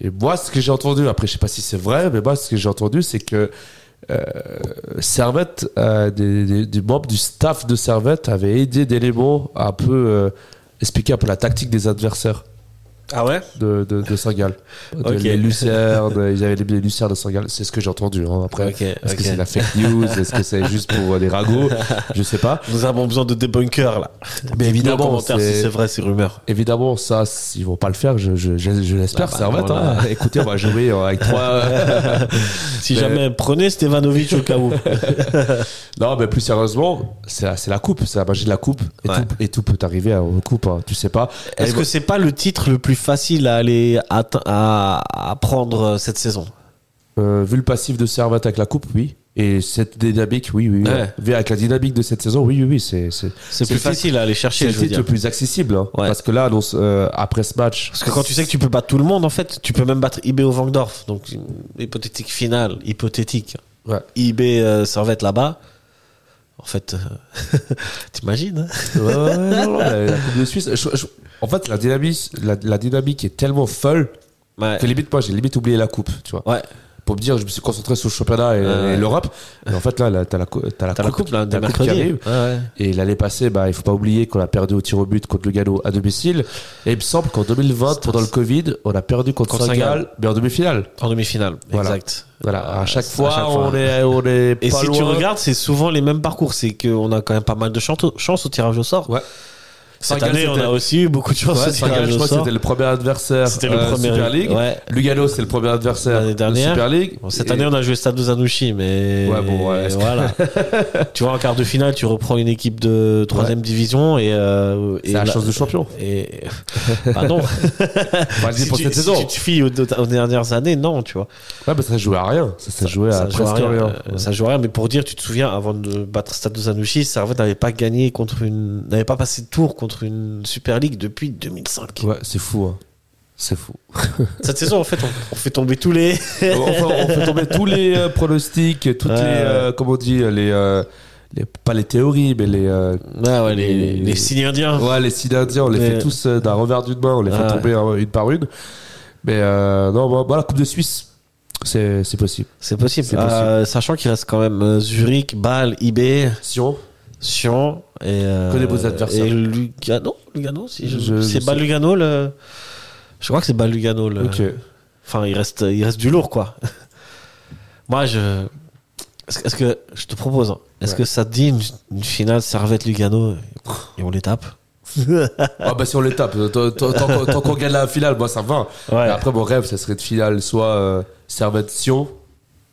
Speaker 5: Et moi, ce que j'ai entendu, après, je sais pas si c'est vrai, mais moi, ce que j'ai entendu, c'est que euh, Servette, euh, des, des- des membres du staff de Servette avaient aidé Delémont à un peu euh, expliquer un peu la tactique des adversaires.
Speaker 4: Ah ouais
Speaker 5: de, de, de Saint-Gall. De-
Speaker 4: Ok.
Speaker 5: Les Lucernes, ils avaient les, les Lucernes de Saint-Gall. C'est ce que j'ai entendu. hein. Après,
Speaker 4: Ok,
Speaker 5: est-ce
Speaker 4: ok.
Speaker 5: que c'est de la fake news Est-ce que c'est juste pour euh, des ragots Je sais pas.
Speaker 4: Nous avons besoin de débunkers là.
Speaker 5: Mais évidemment,
Speaker 4: en commentaire si
Speaker 5: c'est-
Speaker 4: c'est vrai ces rumeurs.
Speaker 5: Évidemment, ça, s- ils vont pas le faire. Je, je, je, je l'espère,
Speaker 4: Bah, bah,
Speaker 5: Servette.
Speaker 4: voilà.
Speaker 5: hein. Écoutez, on va jouer euh, avec trois.
Speaker 4: Si
Speaker 5: Mais-
Speaker 4: jamais, prenez Stevanovic au cas où.
Speaker 5: non, mais plus sérieusement, c'est la, c'est la coupe. C'est la magie de la coupe. Et,
Speaker 4: Ouais.
Speaker 5: tout, et tout peut arriver en coupe. hein. Tu sais pas.
Speaker 4: Est-ce
Speaker 5: Et
Speaker 4: que c'est pas le titre le plus facile à aller atte- à, à prendre euh, cette saison
Speaker 5: Euh, vu le passif de Servette avec la coupe, oui. Et cette dynamique, oui, oui. oui.
Speaker 4: Ouais.
Speaker 5: Vu Avec la dynamique de cette saison, oui, oui, oui. C'est c'est-
Speaker 4: C'est plus
Speaker 5: le titre.
Speaker 4: facile à aller
Speaker 5: C'est
Speaker 4: chercher,
Speaker 5: le
Speaker 4: je veux
Speaker 5: titre
Speaker 4: dire.
Speaker 5: le plus accessible. hein.
Speaker 4: Ouais.
Speaker 5: Parce que là, annonce, euh, après ce match.
Speaker 4: Parce que quand tu sais que tu peux battre tout le monde, en fait, tu peux même battre IB au Vangdorf. Donc, une hypothétique finale, hypothétique.
Speaker 5: Ouais.
Speaker 4: IB euh, Servette là-bas. En fait, euh, t'imagines hein
Speaker 5: Ouais, ouais, ouais, non, non, la, la Coupe de Suisse. je- je- en fait, la dynamique, la, la dynamique est tellement folle
Speaker 4: Ouais.
Speaker 5: que limite, moi, j'ai limite oublié la Coupe. Tu vois.
Speaker 4: Ouais.
Speaker 5: Pour me dire, je me suis concentré sur le championnat et,
Speaker 4: Ouais.
Speaker 5: et l'Europe. Mais en fait, là, là, t'as la, cou- t'as la
Speaker 4: T'as la coupe, là,
Speaker 5: t'as
Speaker 4: de
Speaker 5: la coupe qui
Speaker 4: mercredi.
Speaker 5: arrive.
Speaker 4: hein, Ouais, ouais.
Speaker 5: Et l'année passée, bah, il faut pas oublier qu'on a perdu au tir au but contre le Gallo à domicile. Et il me semble qu'en 2020, pendant le Covid, on a perdu contre,
Speaker 4: Contre
Speaker 5: Saint-Gall,
Speaker 4: Saint-Gall.
Speaker 5: mais en demi-finale.
Speaker 4: En demi-finale,
Speaker 5: Voilà.
Speaker 4: exact.
Speaker 5: Voilà,
Speaker 4: Euh,
Speaker 5: à chaque
Speaker 4: à
Speaker 5: fois,
Speaker 4: chaque fois.
Speaker 5: on est, on est
Speaker 4: Et
Speaker 5: pas
Speaker 4: si tu
Speaker 5: loin.
Speaker 4: regardes, c'est souvent les mêmes parcours. C'est qu'on a quand même pas mal de chante- chance au tirage au sort.
Speaker 5: Ouais.
Speaker 4: Cette
Speaker 5: Saint-Gall,
Speaker 4: année, on
Speaker 5: c'était-
Speaker 4: a aussi eu beaucoup de chance
Speaker 5: Ouais,
Speaker 4: au
Speaker 5: Saint-Gall,
Speaker 4: tirage
Speaker 5: je
Speaker 4: au
Speaker 5: crois que
Speaker 4: sort.
Speaker 5: c'était le premier adversaire
Speaker 4: C'était le
Speaker 5: euh,
Speaker 4: premier.
Speaker 5: Super League.
Speaker 4: Ouais.
Speaker 5: Lugano, c'était le premier adversaire
Speaker 4: L'année
Speaker 5: de
Speaker 4: dernière.
Speaker 5: Super League.
Speaker 4: Bon, cette année, on a joué Stade Zanouchi, mais
Speaker 5: Ouais, bon, ouais.
Speaker 4: voilà. tu vois, en quart de finale, tu reprends une équipe de troisième division et, euh, et
Speaker 5: C'est la chance de champion.
Speaker 4: Et bah non.
Speaker 5: Enfin,
Speaker 4: si
Speaker 5: pour
Speaker 4: tu,
Speaker 5: cette
Speaker 4: si
Speaker 5: saison.
Speaker 4: tu te fies aux, deux- aux dernières années, non, tu vois.
Speaker 5: Ouais, mais ça jouait à rien. Ça, ça jouait
Speaker 4: ça
Speaker 5: à
Speaker 4: joue à
Speaker 5: presque
Speaker 4: rien.
Speaker 5: rien.
Speaker 4: Euh, Ça joue à rien, mais pour dire, tu te souviens, avant de battre Stade Zanouchi, Servette n'avait pas gagné contre une, n'avait pas passé de tour contre une Super League depuis 2005.
Speaker 5: Ouais, c'est fou. hein. C'est fou.
Speaker 4: Cette saison, en fait, on, on fait tomber tous les.
Speaker 5: Enfin, on fait tomber tous les euh, pronostics, toutes
Speaker 4: Ouais,
Speaker 5: les, euh, comment on dit, les, euh, les- pas les théories, mais les, euh,
Speaker 4: Ah ouais, les, les,
Speaker 5: Les-
Speaker 4: les signes indiens.
Speaker 5: ouais, les signes indiens, on les
Speaker 4: Mais-
Speaker 5: fait tous euh, d'un revers d'une main, on les
Speaker 4: Ouais.
Speaker 5: fait tomber euh, une par une. Mais euh, non, bon, voilà, Coupe de Suisse, c'est c'est possible.
Speaker 4: C'est possible.
Speaker 5: C'est possible.
Speaker 4: Euh, sachant qu'il reste quand même euh, Zurich, Bâle, IB,
Speaker 5: Sion,
Speaker 4: Sion et. euh,
Speaker 5: Connais vos adversaires.
Speaker 4: Et Lugano Lugano si je-
Speaker 5: Je-
Speaker 4: C'est
Speaker 5: je
Speaker 4: Bâle
Speaker 5: sais.
Speaker 4: Lugano le. Je crois que c'est Bâle Lugano le.
Speaker 5: ok.
Speaker 4: Enfin, il reste, il reste du lourd, quoi. Moi, je. Est-ce que- est-ce que. Je te propose, hein. est-ce
Speaker 5: Ouais.
Speaker 4: que ça te dit une, une finale Servette-Lugano et on les tape
Speaker 5: Ah bah si on les tape, tant, tant- tant qu'on- tant qu'on gagne la finale, moi ça me va.
Speaker 4: Ouais.
Speaker 5: Mais après, mon rêve, ça serait de finale soit euh, Servette-Sion,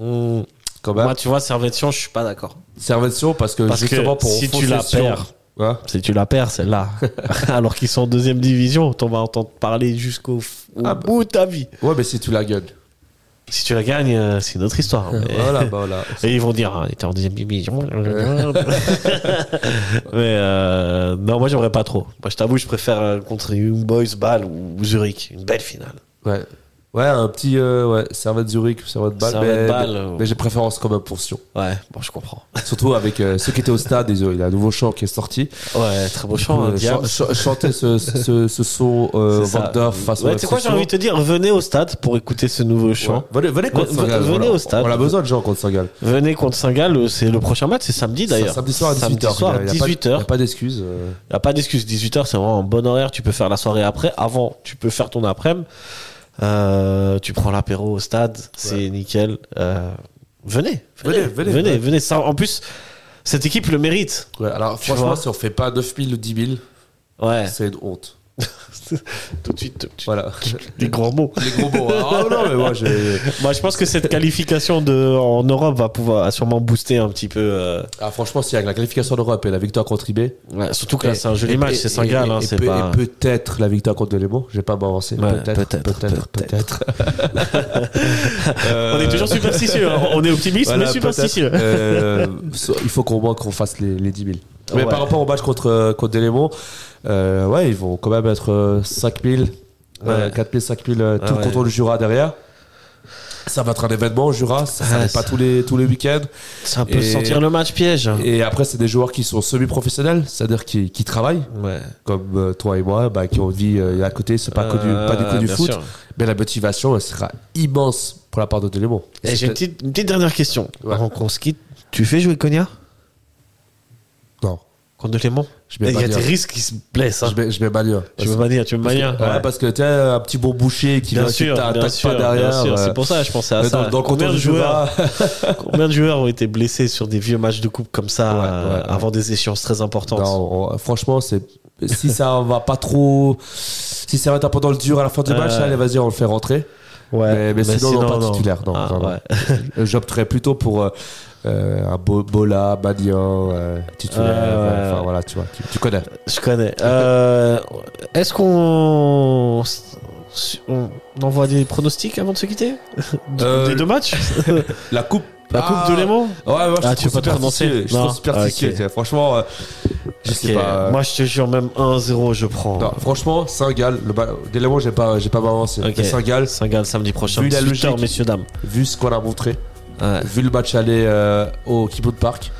Speaker 4: Mmh.
Speaker 5: quand même.
Speaker 4: Moi, tu vois, Servette-Sion, je suis pas d'accord.
Speaker 5: Servette-Sion, parce que
Speaker 4: Parce que
Speaker 5: justement, pour
Speaker 4: si tu
Speaker 5: enfoncer
Speaker 4: la
Speaker 5: Sion- hein.
Speaker 4: perds.
Speaker 5: Ouais.
Speaker 4: Si tu la perds, celle-là, alors qu'ils sont en deuxième division, t'en vas entendre parler jusqu'au f- au
Speaker 5: Ah bah.
Speaker 4: bout de ta vie.
Speaker 5: ouais, mais si tu la gagnes.
Speaker 4: Si tu la gagnes, euh, c'est une autre histoire. hein, mais-
Speaker 5: Voilà, bah voilà.
Speaker 4: Et ils vont dire, ah, il était en deuxième division. mais euh, non, moi j'aimerais pas trop. Moi je t'avoue, je préfère euh, contre Young Boys, Bâle ou Zurich. Une belle finale.
Speaker 5: Ouais. Ouais, un petit euh, ouais, Servette Zurich, Servette Bâle.
Speaker 4: Servette oh.
Speaker 5: mais,
Speaker 4: Bâle,
Speaker 5: mais-
Speaker 4: ou-
Speaker 5: mais j'ai préférence quand même pour Sion.
Speaker 4: Ouais, bon, je comprends.
Speaker 5: Surtout avec euh, ceux qui étaient au stade, ils ont- il y a un nouveau chant qui est sorti.
Speaker 4: Ouais, très beau chant, hein,
Speaker 5: Euh,
Speaker 4: Diable.
Speaker 5: chan- chan- chanter ce, ce, ce son euh,
Speaker 4: C'est ça.
Speaker 5: Wagner face
Speaker 4: Ouais,
Speaker 5: au
Speaker 4: tu sais quoi,
Speaker 5: FC
Speaker 4: j'ai envie
Speaker 5: Sion.
Speaker 4: de te dire, venez au stade pour écouter ce nouveau chant.
Speaker 5: Ouais. Venez, venez contre
Speaker 4: Venez-
Speaker 5: Saint-Gall,
Speaker 4: venez
Speaker 5: voilà.
Speaker 4: au stade.
Speaker 5: On a besoin de gens contre Saint-Gall.
Speaker 4: Venez contre Saint-Gall, euh, c'est le prochain match, c'est samedi d'ailleurs.
Speaker 5: C'est Samedi soir à 18h.
Speaker 4: Samedi soir,
Speaker 5: il y a- il y a pas-
Speaker 4: 18
Speaker 5: Il
Speaker 4: heures.
Speaker 5: n'y a pas d'excuse. euh.
Speaker 4: Il n'y a pas d'excuse. 18h, c'est vraiment un bon horaire. Tu peux faire la soirée après. Avant, tu peux faire ton après-midi. Euh, tu prends l'apéro au stade. C'est nickel. Euh, venez. Venez,
Speaker 5: Venez,
Speaker 4: venez.
Speaker 5: venez,
Speaker 4: venez,
Speaker 5: ouais.
Speaker 4: Ça, en plus, cette équipe le mérite.
Speaker 5: euh. Ouais, alors
Speaker 4: Tu vois.
Speaker 5: franchement, si on fait pas 9000 ou 10 000,
Speaker 4: Ouais.
Speaker 5: c'est une honte.
Speaker 4: Tout de suite, tout de suite,
Speaker 5: Voilà.
Speaker 4: des grands mots.
Speaker 5: Les gros mots. hein. Oh non, mais moi, j'ai.
Speaker 4: Moi, je pense que cette qualification de, en Europe va pouvoir a sûrement booster un petit peu. euh,
Speaker 5: Ah, franchement, si avec la qualification en Europe et la victoire contre IB,
Speaker 4: ouais, surtout que là,
Speaker 5: Et-
Speaker 4: c'est un joli
Speaker 5: et-
Speaker 4: match.
Speaker 5: et-
Speaker 4: C'est
Speaker 5: et-
Speaker 4: Saint-Gall. hein,
Speaker 5: et
Speaker 4: c'est
Speaker 5: peut-
Speaker 4: pas...
Speaker 5: et peut-être la victoire contre Delémont. J'ai pas m'avancer.
Speaker 4: Ouais, peut-être,
Speaker 5: peut-être, peut-être, peut-être.
Speaker 4: On est toujours superstitieux. hein. On est optimiste,
Speaker 5: euh, Voilà,
Speaker 4: mais superstitieux.
Speaker 5: peut-être. Euh, so- il faut qu'au moins qu'on fasse les, les 10 000. Mais
Speaker 4: Ouais.
Speaker 5: par rapport au match contre, euh, contre Delémont, euh, ouais, ils vont quand même être euh, 5 000, euh,
Speaker 4: Ouais. Ah
Speaker 5: 4 000, 5 000, euh, tout
Speaker 4: Ouais,
Speaker 5: le canton du Jura derrière. Ça va être un événement au Jura, ça, ça
Speaker 4: Ouais,
Speaker 5: n'est pas
Speaker 4: ça-
Speaker 5: tous les, tous les week-ends.
Speaker 4: C'est un peu
Speaker 5: Et-
Speaker 4: sentir le match piège.
Speaker 5: Et après, c'est des joueurs qui sont semi-professionnels, c'est-à-dire qui, qui travaillent,
Speaker 4: Ouais.
Speaker 5: comme euh, toi et moi, bah, qui ont une vie euh, à côté, c'est pas, connu,
Speaker 4: Euh,
Speaker 5: pas du coup du
Speaker 4: bien
Speaker 5: foot.
Speaker 4: sûr.
Speaker 5: Mais la motivation, elle sera immense pour la part de Delémont.
Speaker 4: Eh, J'ai une petite, une petite dernière question.
Speaker 5: Ouais.
Speaker 4: Avant qu'on se quitte, tu fais jouer Cogna
Speaker 5: Non,
Speaker 4: contre Clément
Speaker 5: je
Speaker 4: Eh,
Speaker 5: mets
Speaker 4: Il y a
Speaker 5: Mania.
Speaker 4: des risques qui se blessent. hein.
Speaker 5: Je mets, je mets Mania.
Speaker 4: Tu veux manier, tu veux manier.
Speaker 5: Ouais, parce que tu as un petit bon boucher qui
Speaker 4: Bien
Speaker 5: vient, qui
Speaker 4: sûr,
Speaker 5: t'a-
Speaker 4: bien
Speaker 5: t'attaque
Speaker 4: sûr,
Speaker 5: pas derrière.
Speaker 4: bien sûr.
Speaker 5: euh,
Speaker 4: C'est pour ça, je pensais à
Speaker 5: mais
Speaker 4: ça.
Speaker 5: Dans, dans le
Speaker 4: combien,
Speaker 5: canton
Speaker 4: de
Speaker 5: du
Speaker 4: joueurs,
Speaker 5: Jura,
Speaker 4: combien de joueurs ont été blessés sur des vieux matchs de coupe comme ça,
Speaker 5: Ouais, ouais,
Speaker 4: euh,
Speaker 5: ouais.
Speaker 4: avant des échéances très importantes
Speaker 5: non, on- franchement, c'est si ça va pas trop, si ça va être un peu dans le dur à la fin du
Speaker 4: Ouais.
Speaker 5: match, allez, vas-y, on le fait rentrer.
Speaker 4: Ouais.
Speaker 5: mais, mais sinon, non, pas titulaire. Non,
Speaker 4: Ah,
Speaker 5: non, non.
Speaker 4: ouais.
Speaker 5: Euh, J'opterais plutôt pour euh, euh, un Bo- Bola, Badien, euh, titulaire.
Speaker 4: Ouais, ouais,
Speaker 5: enfin
Speaker 4: ouais.
Speaker 5: voilà, tu vois, tu, tu connais.
Speaker 4: Je connais. Euh, Est-ce qu'on on envoie des pronostics avant de se quitter De-
Speaker 5: Euh,
Speaker 4: Des deux match
Speaker 5: La coupe.
Speaker 4: La coupe
Speaker 5: Ah,
Speaker 4: de Léman
Speaker 5: Ouais, moi, je
Speaker 4: Ah,
Speaker 5: suis
Speaker 4: tu veux pas te prononcer
Speaker 5: superstitieux. Je suis
Speaker 4: Non.
Speaker 5: trop superstitieux.
Speaker 4: Ah, ok.
Speaker 5: tu vois. Franchement, euh, je sais
Speaker 4: Ok,
Speaker 5: pas. euh,
Speaker 4: Moi, je te jure, même 1-0, je prends.
Speaker 5: Non, franchement, Saint-Gall, le ba- des Lémons, j'ai pas, j'ai pas avancé.
Speaker 4: Ok.
Speaker 5: Mais Saint-Gall,
Speaker 4: Saint-Gall, samedi prochain.
Speaker 5: Vu la
Speaker 4: 18 heures,
Speaker 5: logique.
Speaker 4: messieurs, dames.
Speaker 5: vu ce qu'on a montré,
Speaker 4: Ouais.
Speaker 5: vu le match aller euh, au Kibo de Park, euh,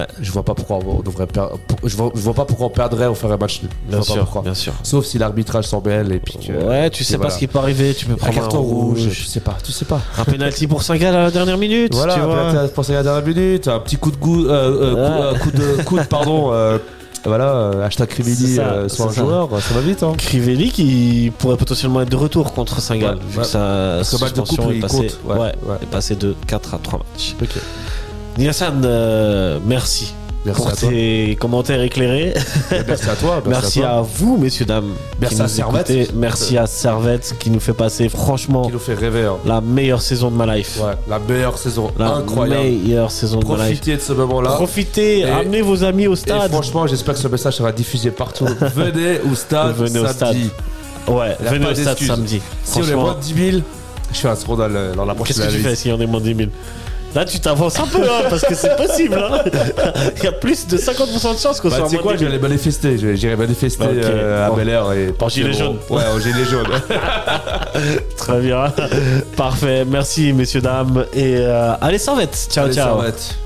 Speaker 4: Ouais.
Speaker 5: je vois pas pourquoi on devrait perdre. pour- Je vois, je vois pas pourquoi on perdrait ou ferait un match nul. Je
Speaker 4: Bien
Speaker 5: vois pas
Speaker 4: sûr,
Speaker 5: pourquoi.
Speaker 4: bien sûr.
Speaker 5: Sauf si l'arbitrage s'en mêle et puis que.
Speaker 4: Ouais, tu sais
Speaker 5: et
Speaker 4: pas
Speaker 5: voilà.
Speaker 4: ce qui peut arriver. Tu peux
Speaker 5: Un
Speaker 4: prendre
Speaker 5: carton rouge, tu sais pas, tu sais pas.
Speaker 4: Un penalty pour Saint-Gall à la dernière minute.
Speaker 5: Voilà,
Speaker 4: tu vois.
Speaker 5: t'as pensé à la dernière minute, un petit coup de goût, euh, euh,
Speaker 4: Ouais.
Speaker 5: coup, euh, coup de, coup de, pardon, euh, voilà, euh, hashtag
Speaker 4: C'est
Speaker 5: Crimini
Speaker 4: ça,
Speaker 5: euh, sur un
Speaker 4: c'est ça.
Speaker 5: joueur, ça va vite, hein.
Speaker 4: Crivelli qui pourrait potentiellement être de retour contre Saint-Gall.
Speaker 5: Ouais,
Speaker 4: vu
Speaker 5: ouais.
Speaker 4: que sa
Speaker 5: Parce que match de
Speaker 4: suspension
Speaker 5: couple,
Speaker 4: est
Speaker 5: il
Speaker 4: passée.
Speaker 5: compte. Ouais, ouais.
Speaker 4: est passée de 4 à 3 matchs.
Speaker 5: Ok.
Speaker 4: Nilassan, euh, merci.
Speaker 5: Merci
Speaker 4: pour
Speaker 5: à toi.
Speaker 4: tes commentaires éclairés.
Speaker 5: Merci à toi.
Speaker 4: Merci
Speaker 5: toi,
Speaker 4: à vous, messieurs, dames. qui
Speaker 5: Merci à
Speaker 4: nous
Speaker 5: Servette.
Speaker 4: écoutez. Merci à Servette qui nous fait passer, franchement,
Speaker 5: Qui nous fait rêver. hein.
Speaker 4: la meilleure saison de ma life.
Speaker 5: Ouais, la meilleure saison.
Speaker 4: La
Speaker 5: Incroyable.
Speaker 4: meilleure saison de ma life.
Speaker 5: Profitez de ce moment-là.
Speaker 4: Profitez,
Speaker 5: Et-
Speaker 4: amenez vos amis au
Speaker 5: Et
Speaker 4: stade.
Speaker 5: franchement, j'espère que ce message sera diffusé partout. Venez au stade
Speaker 4: Venez au
Speaker 5: samedi.
Speaker 4: ouais,
Speaker 5: y a
Speaker 4: venez
Speaker 5: pas
Speaker 4: au stade
Speaker 5: d'excuses.
Speaker 4: samedi.
Speaker 5: Si on est
Speaker 4: Franchement,
Speaker 5: moins de 10 000, je fais un second dans, le- dans la prochaine
Speaker 4: Qu'est-ce que tu fais
Speaker 5: analyse.
Speaker 4: si on est moins de 10 000 Là, tu t'avances un peu, hein, parce que c'est possible. hein. Il y a plus de 50% de chances qu'on
Speaker 5: Bah,
Speaker 4: soit
Speaker 5: tu sais
Speaker 4: soit moins
Speaker 5: quoi, je vais
Speaker 4: de 10 000.
Speaker 5: aller manifester. Je- J'irai manifester
Speaker 4: Ok,
Speaker 5: euh, à
Speaker 4: bon.
Speaker 5: Bel Air et
Speaker 4: gilet
Speaker 5: au-
Speaker 4: jaune.
Speaker 5: Ouais, au gilet jaune.
Speaker 4: Très bien. Parfait. Merci, messieurs, dames. Et euh, allez, servette. Ciao,
Speaker 5: Allez,
Speaker 4: ciao.
Speaker 5: Servette.